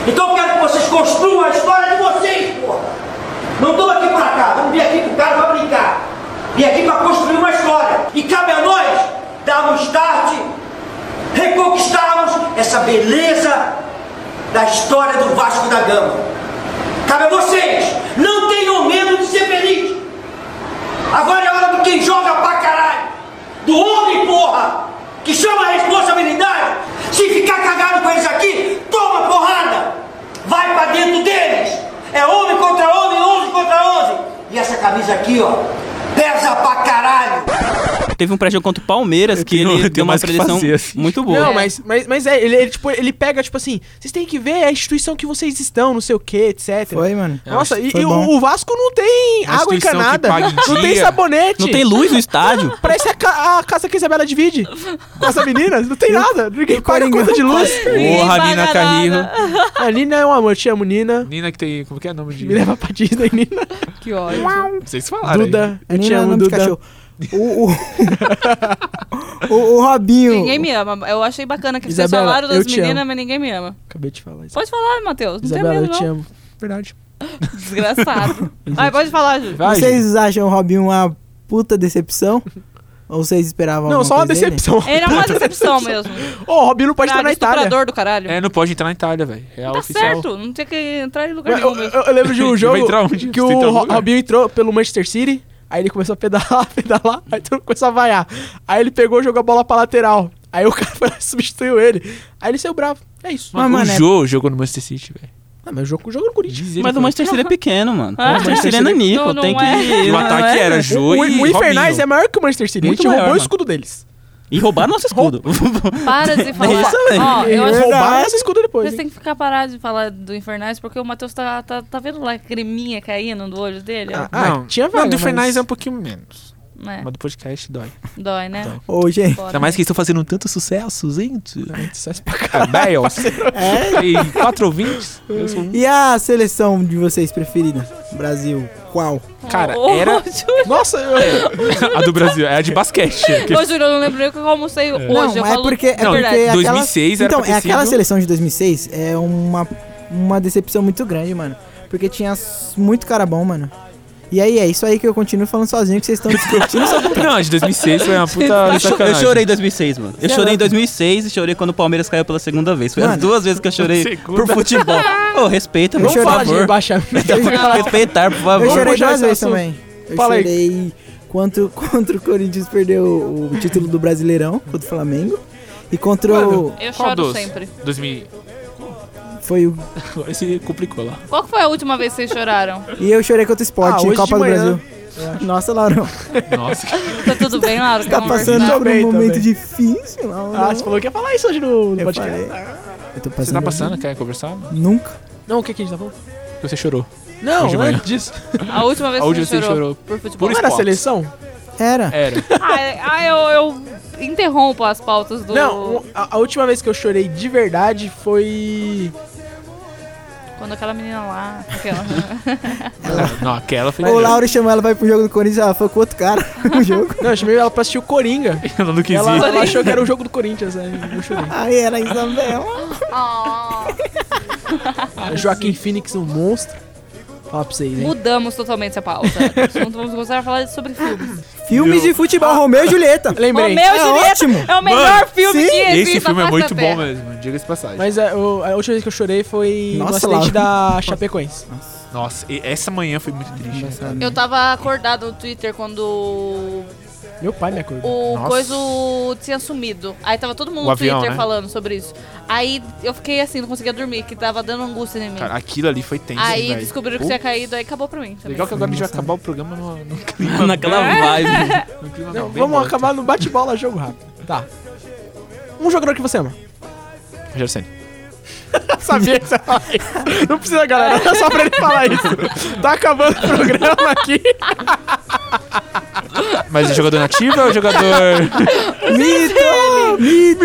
O: Então eu quero que vocês construam a história de vocês, porra. Não estou aqui por acaso, não vim aqui pro cara pra brincar. Vim aqui para construir uma história. E cabe a nós darmos start, reconquistarmos essa beleza da história do Vasco da Gama. Cabe a vocês, não tenham medo de ser feliz. Agora é a hora do quem joga pra caralho. Do homem, porra, que chama a responsabilidade. Se ficar cagado com eles aqui, toma porrada. Vai pra dentro deles. É homem contra homem, 11 contra 11. E essa camisa aqui, ó, pesa pra caralho.
B: Teve um pré-jogo contra o Palmeiras que
E: tenho- eu
B: ele
E: tenho
B: deu uma
E: mais o que
B: predição
E: fazer, assim.
B: muito boa.
C: Não, mas, mas, mas é, ele, ele, tipo, ele pega, tipo assim, vocês têm que ver a instituição que vocês estão, não sei o que, etc.
A: Foi, mano.
C: Nossa, e,
A: Foi
C: e
A: bom.
C: o, o Vasco não tem
E: Uma
C: água
E: instituição que
C: encanada,
E: pague em
C: não tem
E: dia.
C: sabonete.
B: Não tem luz no estádio.
C: Parece a, ca- a casa que a Isabela divide com as meninas. Não tem nada. Ninguém
A: e
C: paga
A: Coringão
C: conta de luz.
D: Ninguém
E: Porra, Nina
D: paga
E: Carrillo.
D: nada.
C: A Nina é um amor. Te amo, Nina.
E: Nina que tem... Como que é o nome de...
C: Me leva pra Disney, Nina.
D: Que ódio.
E: Vocês falaram aí. um
C: Duda. Eu te
A: Nina é o
C: amo,
A: nome de
C: Duda.
A: cachorro. O, o, o, o Robinho.
D: Ninguém me ama. Eu achei bacana que vocês
C: Isabela,
D: falaram das
C: eu te
D: meninas,
C: amo.
D: mas ninguém me ama.
C: Acabei de falar isso.
D: Pode falar, Matheus. Não
C: Isabela,
D: tem medo,
C: eu te
D: não.
C: amo. Verdade.
D: Desgraçado. Ai, pode falar, Ju.
E: Vai,
A: Vocês acham o Robinho uma puta decepção? Ou vocês esperavam
C: Não,
A: alguma
C: só uma
A: coisa dele?
C: decepção.
D: Ele é uma decepção mesmo.
C: Ô, o Robinho não pode estar
D: Cara,
C: na Itália.
D: estuprador do caralho.
E: É, não pode entrar na Itália, velho. É
D: tá
E: oficial.
D: certo. Não tinha que entrar em lugar
C: Eu,
D: nenhum
C: eu-
D: mesmo.
C: eu lembro de um
E: Vai
C: jogo
E: entrar onde?
C: que
E: Você
C: o
E: entrou no
C: Ro-
E: lugar?
C: Robinho entrou pelo Manchester City, aí ele começou a pedalar, pedalar, aí todo mundo começou a vaiar. Aí ele pegou e jogou a bola pra lateral. Aí o cara foi lá e substituiu ele. Aí ele saiu bravo. É isso.
A: Mas,
E: o
A: mano, é-
E: Jô jogou no Manchester City, velho.
C: Ah, mas o jogo, o jogo é no Corinthians.
B: Mas o Manchester City é pequeno, mano. O
D: Ah.
B: Manchester City é nanico.
D: Não, não
B: Tem
D: é.
B: que...
E: E o
B: não é.
E: ataque era
C: O,
E: Jô
C: o-
E: e
C: o Infernais é
E: Robinho.
C: maior que o Manchester City.
E: Muito
C: a gente
E: maior,
C: roubou o
E: mano.
C: escudo deles.
B: E roubaram nosso escudo.
D: Para
E: É
D: de falar.
B: isso aí.
D: Ó, eu acho
C: roubaram esse escudo depois.
D: Vocês
C: hein?
D: têm que ficar parados de falar do Infernais, porque o Matheus tá, tá, tá vendo lá a creminha caindo do olho dele? ó?
C: Ah,
E: não,
C: tinha
E: tinha
C: vaga,
E: Não, do
C: mas-
E: Infernais é um pouquinho menos.
D: É,
E: Mas do podcast dói.
D: Dói,
C: Tá.
D: né?
A: Ô, gente.
D: Foda.
E: Ainda mais que eles estão fazendo tanto sucesso, gente.
C: É,
E: É,
C: Sucesso pra
E: Cabel. E quatro ouvintes. Eu sou um-
A: É? E a seleção de vocês preferida? Brasil, qual?
E: Cara, é,
D: Ô,
E: era-
D: ô, Júlio.
C: Nossa, eu...
E: A do Brasil. É a de basquete. Que-
D: Ô, Júlio, eu não lembro nem o que eu almocei hoje.
A: Não,
D: eu
A: é
D: falo-
A: porque. É
E: Não,
A: porque
D: verdade.
A: aquela-
E: 2006 era
A: Então,
E: pra ter
A: é aquela
E: sido-
A: seleção de 2006 é uma, uma decepção muito grande, mano. Porque tinha s- muito cara bom, mano. E aí, é isso aí que eu continuo falando sozinho, que vocês estão discutindo. só-
E: Não, a de 2006 foi uma
C: tá
E: puta
B: Eu, cho- eu
E: sacanagem.
B: chorei em 2006, mano. Eu
A: Você é
B: chorei em
A: louco.
B: 2006 e chorei quando o Palmeiras caiu pela segunda vez. Foi as
A: Mano.
B: duas vezes que eu chorei
E: Segunda.
B: por futebol. Ô, respeita,
A: Eu
B: mano, por
A: chorei-
C: Fala de
B: favor. Então,
C: rebaixamento.
B: Respeitar, por
A: Eu
B: favor.
A: chorei
C: puxar
A: duas
C: esse
A: vezes
C: um assunto.
A: também. Eu
C: Fala aí.
A: chorei quanto, contra o Corinthians perdeu o título do Brasileirão contra o Flamengo. E contra o.
D: Eu
E: Qual
D: choro
E: dos?
D: sempre.
E: 2000.
A: Foi o.
E: Esse complicou lá.
D: Qual que foi a última vez que vocês choraram?
A: E eu chorei contra o
C: Ah,
A: Sport
C: hoje
A: em
C: de
A: Copa do
C: manhã.
A: Brasil. Nossa, Laurão.
E: Nossa.
D: Tá tudo bem, Laura?
A: Tá
D: Pelo amor de
A: passando
D: Deus.
A: por um
C: Também,
A: momento
C: também.
A: difícil, Laurão.
C: Ah, você falou que ia falar isso hoje no, no
A: Eu
C: podcast.
A: falei. Eu tô passando.
E: Você tá passando? Quer conversar?
A: Nunca.
C: Não, o que, que a gente tá falando?
E: Você chorou.
C: Não, é
E: Hoje de manhã.
C: antes disso.
D: A última vez
E: A
D: que
E: última
D: você
E: você
D: chorou.
E: chorou.
D: Por futebol.
E: Por
C: Não era a
E: esporte.
C: seleção?
A: Era.
E: Era.
D: Ah, é- ah, eu, eu interrompo as pautas do.
C: Não, um- a, a última vez que eu chorei de verdade foi.
D: Quando aquela menina lá. Aquela.
E: Não, aquela foi.
A: O Lauro chamou ela pra ir pro jogo do Corinthians, ela foi com outro cara no jogo.
C: Não, eu chamei ela pra assistir o Coringa.
E: ela não quis
C: Ela,
E: ir.
C: ela achou que era o jogo do Corinthians, né? Eu chorei.
A: Aí era a Isabela.
C: Ah, Joaquim Phoenix, um monstro. Fala pra vocês, hein?
D: Mudamos totalmente essa pauta. Não vamos começar a falar sobre filmes.
A: Filmes de futebol, Romeu e Julieta.
C: Lembrei.
D: Romeu e
A: é
D: Julieta
A: ótimo.
D: é o melhor
E: Mano,
D: filme
A: sim.
D: que existe.
E: Esse filme
D: na
E: é muito
D: face da
E: bom
D: Terra.
E: mesmo, diga-se passagem.
C: Mas é, o- a última vez que eu chorei foi no
A: Nossa,
C: acidente
A: Laura.
C: da Chapecoense.
E: Nossa, e- essa manhã foi muito triste. né? sabe?
D: Eu tava acordado no Twitter quando
C: Meu pai me acordou.
D: o
E: Nossa.
D: coisa tinha sumido. Aí tava todo mundo
E: O
D: no
E: avião,
D: Twitter
E: né?
D: falando sobre isso. Aí eu fiquei assim, não conseguia dormir, que tava dando angústia em mim.
E: Cara, aquilo ali foi tenso,
D: aí
E: velho.
D: descobriram que
E: Pô,
D: tinha caído, aí acabou pra mim. Também.
E: Legal que agora a gente vai acabar o programa no, no clima. né?
B: Naquela vibe.
E: no clima
C: É? Não,
E: bem
C: vamos
E: bom.
C: acabar no bate-bola, jogo rápido. Tá. Um jogador que você ama.
E: Rogério Ceni.
C: Sabia que você ia falar isso. Não precisa, galera. É só pra ele falar isso. Tá acabando o programa aqui.
E: Mas é jogador nativo ou é jogador.
H: é
A: Mito! Mito!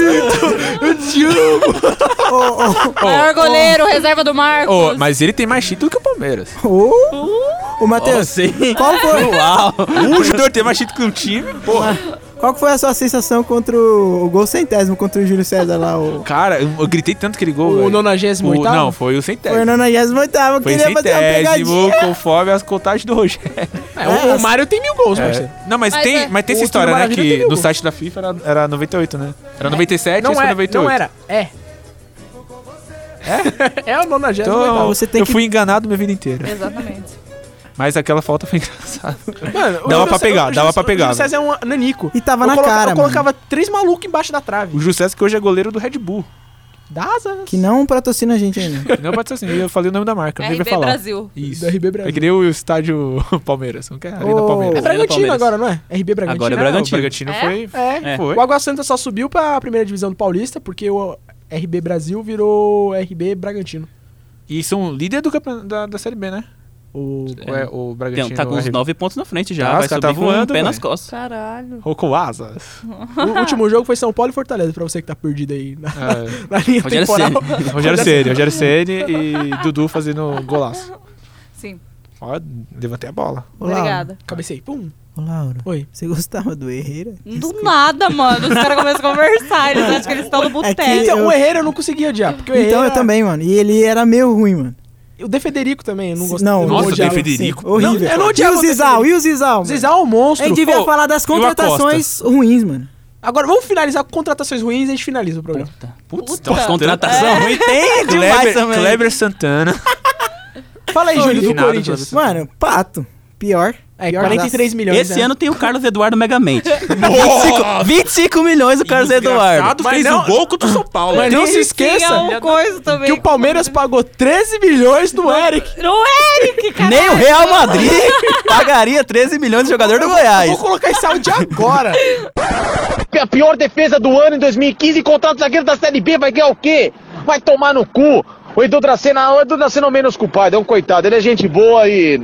D: Maior goleiro, reserva do Marcos.
E: Ô, mas ele tem mais título que o Palmeiras.
A: Ô, Matheus, qual, foi,
E: Um jogador tem mais título que o time, porra.
A: qual que foi a sua sensação contra o, o gol centésimo contra o Júlio César lá? O,
E: Cara, eu, eu gritei tanto que ele gol.
C: O
E: velho.
C: 98
E: O- Não, foi o
A: foi o
E: centésimo.
A: 98 º
E: Foi
A: queria fazer uma
E: centésimo,
A: pegadinha.
E: conforme as contagens do Rogério.
C: É, o, o Mário tem mil gols,
E: É.
C: parceiro.
E: Não, mas,
D: Mas
E: tem,
D: é-
E: mas tem essa
C: O Túlio
E: história, né?
C: Maravilha
E: Que
C: teve
E: no
C: gol.
E: site da FIFA era, era 98, né? Era 97,
C: Não
E: esse foi
C: é,
E: 98.
C: não era. É. É? É o 98.
E: Então,
A: Você tem
E: eu
A: que-
E: fui enganado minha vida inteira.
D: Exatamente.
E: Mas aquela falta foi engraçada.
C: Mano, o
E: Dava
C: Júlio
E: pra
C: César-
E: pegar,
C: o
E: dava
C: Júlio-
E: pra pegar,
C: O Júlio César é um nanico.
A: E tava
C: Eu
A: na
C: coloca-
A: cara,
C: Eu
A: mano.
C: colocava três malucos embaixo da trave.
E: O Júlio César, que hoje é goleiro do Red Bull.
C: Da asa.
A: Que não patrocina a gente ainda.
E: Não pode ser assim, eu falei o nome da marca, não
D: RB
E: devia falar.
D: Brasil.
E: Isso.
C: Da RB
E: É
C: Brasil.
E: que nem o estádio Palmeiras, não quer? Arena
A: Ô.
E: Palmeiras.
C: É Bragantino
B: Palmeiras.
C: agora, não é? RB Bragantino.
B: Agora é
E: Não,
B: Bragantino.
E: O Bragantino
D: É?
E: foi...
C: É.
B: É.
E: Foi.
C: O Água Santa só subiu pra primeira divisão do Paulista porque o RB Brasil virou RB Bragantino.
E: E são Então, líder do campeonato da, da Série B, né?
C: O...
E: Ou é o Bragantino.
B: Tem, tá com
E: o
B: uns
E: RB?
B: 9 pontos na frente já.
E: Tá, os
B: vai
E: cara
B: subir
E: tá
B: com
E: voando,
B: um pé nas
E: velho.
B: costas.
D: Caralho.
E: Ou com asas.
C: o último jogo foi São Paulo e Fortaleza, pra você que tá perdido aí na,
E: É.
C: na linha
B: Rogério
C: temporal.
E: Rogério Ceni, Rogério Ceni e Dudu fazendo um golaço.
D: Sim.
E: Ó, levantei a bola.
A: Ô, Lauro,
D: Obrigada.
C: Cabecei, pum.
A: Ô, Lauro,
C: Oi.
A: você gostava do Herreira?
D: Do nada, mano. Os caras começam a conversar. Eles acham que eles estão no boteco.
A: que-
C: Então,
A: eu-
C: o Herrera eu não conseguia odiar, porque o Herrera...
A: Então eu também, mano. E ele era meio ruim, mano.
C: O De Federico também, eu não gostei.
A: Não,
C: eu
E: Nossa, o De
C: odiava.
E: Federico. Federico.
A: Sim, horrível.
C: Não, eu não odiava
A: e o
C: o De
A: Zizal, e o Zizal? mano?
C: Zizal é
A: A
C: um monstro.
A: gente devia
E: Ô,
A: falar das
E: e o Acosta?
A: contratações ruins, mano.
C: Agora, vamos finalizar com contratações ruins e a gente finaliza o programa.
E: Putz,
D: Puta.
E: nossa,
B: Então, Contratação ruim tem demais
E: Kleber,
B: também.
E: Kleber Santana.
C: Fala aí,
E: Sorriso
C: Júlio, do
E: finado,
C: Corinthians.
A: Mano, pato. Pior.
C: É, 43 milhões.
B: Esse
C: né?
B: ano tem o Carlos Eduardo Megamente. 25, 25 milhões o Carlos Eduardo.
E: fez
C: não-
E: um gol contra o São Paulo.
C: Mas não
E: Deus
C: se
D: Tinha
C: esqueça
D: um coisa também.
C: que o Palmeiras pagou 13 milhões do é Eric.
D: No Eric, cara.
B: Nem o Real Madrid pagaria 13 milhões de jogador do Goiás.
C: Vou colocar esse áudio agora.
M: a pior defesa do ano em 2015 contrata o zagueiro da Série B, vai ganhar o quê? Vai tomar no cu. O Edu Dracena, o Edu Dracena é o menos culpado, é um coitado, ele é gente boa e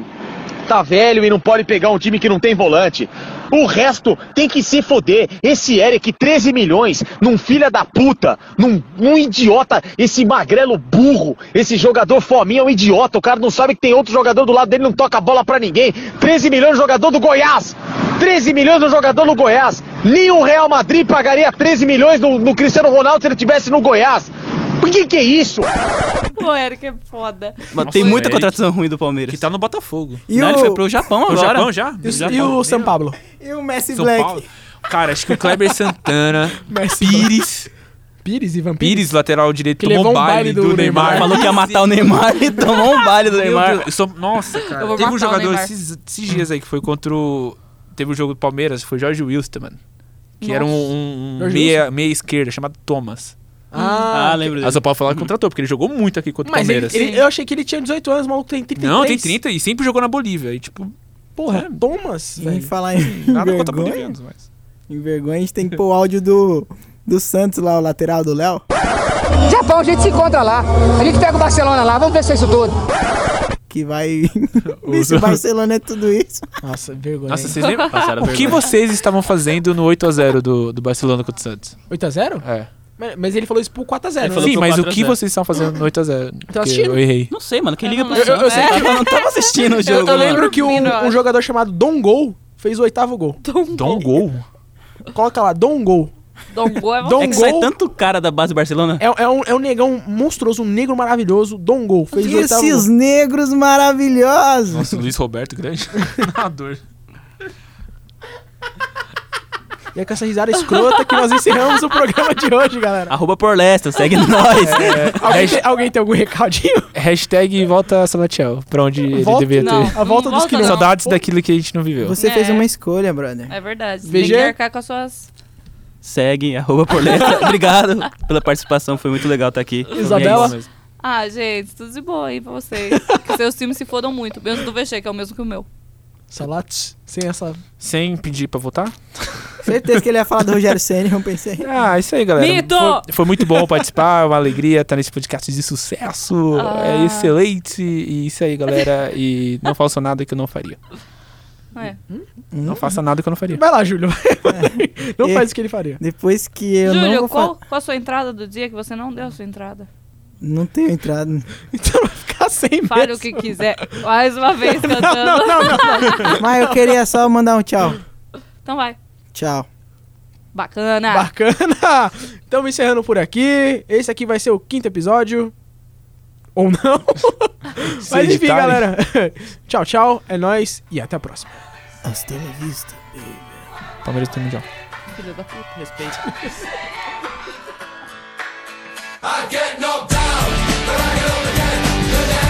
M: tá velho e não pode pegar um time que não tem volante. O resto tem que se foder. Esse Eric, 13 milhões, num filha da puta, num, num idiota, esse magrelo burro, esse jogador fominha é um idiota. O cara não sabe que tem outro jogador do lado dele, não toca a bola pra ninguém. 13 milhões, jogador do Goiás. 13 milhões no jogador no Goiás. Nem o Real Madrid pagaria 13 milhões no, no Cristiano Ronaldo se ele tivesse no Goiás. Por que que é isso?
D: O Eric é foda.
B: Mas tem
E: Nossa,
B: muita
E: Eric.
B: contratação ruim do Palmeiras.
E: Que tá no Botafogo.
A: E
B: Não,
A: o,
B: ele foi pro Japão
E: No
B: agora.
E: Japão já?
C: E
E: No
C: o,
E: Japão.
C: e o São Pablo?
A: e o Messi
E: São
A: Black.
E: Paulo? Cara, acho que o Kleber Santana,
C: Messi
E: Pires,
C: Pires e Vampires?
E: Pires, lateral direito,
C: Que
E: tomou
C: levou
E: um
C: um
E: baile
C: baile
E: do,
C: do
E: Neymar.
C: Neymar.
B: Falou que ia matar o Neymar e tomou um baile do
E: Meu
B: Neymar.
E: Deus, eu sou- nossa, cara.
D: Eu vou
E: Teve um
D: matar o
E: jogador
D: Neymar.
E: esses, esses dias aí que foi contra o. Teve o jogo do Palmeiras, foi Jorge Wilson, mano. Que era um, um- um
C: Jorge
E: meia, meia esquerda chamado Thomas.
B: Ah, lembro
E: A
B: dele.
E: São Paulo falou que contratou, porque ele jogou muito aqui contra o
C: Mas ele,
E: Palmeiras.
C: ele- eu achei que ele tinha 18 anos, o maluco tem 33.
E: Não, tem 30 e sempre jogou na Bolívia. E tipo,
C: Porra, Thomas,
A: Em
C: velho.
A: falar em
E: nada contra
A: vergonha,
E: bolivianos, mas.
A: em vergonha, a gente tem que pôr o áudio do, do Santos lá, o lateral do Léo.
M: Japão, a gente se encontra lá. A gente pega o Barcelona lá, vamos ver se é isso tudo.
A: Que vai... Esse Barcelona é tudo isso.
C: Nossa, vergonha.
E: Nossa, vocês lembram?
B: Passaram
E: O que
B: vergonha.
E: vocês estavam fazendo no 8x0 do, do Barcelona contra o Santos?
C: 8x0?
E: É.
C: Mas, mas ele falou isso pro 4x0. né?
E: Sim, mas o que vocês estão fazendo no 8x0?
B: Então,
C: Tô assistindo.
E: Eu errei.
B: Não sei, mano. Quem liga pro
C: Eu, eu, eu sei que-
B: É, eu não tava assistindo o jogo.
C: Eu, eu lembro
B: mano.
C: que um, um jogador chamado Don Gol fez o oitavo gol.
E: Dom Gol?
C: Coloca lá, Don Gol.
D: Dom Gol é você.
C: Dom
B: É que sai
C: Gol.
B: tanto cara da base do Barcelona.
C: É, é um, é um negão monstruoso, um negro maravilhoso, Don Gol. Fez o oitavo
A: Esses
C: gol.
A: negros maravilhosos.
E: Nossa, o Luiz Roberto, grande nadador.
C: E é com essa risada escrota que nós encerramos o programa de hoje, galera. É,
B: Arroba por Lester, segue nós.
E: É,
C: Alguém, tem, alguém tem algum recadinho?
E: Hashtag volta Salatiel, pra onde ele
C: Volta-
E: deveria
D: Não,
E: ter.
C: A volta
D: não
C: dos
D: volta,
C: quilhões.
D: não.
E: Saudades daquilo que a gente não viveu.
A: Você
D: É.
A: fez uma escolha, brother.
D: É verdade. Você
C: VG?
D: Tem que arcar com as suas.
B: Segue, arroba por Lester. Obrigado pela participação, foi muito legal estar aqui.
C: Isabela?
B: É isso.
D: Ah, gente, tudo de boa aí pra vocês. que seus times se fodam muito. Menos do VG, que é o mesmo que o meu.
C: Salates, sem essa.
E: Sem pedir pra votar?
A: Certeza que ele ia falar do Rogério Senna, eu pensei.
E: Ah, isso aí, galera.
D: Mito!
E: Foi, foi muito bom participar, é uma alegria estar nesse podcast de sucesso.
D: Ah.
E: É excelente. E isso aí, galera. E não faça nada que eu não faria.
D: É.
C: Hum?
E: Não faça nada que eu não faria.
C: Vai lá, Júlio. Não
E: É.
A: E-
C: faz o que ele faria.
A: Depois que eu não
D: Júlio,
A: vou
D: qual,
A: fa-
D: qual a sua entrada do dia que você não deu a sua entrada?
A: Não tenho entrado.
C: Então vai ficar sem
D: Fale
C: mesmo.
D: o que quiser. Mais uma vez cantando.
C: Não, não, não.
A: Mas eu queria só mandar um tchau.
D: Então vai.
A: Tchau.
D: Bacana.
C: Bacana! Estamos encerrando por aqui. Esse aqui vai ser o quinto episódio. Ou não. Mas enfim,
E: editarem.
C: galera. tchau, tchau. É nóis e até a próxima.
A: Hasta la vista.
E: Palmeiras tem mundial.
D: Filho da puta.
C: Respeito.
F: I get knocked down, but I get up again. Cause